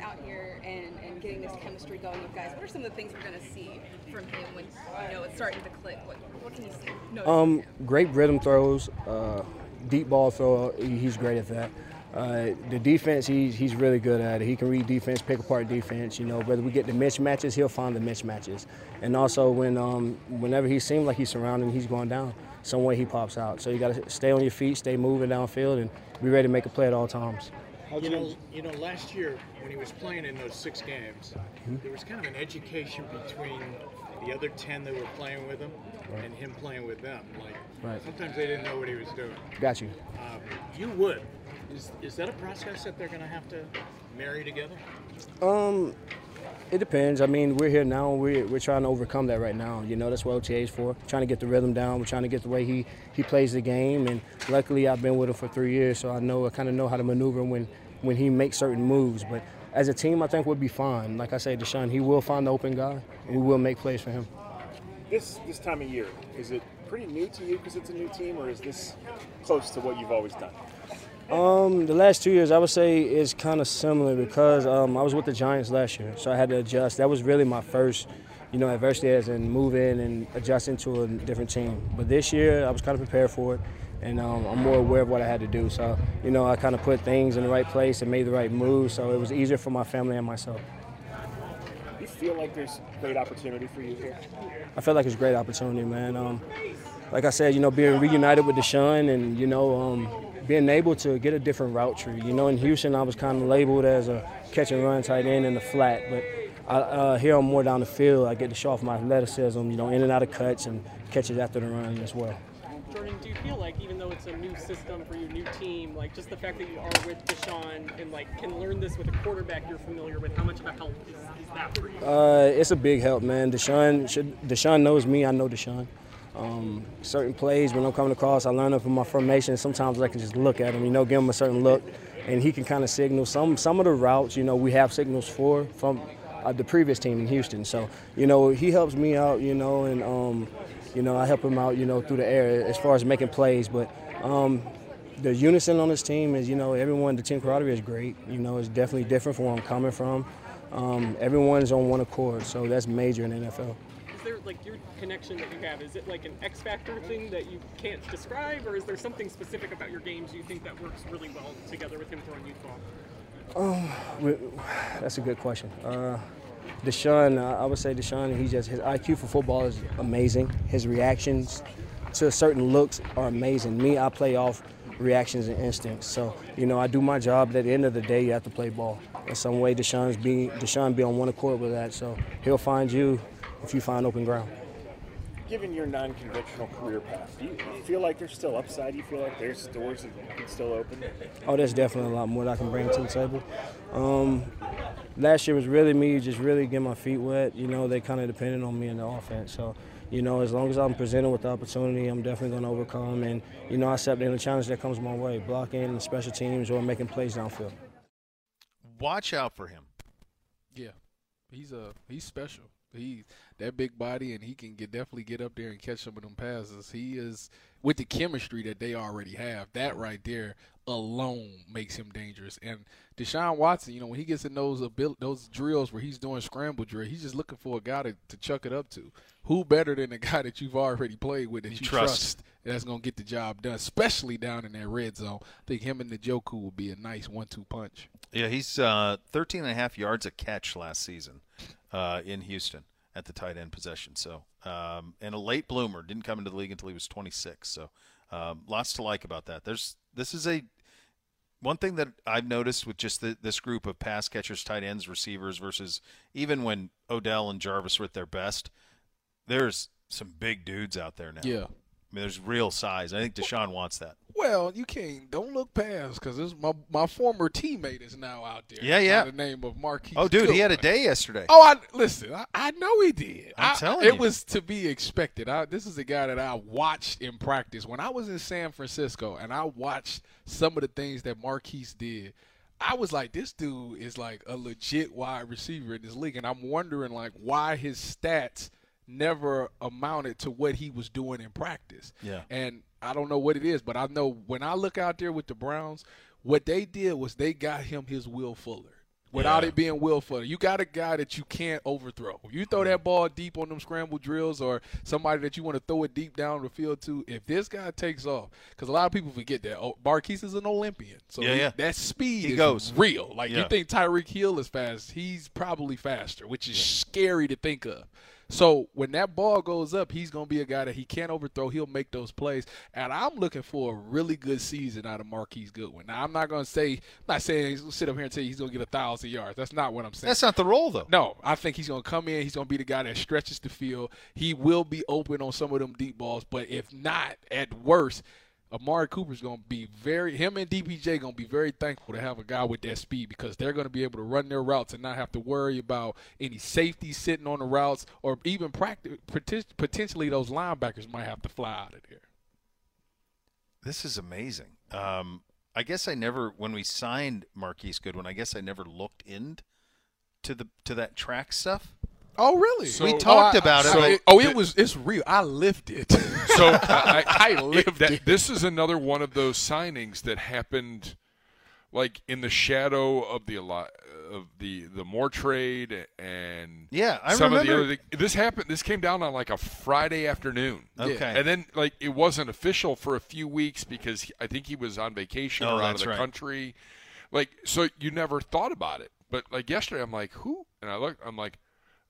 [SPEAKER 9] out here and, and, getting this chemistry going with guys, what are some of the things we're going to see from him when you know it's starting to click? What, what can you see?
[SPEAKER 7] Um, great rhythm throws, uh, deep ball throw. He's great at that. Uh, the defense, he's he's really good at it. He can read defense, pick apart defense. You know, whether we get the mismatches, he'll find the mismatches. And also, when um, whenever he seems like he's surrounding, he's going down. Some way he pops out. So you got to stay on your feet, stay moving downfield, and be ready to make a play at all times.
[SPEAKER 8] You know, you know, last year when he was playing in those six games, mm-hmm. there was kind of an education between the other ten that were playing with him right. and him playing with them. Like right. sometimes they didn't know what he was doing.
[SPEAKER 7] Got you.
[SPEAKER 8] Um, you would. Is, is that a process that they're going to have to marry together?
[SPEAKER 7] Um, it depends. I mean, we're here now. We're, we're trying to overcome that right now. You know, that's what OTA is for. We're trying to get the rhythm down. We're trying to get the way he, he plays the game. And luckily, I've been with him for three years, so I know I kind of know how to maneuver when when he makes certain moves. But as a team, I think we'll be fine. Like I said, Deshaun, he will find the open guy, and we will make plays for him.
[SPEAKER 10] This this time of year, is it pretty new to you because it's a new team, or is this close to what you've always done?
[SPEAKER 7] Um, the last two years, I would say, is kind of similar because um, I was with the Giants last year, so I had to adjust. That was really my first, you know, adversity as in moving and adjusting to a different team. But this year, I was kind of prepared for it, and um, I'm more aware of what I had to do. So, you know, I kind of put things in the right place and made the right moves, so it was easier for my family and myself.
[SPEAKER 10] You feel like there's great opportunity for you here?
[SPEAKER 7] I feel like it's great opportunity, man. Um, like I said, you know, being reunited with Deshaun and, you know, um, being able to get a different route tree. You know, in Houston, I was kind of labeled as a catch and run tight end in the flat, but I, uh, here I'm more down the field. I get to show off my athleticism, you know, in and out of cuts and catches after the run as well.
[SPEAKER 11] Jordan, do you feel like even though it's a new system for you, new team, like just the fact that you are with Deshaun and like can learn this with a quarterback you're familiar with, how much of a help is, is that for you?
[SPEAKER 7] Uh, it's a big help, man. Deshaun, should, Deshaun knows me. I know Deshaun. Um, certain plays when I'm coming across, I learn them from my formation. Sometimes I can just look at him, you know, give him a certain look, and he can kind of signal some some of the routes. You know, we have signals for from uh, the previous team in Houston. So you know, he helps me out. You know, and um, you know, I help him out. You know, through the air as far as making plays, but. Um, the unison on this team is, you know, everyone. The team camaraderie is great. You know, it's definitely different from where I'm coming from. everyone's on one accord, so that's major in NFL
[SPEAKER 11] like your connection that you have? Is it like an X factor thing that you can't describe, or is there something specific about your games you think that works really well together with him throwing you the ball?
[SPEAKER 7] Um, that's a good question. Uh, Deshaun, uh, I would say Deshaun, he just his IQ for football is amazing. His reactions to certain looks are amazing. Me, I play off reactions and instincts. So you know, I do my job. But at the end of the day, you have to play ball. In some way, Deshaun's be Deshaun be on one accord with that. So he'll find you if you find open ground.
[SPEAKER 10] Given your non-conventional career path, do you feel like there's still upside? Do you feel like there's doors that you can still open?
[SPEAKER 7] Oh, there's definitely a lot more that I can bring to the table. Um, last year was really me just really getting my feet wet. You know, they kind of depended on me in the offense. So, you know, as long as I'm presented with the opportunity, I'm definitely going to overcome. And, you know, I accept any challenge that comes my way, blocking and special teams or making plays downfield.
[SPEAKER 2] Watch out for him.
[SPEAKER 3] Yeah, he's a he's special. He that big body and he can get definitely get up there and catch some of them passes. He is with the chemistry that they already have. That right there alone makes him dangerous. And Deshaun Watson, you know, when he gets in those abil- those drills where he's doing scramble drill, he's just looking for a guy to, to chuck it up to. Who better than the guy that you've already played with that you,
[SPEAKER 2] trusts.
[SPEAKER 3] trust that's going to get the job done, especially down in that red zone. I think him and the Joku will be a nice one-two punch.
[SPEAKER 2] Yeah, he's uh, 13 and a half yards a catch last season uh, in Houston at the tight end possession. So, um, and a late bloomer didn't come into the league until he was 26. So, um, lots to like about that. There's this is a one thing that I've noticed with just the, this group of pass catchers, tight ends, receivers versus even when Odell and Jarvis were at their best, there's some big dudes out there now.
[SPEAKER 3] Yeah.
[SPEAKER 2] I mean, there's real size. I think Deshaun wants that.
[SPEAKER 3] Well, you can't. Don't look past because this my my former teammate is now out there.
[SPEAKER 2] Yeah,
[SPEAKER 3] It's
[SPEAKER 2] yeah.
[SPEAKER 3] not The name of Marquise.
[SPEAKER 2] Oh, dude, he had a
[SPEAKER 3] Goodwin.
[SPEAKER 2] day yesterday.
[SPEAKER 3] Oh, I listen. I, I know he did.
[SPEAKER 2] I'm
[SPEAKER 3] I-
[SPEAKER 2] telling
[SPEAKER 3] it
[SPEAKER 2] you.
[SPEAKER 3] was to be expected. I, this is a guy that I watched in practice when I was in San Francisco, and I watched some of the things that Marquise did. I was like, this dude is like a legit wide receiver in this league, and I'm wondering like why his stats never amounted to what he was doing in practice.
[SPEAKER 2] Yeah.
[SPEAKER 3] And I don't know what it is, but I know when I look out there with the Browns, what they did was they got him his Will Fuller. Without
[SPEAKER 2] Yeah.
[SPEAKER 3] it being Will Fuller, you got a guy that you can't overthrow. You throw that ball deep on them scramble drills, or somebody that you want to throw it deep down the field to. If this guy takes off, because a lot of people forget that oh, Barquise is an Olympian, so
[SPEAKER 2] Yeah,
[SPEAKER 3] he-
[SPEAKER 2] yeah.
[SPEAKER 3] that speed
[SPEAKER 2] He
[SPEAKER 3] is
[SPEAKER 2] goes.
[SPEAKER 3] real. Like
[SPEAKER 2] Yeah.
[SPEAKER 3] you think Tyreek Hill is fast, he's probably faster, which is scary to think of. So when that ball goes up, he's gonna be a guy that he can't overthrow. He'll make those plays, and I'm looking for a really good season out of Marquise Goodwin. Now I'm not gonna say, I'm not saying he's gonna sit up here and tell you he's gonna get a thousand yards. That's not what I'm saying.
[SPEAKER 2] That's not the role, though.
[SPEAKER 3] No, I think he's going to come in. He's going to be the guy that stretches the field. He will be open on some of them deep balls, but if not, at worst, Amari Cooper's going to be very him and DPJ going to be very thankful to have a guy with that speed because they're going to be able to run their routes and not have to worry about any safety sitting on the routes or even practi- poten- potentially those linebackers might have to fly out of there.
[SPEAKER 2] This is amazing. Um, I guess I never, when we signed Marquise Goodwin, I guess I never looked into the to that track stuff.
[SPEAKER 3] Oh, really?
[SPEAKER 2] So- We talked about it, but-
[SPEAKER 3] oh, it was it's real. I lived it.
[SPEAKER 4] So I,
[SPEAKER 3] I
[SPEAKER 4] it-
[SPEAKER 3] lived
[SPEAKER 4] that-
[SPEAKER 3] it.
[SPEAKER 4] This is another one of those signings that happened, like in the shadow of the Eli- of the the Moore trade and
[SPEAKER 2] Yeah, I
[SPEAKER 4] some of
[SPEAKER 2] remember-
[SPEAKER 4] the other. This happened. This came down on like a Friday afternoon.
[SPEAKER 2] Okay.
[SPEAKER 4] and then like it wasn't official for a few weeks because he- I think he was on vacation
[SPEAKER 2] Oh,
[SPEAKER 4] or out of
[SPEAKER 2] that's
[SPEAKER 4] the
[SPEAKER 2] right.
[SPEAKER 4] country. Like so, you never thought about it. But like yesterday, I'm like, who? And I look, I'm like,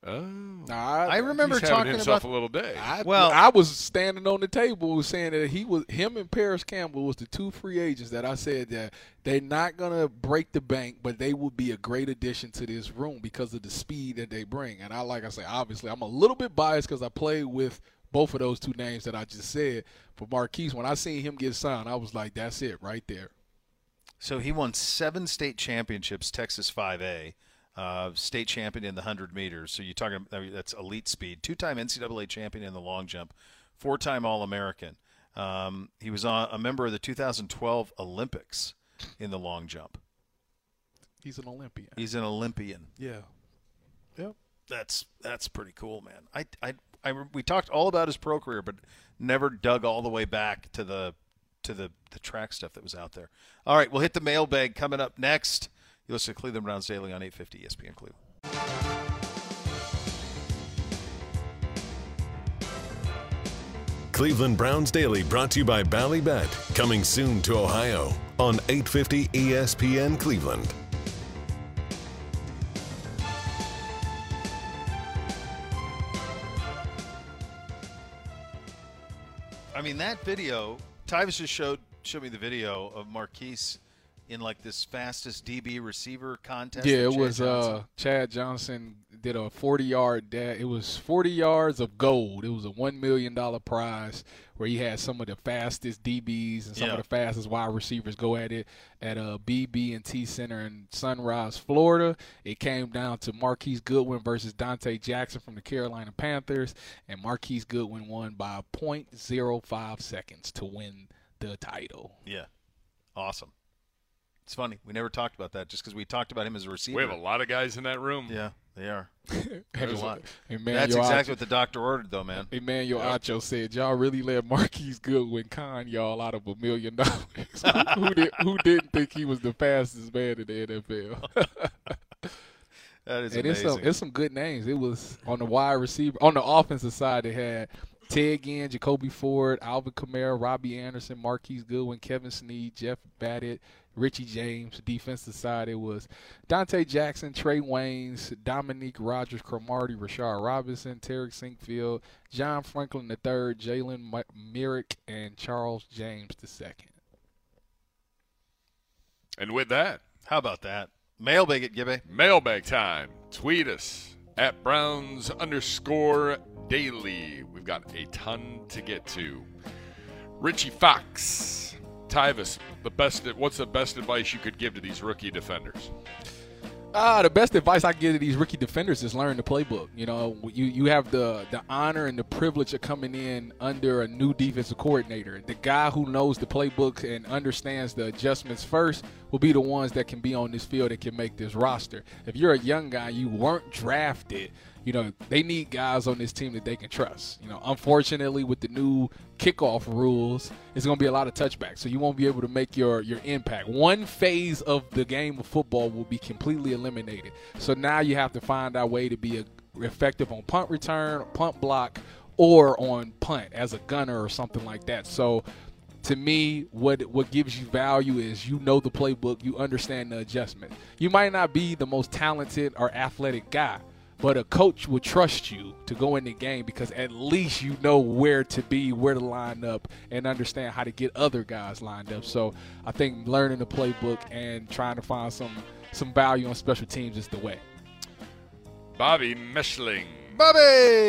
[SPEAKER 4] oh,
[SPEAKER 3] Nah,
[SPEAKER 2] I remember
[SPEAKER 4] he's having
[SPEAKER 2] talking
[SPEAKER 4] himself
[SPEAKER 2] about.
[SPEAKER 4] a little day.
[SPEAKER 3] I,
[SPEAKER 2] Well-
[SPEAKER 3] well, I was standing on the table saying that he was him and Paris Campbell was the two free agents that I said that they're not gonna break the bank, but they will be a great addition to this room because of the speed that they bring. And I like I say, obviously, I'm a little bit biased because I played with both of those two names that I just said. But Marquise, when I seen him get signed, I was like, that's it right there.
[SPEAKER 2] so he won seven state championships, Texas 5A, uh, state champion in the 100 meters. So you're talking I mean, that's elite speed. Two time NCAA champion in the long jump, four time All American. Um, he was on, a member of the 2012 Olympics in the long jump.
[SPEAKER 3] He's an Olympian.
[SPEAKER 2] He's an Olympian.
[SPEAKER 3] Yeah. Yep.
[SPEAKER 2] that's that's pretty cool, man. I, I, I we talked all about his pro career, but never dug all the way back to the to the the track stuff that was out there. All right, we'll hit the mailbag coming up next. You listen to Cleveland Browns Daily on E 850 ESPN Cleveland.
[SPEAKER 1] Cleveland Browns Daily brought to you by Ballybet, coming soon to Ohio on E 850 ESPN Cleveland.
[SPEAKER 2] I mean, that video, Tyvis just showed showed me the video of Marquise in like this fastest DB receiver contest.
[SPEAKER 3] Yeah,
[SPEAKER 2] with
[SPEAKER 3] it
[SPEAKER 2] Chad
[SPEAKER 3] was
[SPEAKER 2] Johnson.
[SPEAKER 3] uh, Chad Johnson did a 40 yard dash. It was 40 yards of gold. It was a $1 million prize where he had some of the fastest DBs and some
[SPEAKER 2] Yeah.
[SPEAKER 3] of the fastest wide receivers go at it at uh, a BB&T Center in Sunrise, Florida. It came down to Marquise Goodwin versus Dante Jackson from the Carolina Panthers, and Marquise Goodwin won by 0.05 seconds to win the title.
[SPEAKER 2] Yeah. Awesome. It's funny. We never talked about that just because we talked about him as a receiver.
[SPEAKER 4] We have a lot of guys in that room.
[SPEAKER 2] Yeah, they are.
[SPEAKER 3] Hey,
[SPEAKER 2] There's a lot.
[SPEAKER 3] hey, man,
[SPEAKER 2] That's
[SPEAKER 3] yo, I-
[SPEAKER 2] exactly what the doctor ordered, though, man.
[SPEAKER 3] Emmanuel Acho said, "Y'all really let Marquise Goodwin con y'all out of a million dollars. who, who did, who didn't think he was the fastest man in the NFL?
[SPEAKER 2] That is
[SPEAKER 3] and it's some,
[SPEAKER 2] amazing.
[SPEAKER 3] it's some good names. It was on the wide receiver, on the offensive side. They had Ted Ginn, Jacoby Ford, Alvin Kamara, Robbie Anderson, Marquise Goodwin, Kevin Snead, Jeff Baddett, Richie James. Defensive side, it was Dante Jackson, Trey Waynes, Dominique Rogers, Cromartie, Rashard Robinson, Tarek Sinkfield, John Franklin III, Jalen Mi- Merrick, and Charles James II.
[SPEAKER 4] And with that,
[SPEAKER 2] how about that? Mailbag it, Gibby.
[SPEAKER 4] Mailbag time. Tweet us at Browns underscore daily. We've got a ton to get to. Richie Fox, Tyvis, the best. What's the best advice you could give to these rookie defenders?
[SPEAKER 3] Ah, the best advice I give to these rookie defenders is learn the playbook. You know, you you have the the honor and the privilege of coming in under a new defensive coordinator. The guy who knows the playbook and understands the adjustments first will be the ones that can be on this field and can make this roster. If you're a young guy, you weren't drafted. You know, they need guys on this team that they can trust. You know, unfortunately, with the new kickoff rules, it's going to be a lot of touchbacks, so you won't be able to make your your impact. One phase of the game of football will be completely eliminated. So now you have to find our way to be a, effective on punt return, punt block, or on punt as a gunner or something like that. So to me, what what gives you value is you know the playbook, you understand the adjustment. You might not be the most talented or athletic guy, but a coach will trust you to go in the game because at least you know where to be, where to line up, and understand how to get other guys lined up. So I think learning the playbook and trying to find some some value on special teams is the way.
[SPEAKER 4] Bobby Meshling.
[SPEAKER 2] Bobby!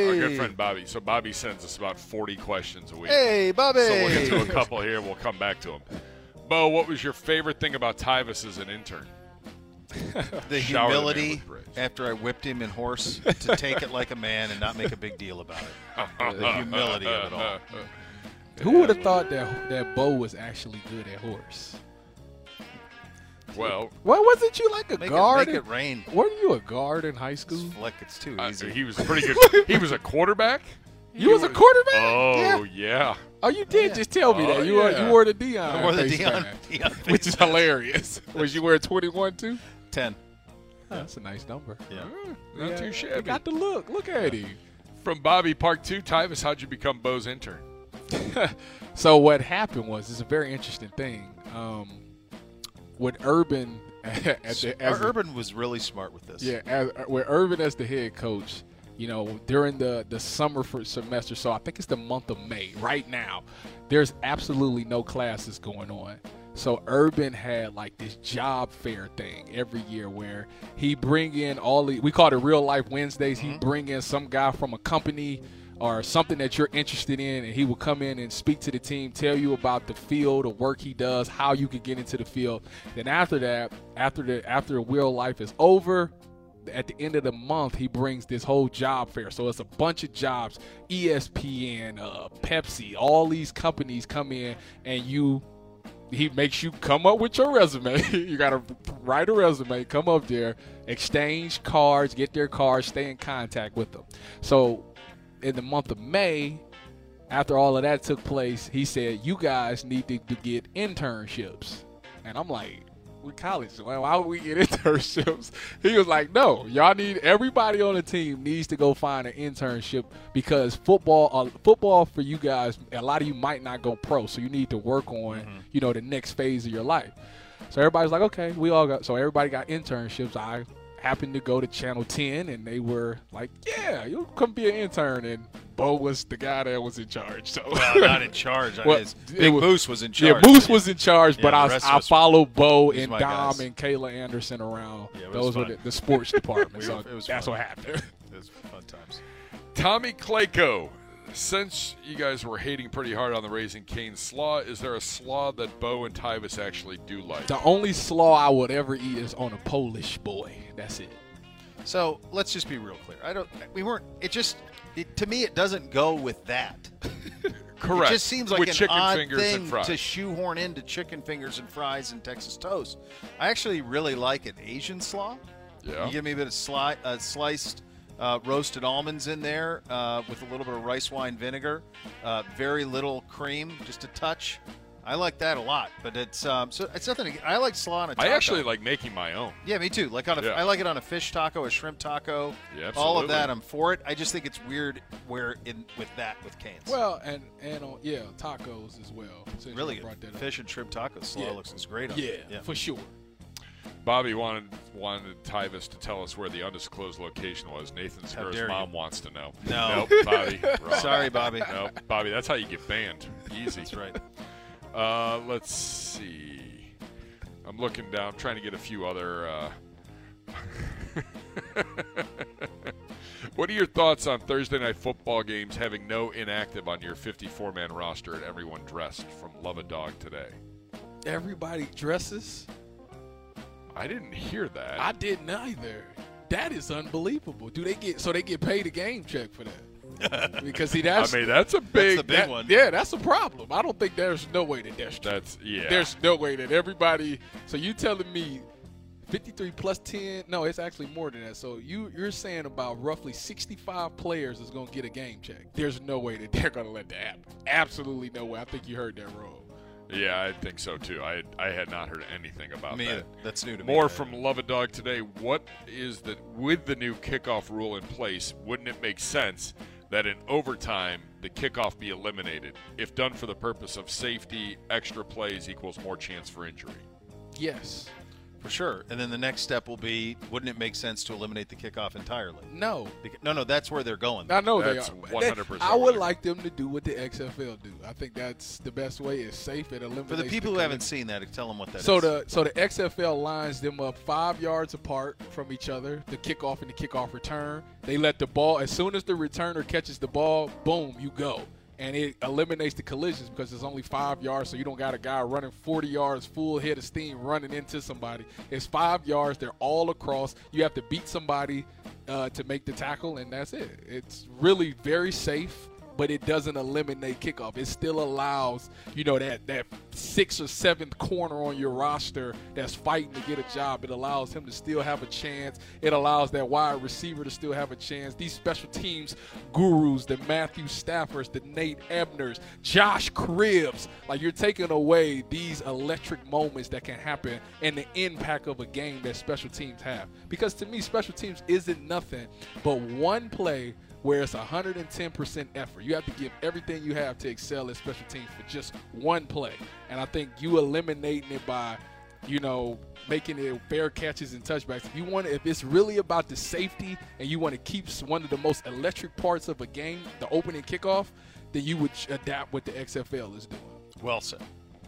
[SPEAKER 4] Our good friend Bobby. So Bobby sends us about 40 questions a week.
[SPEAKER 2] Hey, Bobby!
[SPEAKER 4] So we'll get to a couple here. We'll come back to them. Bo, what was your favorite thing about Tyvis as an intern?
[SPEAKER 2] the
[SPEAKER 4] Shower the man
[SPEAKER 2] humility
[SPEAKER 4] with praise.
[SPEAKER 2] after I whipped him in horse to take it like a man and not make a big deal about it. the humility of it
[SPEAKER 4] Uh-huh.
[SPEAKER 2] all.
[SPEAKER 3] Who would have thought that that Bo was actually good at horse?
[SPEAKER 4] Well,
[SPEAKER 3] Why wasn't you like a
[SPEAKER 2] Make it-
[SPEAKER 3] guard?
[SPEAKER 2] make
[SPEAKER 3] in-
[SPEAKER 2] it rain.
[SPEAKER 3] Weren't you a guard in high school?
[SPEAKER 2] Flick, it's too
[SPEAKER 4] uh,
[SPEAKER 2] easy.
[SPEAKER 4] he was pretty good. he was a quarterback.
[SPEAKER 3] You was a quarterback.
[SPEAKER 4] Oh yeah.
[SPEAKER 3] Oh, you did just tell me
[SPEAKER 4] Oh,
[SPEAKER 3] that. You were
[SPEAKER 4] yeah.
[SPEAKER 3] you wore the Dion.
[SPEAKER 2] I wore the Dion- Dion
[SPEAKER 3] which is hilarious. was you wear twenty one too? Mm,
[SPEAKER 2] Ten.
[SPEAKER 3] That's a nice number.
[SPEAKER 2] Yeah.
[SPEAKER 4] Not too
[SPEAKER 3] You
[SPEAKER 4] shabby.
[SPEAKER 3] got the look. Look at him.
[SPEAKER 4] From Bobby Park Two, Tyvis, how'd you become Bo's intern?
[SPEAKER 3] So what happened was it's a very interesting thing. Um, with Urban at the,
[SPEAKER 2] Our
[SPEAKER 3] as the-
[SPEAKER 2] Urban was really smart with this.
[SPEAKER 3] Yeah, as, uh, with Irvin as the head coach, you know, during the the summer for semester, so I think it's the month of May right now. There's absolutely no classes going on. So Urban had like this job fair thing every year where he bring in all the we call it real life Wednesdays. He bring in some guy from a company or something that you're interested in, and he will come in and speak to the team, tell you about the field, the work he does, how you could get into the field. Then after that, after the after the real life is over, at the end of the month he brings this whole job fair so it's a bunch of jobs E espn uh, pepsi all these companies come in and you he makes you come up with your resume you gotta write a resume come up there exchange cards get their cards stay in contact with them so in the month of may after all of that took place, he said, "You guys need to, to get internships," and I'm like, "We're college. Why why would we get internships?" He was like, "No, y'all need everybody on the team needs to go find an internship because football, uh, football for you guys, a lot of you might not go pro, so you need to work on, you know, the next phase of your life." So everybody's like, "Okay, we all got." So everybody got internships. I happened to go to Channel 10, and they were like, "Yeah, you come be an intern." And Bo was the guy that was in charge. So
[SPEAKER 2] Well, not in charge, I guess.
[SPEAKER 3] it
[SPEAKER 2] Big Moose was in charge.
[SPEAKER 3] Yeah, Moose was in charge,
[SPEAKER 2] Yeah,
[SPEAKER 3] but
[SPEAKER 2] the
[SPEAKER 3] I,
[SPEAKER 2] rest of
[SPEAKER 3] I
[SPEAKER 2] us-
[SPEAKER 3] followed Bo
[SPEAKER 2] these
[SPEAKER 3] and
[SPEAKER 2] my
[SPEAKER 3] Dom
[SPEAKER 2] guys.
[SPEAKER 3] and Kayla Anderson around.
[SPEAKER 2] Yeah, it was
[SPEAKER 3] Those were
[SPEAKER 2] fun.
[SPEAKER 3] the, the sports department.
[SPEAKER 4] We
[SPEAKER 3] so
[SPEAKER 4] were- it was
[SPEAKER 3] that's
[SPEAKER 4] fun.
[SPEAKER 3] what happened.
[SPEAKER 2] It was fun times.
[SPEAKER 4] Tommy Clayco, since you guys were hating pretty hard on the Raising Cane slaw, is there a slaw that Bo and Tyvis actually do like?
[SPEAKER 3] The only slaw I would ever eat is on a Polish boy. That's it.
[SPEAKER 2] So let's just be real clear. I don't. We weren't. It just. It, to me, it doesn't go with that.
[SPEAKER 4] Correct.
[SPEAKER 2] It just seems like
[SPEAKER 4] With
[SPEAKER 2] an
[SPEAKER 4] chicken
[SPEAKER 2] odd
[SPEAKER 4] fingers
[SPEAKER 2] thing
[SPEAKER 4] and fries.
[SPEAKER 2] to shoehorn into chicken fingers and fries and Texas toast. I actually really like an Asian slaw.
[SPEAKER 4] Yeah.
[SPEAKER 2] You give me a bit of sli- uh, sliced uh, roasted almonds in there uh, with a little bit of rice wine vinegar, uh, very little cream, just a touch. I like that a lot, but it's um, so it's nothing. ag- I like slaw on a
[SPEAKER 4] I
[SPEAKER 2] taco.
[SPEAKER 4] actually like making my own.
[SPEAKER 2] Yeah, me too. Like on a,
[SPEAKER 4] Yeah.
[SPEAKER 2] I like it on a fish taco, a shrimp taco,
[SPEAKER 4] Yeah,
[SPEAKER 2] all
[SPEAKER 4] absolutely.
[SPEAKER 2] of that. I'm for it. I just think it's weird where in with that with canes.
[SPEAKER 3] Well, and and on, yeah, tacos as well. since
[SPEAKER 2] really
[SPEAKER 3] you brought
[SPEAKER 2] good.
[SPEAKER 3] that up.
[SPEAKER 2] Fish and shrimp tacos. Slaw
[SPEAKER 3] Yeah.
[SPEAKER 2] looks is great on
[SPEAKER 3] Yeah,
[SPEAKER 2] it.
[SPEAKER 3] for sure.
[SPEAKER 4] Bobby wanted wanted Tyvis to tell us where the undisclosed location was. Nathan
[SPEAKER 2] How
[SPEAKER 4] Segura's
[SPEAKER 2] dare you.
[SPEAKER 4] mom wants to know.
[SPEAKER 2] No.
[SPEAKER 4] nope, Bobby. wrong.
[SPEAKER 2] Sorry, Bobby.
[SPEAKER 4] No, Bobby. That's how you get banned. Easy.
[SPEAKER 2] That's right.
[SPEAKER 4] Uh, let's see. I'm looking down, trying to get a few other. Uh... what are your thoughts on Thursday night football games having no inactive on your 54-man roster and everyone dressed from Love a Dog today?
[SPEAKER 3] Everybody dresses.
[SPEAKER 4] I didn't hear that.
[SPEAKER 3] I didn't either. That is unbelievable. Do they get so they get paid a game check for that? Because see, that's
[SPEAKER 4] I mean, that's a big.
[SPEAKER 3] the that- Yeah, that's a problem. I don't think there's no way that that's true.
[SPEAKER 4] That's yeah.
[SPEAKER 3] There's no way that everybody. So you telling me 53 plus 10? No, it's actually more than that. So you you're saying about roughly 65 players is gonna get a game check. There's no way that they're gonna let that happen. Absolutely no way. I think you heard that wrong.
[SPEAKER 4] Yeah, I think so too. I I had not heard anything about
[SPEAKER 2] Me
[SPEAKER 4] that.
[SPEAKER 2] either. That's new to me.
[SPEAKER 4] More from Love a Dog today. What is the with the new kickoff rule in place? Wouldn't it make sense that in overtime the kickoff be eliminated if done for the purpose of safety? Extra plays equals more chance for injury.
[SPEAKER 3] Yes.
[SPEAKER 2] for sure. And then the next step will be: wouldn't it make sense to eliminate the kickoff entirely?
[SPEAKER 3] No.
[SPEAKER 2] Beca- No, no, that's where they're going.
[SPEAKER 3] I know
[SPEAKER 4] That's
[SPEAKER 3] they are.
[SPEAKER 4] 100%
[SPEAKER 3] I
[SPEAKER 4] what
[SPEAKER 3] would
[SPEAKER 4] they're-
[SPEAKER 3] like them to do what the XFL do. I think that's the best way. It's safe. It eliminates
[SPEAKER 2] For the people who haven't
[SPEAKER 3] collision.
[SPEAKER 2] seen that, tell them what that is.
[SPEAKER 3] so the so the XFL lines them up five yards apart from each other. The kickoff and the kickoff return. They let the ball as soon as the returner catches the ball, boom, you go, and it eliminates the collisions because it's only five yards. So you don't got a guy running 40 yards full head of steam running into somebody. It's five yards. They're all across. You have to beat somebody uh, to make the tackle, and that's it. It's really very safe but it doesn't eliminate kickoff. It still allows, you know, that that sixth or seventh corner on your roster that's fighting to get a job. It allows him to still have a chance. It allows that wide receiver to still have a chance. These special teams gurus, the Matthew Staffords, the Nate Ebners, Josh Cribbs, like you're taking away these electric moments that can happen and the impact of a game that special teams have. Because to me, special teams isn't nothing but one play where it's 110% effort. You have to give everything you have to excel at special teams for just one play. And I think you eliminating it by, you know, making it fair catches and touchbacks. If you want if it's really about the safety and you want to keep s- one of the most electric parts of a game, the opening kickoff, then you would ch- adapt what the XFL is doing.
[SPEAKER 2] well said.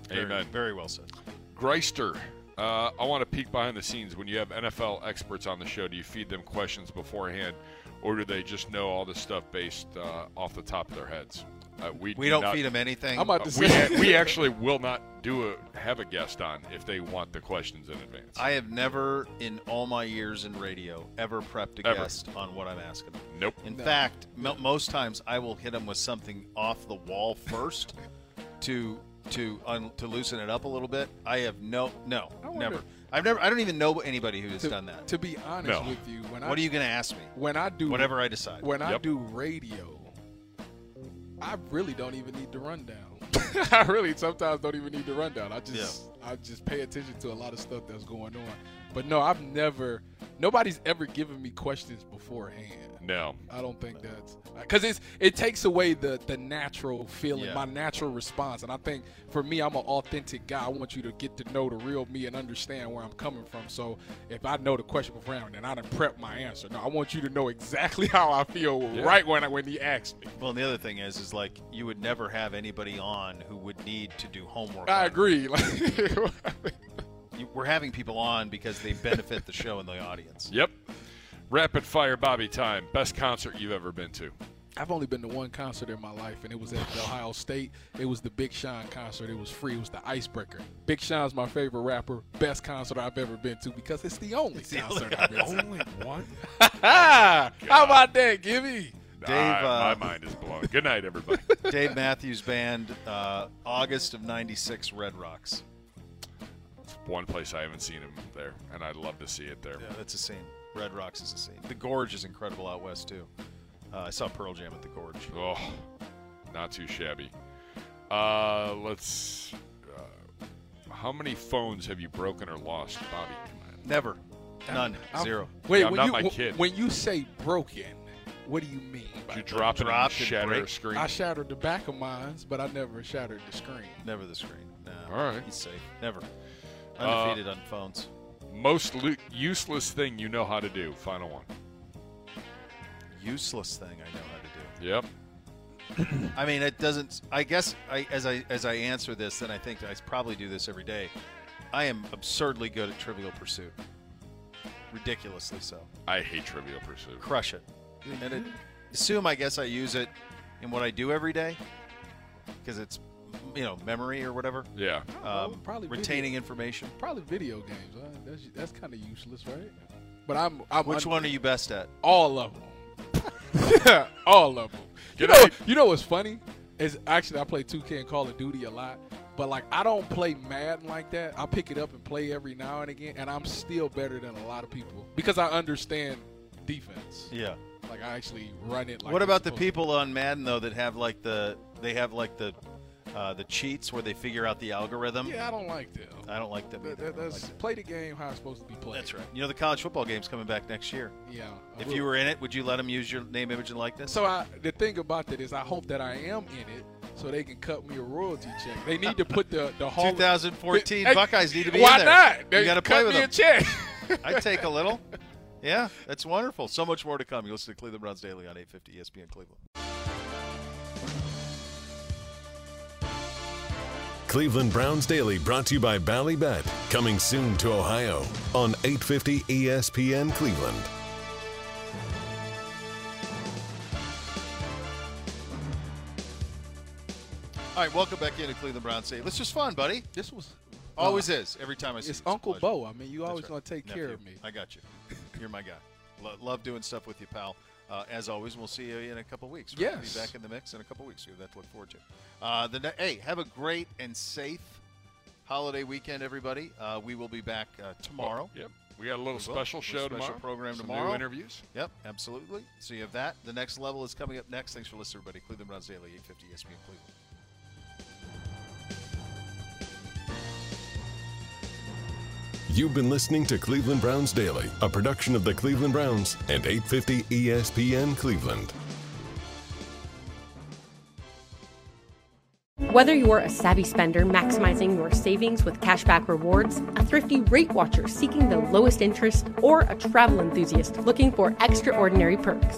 [SPEAKER 2] Very-
[SPEAKER 4] Amen.
[SPEAKER 2] Very well said.
[SPEAKER 4] Greister, uh, I want to peek behind the scenes. When you have NFL experts on the show, do you feed them questions beforehand, or do they just know all this stuff based uh, off the top of their heads? Uh, we
[SPEAKER 2] We
[SPEAKER 4] do
[SPEAKER 2] don't
[SPEAKER 4] not-
[SPEAKER 2] feed them anything.
[SPEAKER 3] I'm about to
[SPEAKER 4] Uh, we,
[SPEAKER 3] say
[SPEAKER 4] we actually will not do a have a guest on if they want the questions in advance.
[SPEAKER 2] I have never, in all my years in radio, ever prepped a
[SPEAKER 4] Ever.
[SPEAKER 2] guest on what I'm asking. them.
[SPEAKER 4] Nope.
[SPEAKER 2] In fact, mo most times I will hit them with something off the wall first to to un- to loosen it up a little bit. I have no, no,
[SPEAKER 3] wonder-
[SPEAKER 2] never. I've never. I don't even know anybody who has
[SPEAKER 3] To,
[SPEAKER 2] done that.
[SPEAKER 3] to be honest
[SPEAKER 4] No.
[SPEAKER 3] with you, when I
[SPEAKER 2] what are you going to ask me?
[SPEAKER 3] when I do
[SPEAKER 2] Whatever I decide.
[SPEAKER 3] when I
[SPEAKER 4] Yep.
[SPEAKER 3] do radio, I really don't even need the rundown. I really sometimes don't even need the rundown. I just I just pay attention to a lot of stuff that's going on. But no, I've never nobody's ever given me questions beforehand.
[SPEAKER 4] No.
[SPEAKER 3] I don't think that's because it's it takes away the the natural feeling,
[SPEAKER 4] Yeah.
[SPEAKER 3] my natural response, and I think for me, I'm an authentic guy. I want you to get to know the real me and understand where I'm coming from. So if I know the question beforehand, then I done prep my answer. No, I want you to know exactly how I feel
[SPEAKER 2] Yeah.
[SPEAKER 3] right when I, when he asked me.
[SPEAKER 2] Well, and the other thing is, is like you would never have anybody on who would need to do homework.
[SPEAKER 3] I
[SPEAKER 2] on
[SPEAKER 3] agree.
[SPEAKER 2] You- We're having people on because they benefit the show and the audience.
[SPEAKER 4] Yep. Rapid fire Bobby time. Best concert you've ever been to.
[SPEAKER 3] I've only been to one concert in my life, and it was at the Ohio State. It was the Big Sean concert. It was free. It was the Icebreaker. Big Sean's my favorite rapper. Best concert I've ever been to because it's the only concert I've been to. Only one. How about that, Gibby?
[SPEAKER 2] Dave,
[SPEAKER 4] Ah,
[SPEAKER 2] uh,
[SPEAKER 4] my mind is blown. Good night, everybody.
[SPEAKER 2] Dave Matthews Band, uh, August of '96, Red Rocks.
[SPEAKER 4] One place I haven't seen him there, and I'd love to see it there.
[SPEAKER 2] Yeah, Uh, that's a scene. Red Rocks is a scene. The Gorge is incredible out west too. Uh, I saw Pearl Jam at the Gorge.
[SPEAKER 4] Oh, not too shabby. Uh, let's. Uh, how many phones have you broken or lost, Bobby?
[SPEAKER 2] Never. None.
[SPEAKER 3] I'm-
[SPEAKER 2] Zero.
[SPEAKER 3] Wait,
[SPEAKER 4] Yeah, I'm
[SPEAKER 3] when
[SPEAKER 4] not
[SPEAKER 3] you
[SPEAKER 4] my
[SPEAKER 3] wh-
[SPEAKER 4] kid.
[SPEAKER 3] when you say broken, what do you mean? by
[SPEAKER 4] you
[SPEAKER 3] that?
[SPEAKER 4] drop it and Dropped and shatter a break? screen?
[SPEAKER 3] I shattered the back of mine, but I never shattered the screen.
[SPEAKER 2] Never the screen. No.
[SPEAKER 4] All right.
[SPEAKER 2] He's safe. Never. Undefeated on phones.
[SPEAKER 4] Most lu- useless thing you know how to do. Final one.
[SPEAKER 2] Useless thing I know how to do.
[SPEAKER 4] Yep.
[SPEAKER 2] I mean, it doesn't. I guess I, as I as I answer this, then I think I probably do this every day. I am absurdly good at Trivial Pursuit, ridiculously so.
[SPEAKER 4] I hate Trivial Pursuit.
[SPEAKER 2] Crush it, and it, assume I guess I use it in what I do every day because it's you know memory or whatever.
[SPEAKER 4] Yeah.
[SPEAKER 2] Um,
[SPEAKER 3] Probably video.
[SPEAKER 2] retaining information.
[SPEAKER 3] Probably video games. Huh? That's that's kind of useless, right? But I'm. I'm
[SPEAKER 2] Which one are you best at?
[SPEAKER 3] All of them. All of them. You know, you know what's funny is actually I play 2K and Call of Duty a lot, but like I don't play Madden like that. I pick it up and play every now and again, and I'm still better than a lot of people because I understand defense.
[SPEAKER 2] Yeah.
[SPEAKER 3] Like I actually run it. like
[SPEAKER 2] what
[SPEAKER 3] it's
[SPEAKER 2] about the
[SPEAKER 3] supposed to.
[SPEAKER 2] people on Madden though that have like the they have like the uh, the cheats where they figure out the algorithm?
[SPEAKER 3] Yeah, I don't like that.
[SPEAKER 2] I don't like them.
[SPEAKER 3] That-
[SPEAKER 2] either.
[SPEAKER 3] that- that's- play the game how it's supposed to be played.
[SPEAKER 2] That's right. You know the college football game's coming back next year.
[SPEAKER 3] Yeah, I
[SPEAKER 2] If
[SPEAKER 3] will.
[SPEAKER 2] you were in it, would you let them use your name, image, and likeness?
[SPEAKER 3] So I, the thing about that is, I hope that I am in it, so they can cut me a royalty check. They need to put the the whole
[SPEAKER 2] 2014
[SPEAKER 3] Hey,
[SPEAKER 2] Buckeyes need to be
[SPEAKER 3] Why
[SPEAKER 2] in there.
[SPEAKER 3] not? They
[SPEAKER 2] You got to
[SPEAKER 3] cut
[SPEAKER 2] play with
[SPEAKER 3] me
[SPEAKER 2] them.
[SPEAKER 3] a check.
[SPEAKER 2] I take a little. Yeah, that's wonderful. So much more to come. You listen to Cleveland Browns Daily on E 850 ESPN Cleveland.
[SPEAKER 1] Cleveland Browns Daily brought to you by Ballybet. Coming soon to Ohio on E 850 ESPN Cleveland.
[SPEAKER 2] All right, welcome back into Cleveland Browns Daily. This was fun, buddy.
[SPEAKER 3] This was
[SPEAKER 2] always
[SPEAKER 3] uh,
[SPEAKER 2] is every time I see. you.
[SPEAKER 3] It's
[SPEAKER 2] a
[SPEAKER 3] Uncle
[SPEAKER 2] pleasure.
[SPEAKER 3] Bo. I mean, you
[SPEAKER 2] That's
[SPEAKER 3] always
[SPEAKER 2] right.
[SPEAKER 3] gonna take care of me.
[SPEAKER 2] Nephew, I got you. You're my guy. Lo- love doing stuff with you, pal. Uh, as always, we'll see you in a couple weeks. We'll
[SPEAKER 3] Yes.
[SPEAKER 2] be back in the mix in a couple weeks. You have that to look forward to. Uh, the ne- hey, have a great and safe holiday weekend, everybody. Uh, we will be back uh, tomorrow.
[SPEAKER 4] Yep. We got a little
[SPEAKER 2] We will.
[SPEAKER 4] special show
[SPEAKER 2] special
[SPEAKER 4] tomorrow.
[SPEAKER 2] program
[SPEAKER 4] Some new
[SPEAKER 2] tomorrow.
[SPEAKER 4] interviews.
[SPEAKER 2] Yep, absolutely. So you have that. The next level is coming up next. Thanks for listening, everybody. Cleveland Browns Daily, E 850 ESPN Cleveland.
[SPEAKER 1] You've been listening to Cleveland Browns Daily, a production of the Cleveland Browns and E 850 ESPN Cleveland.
[SPEAKER 12] Whether you're a savvy spender maximizing your savings with cashback rewards, a thrifty rate watcher seeking the lowest interest, or a travel enthusiast looking for extraordinary perks,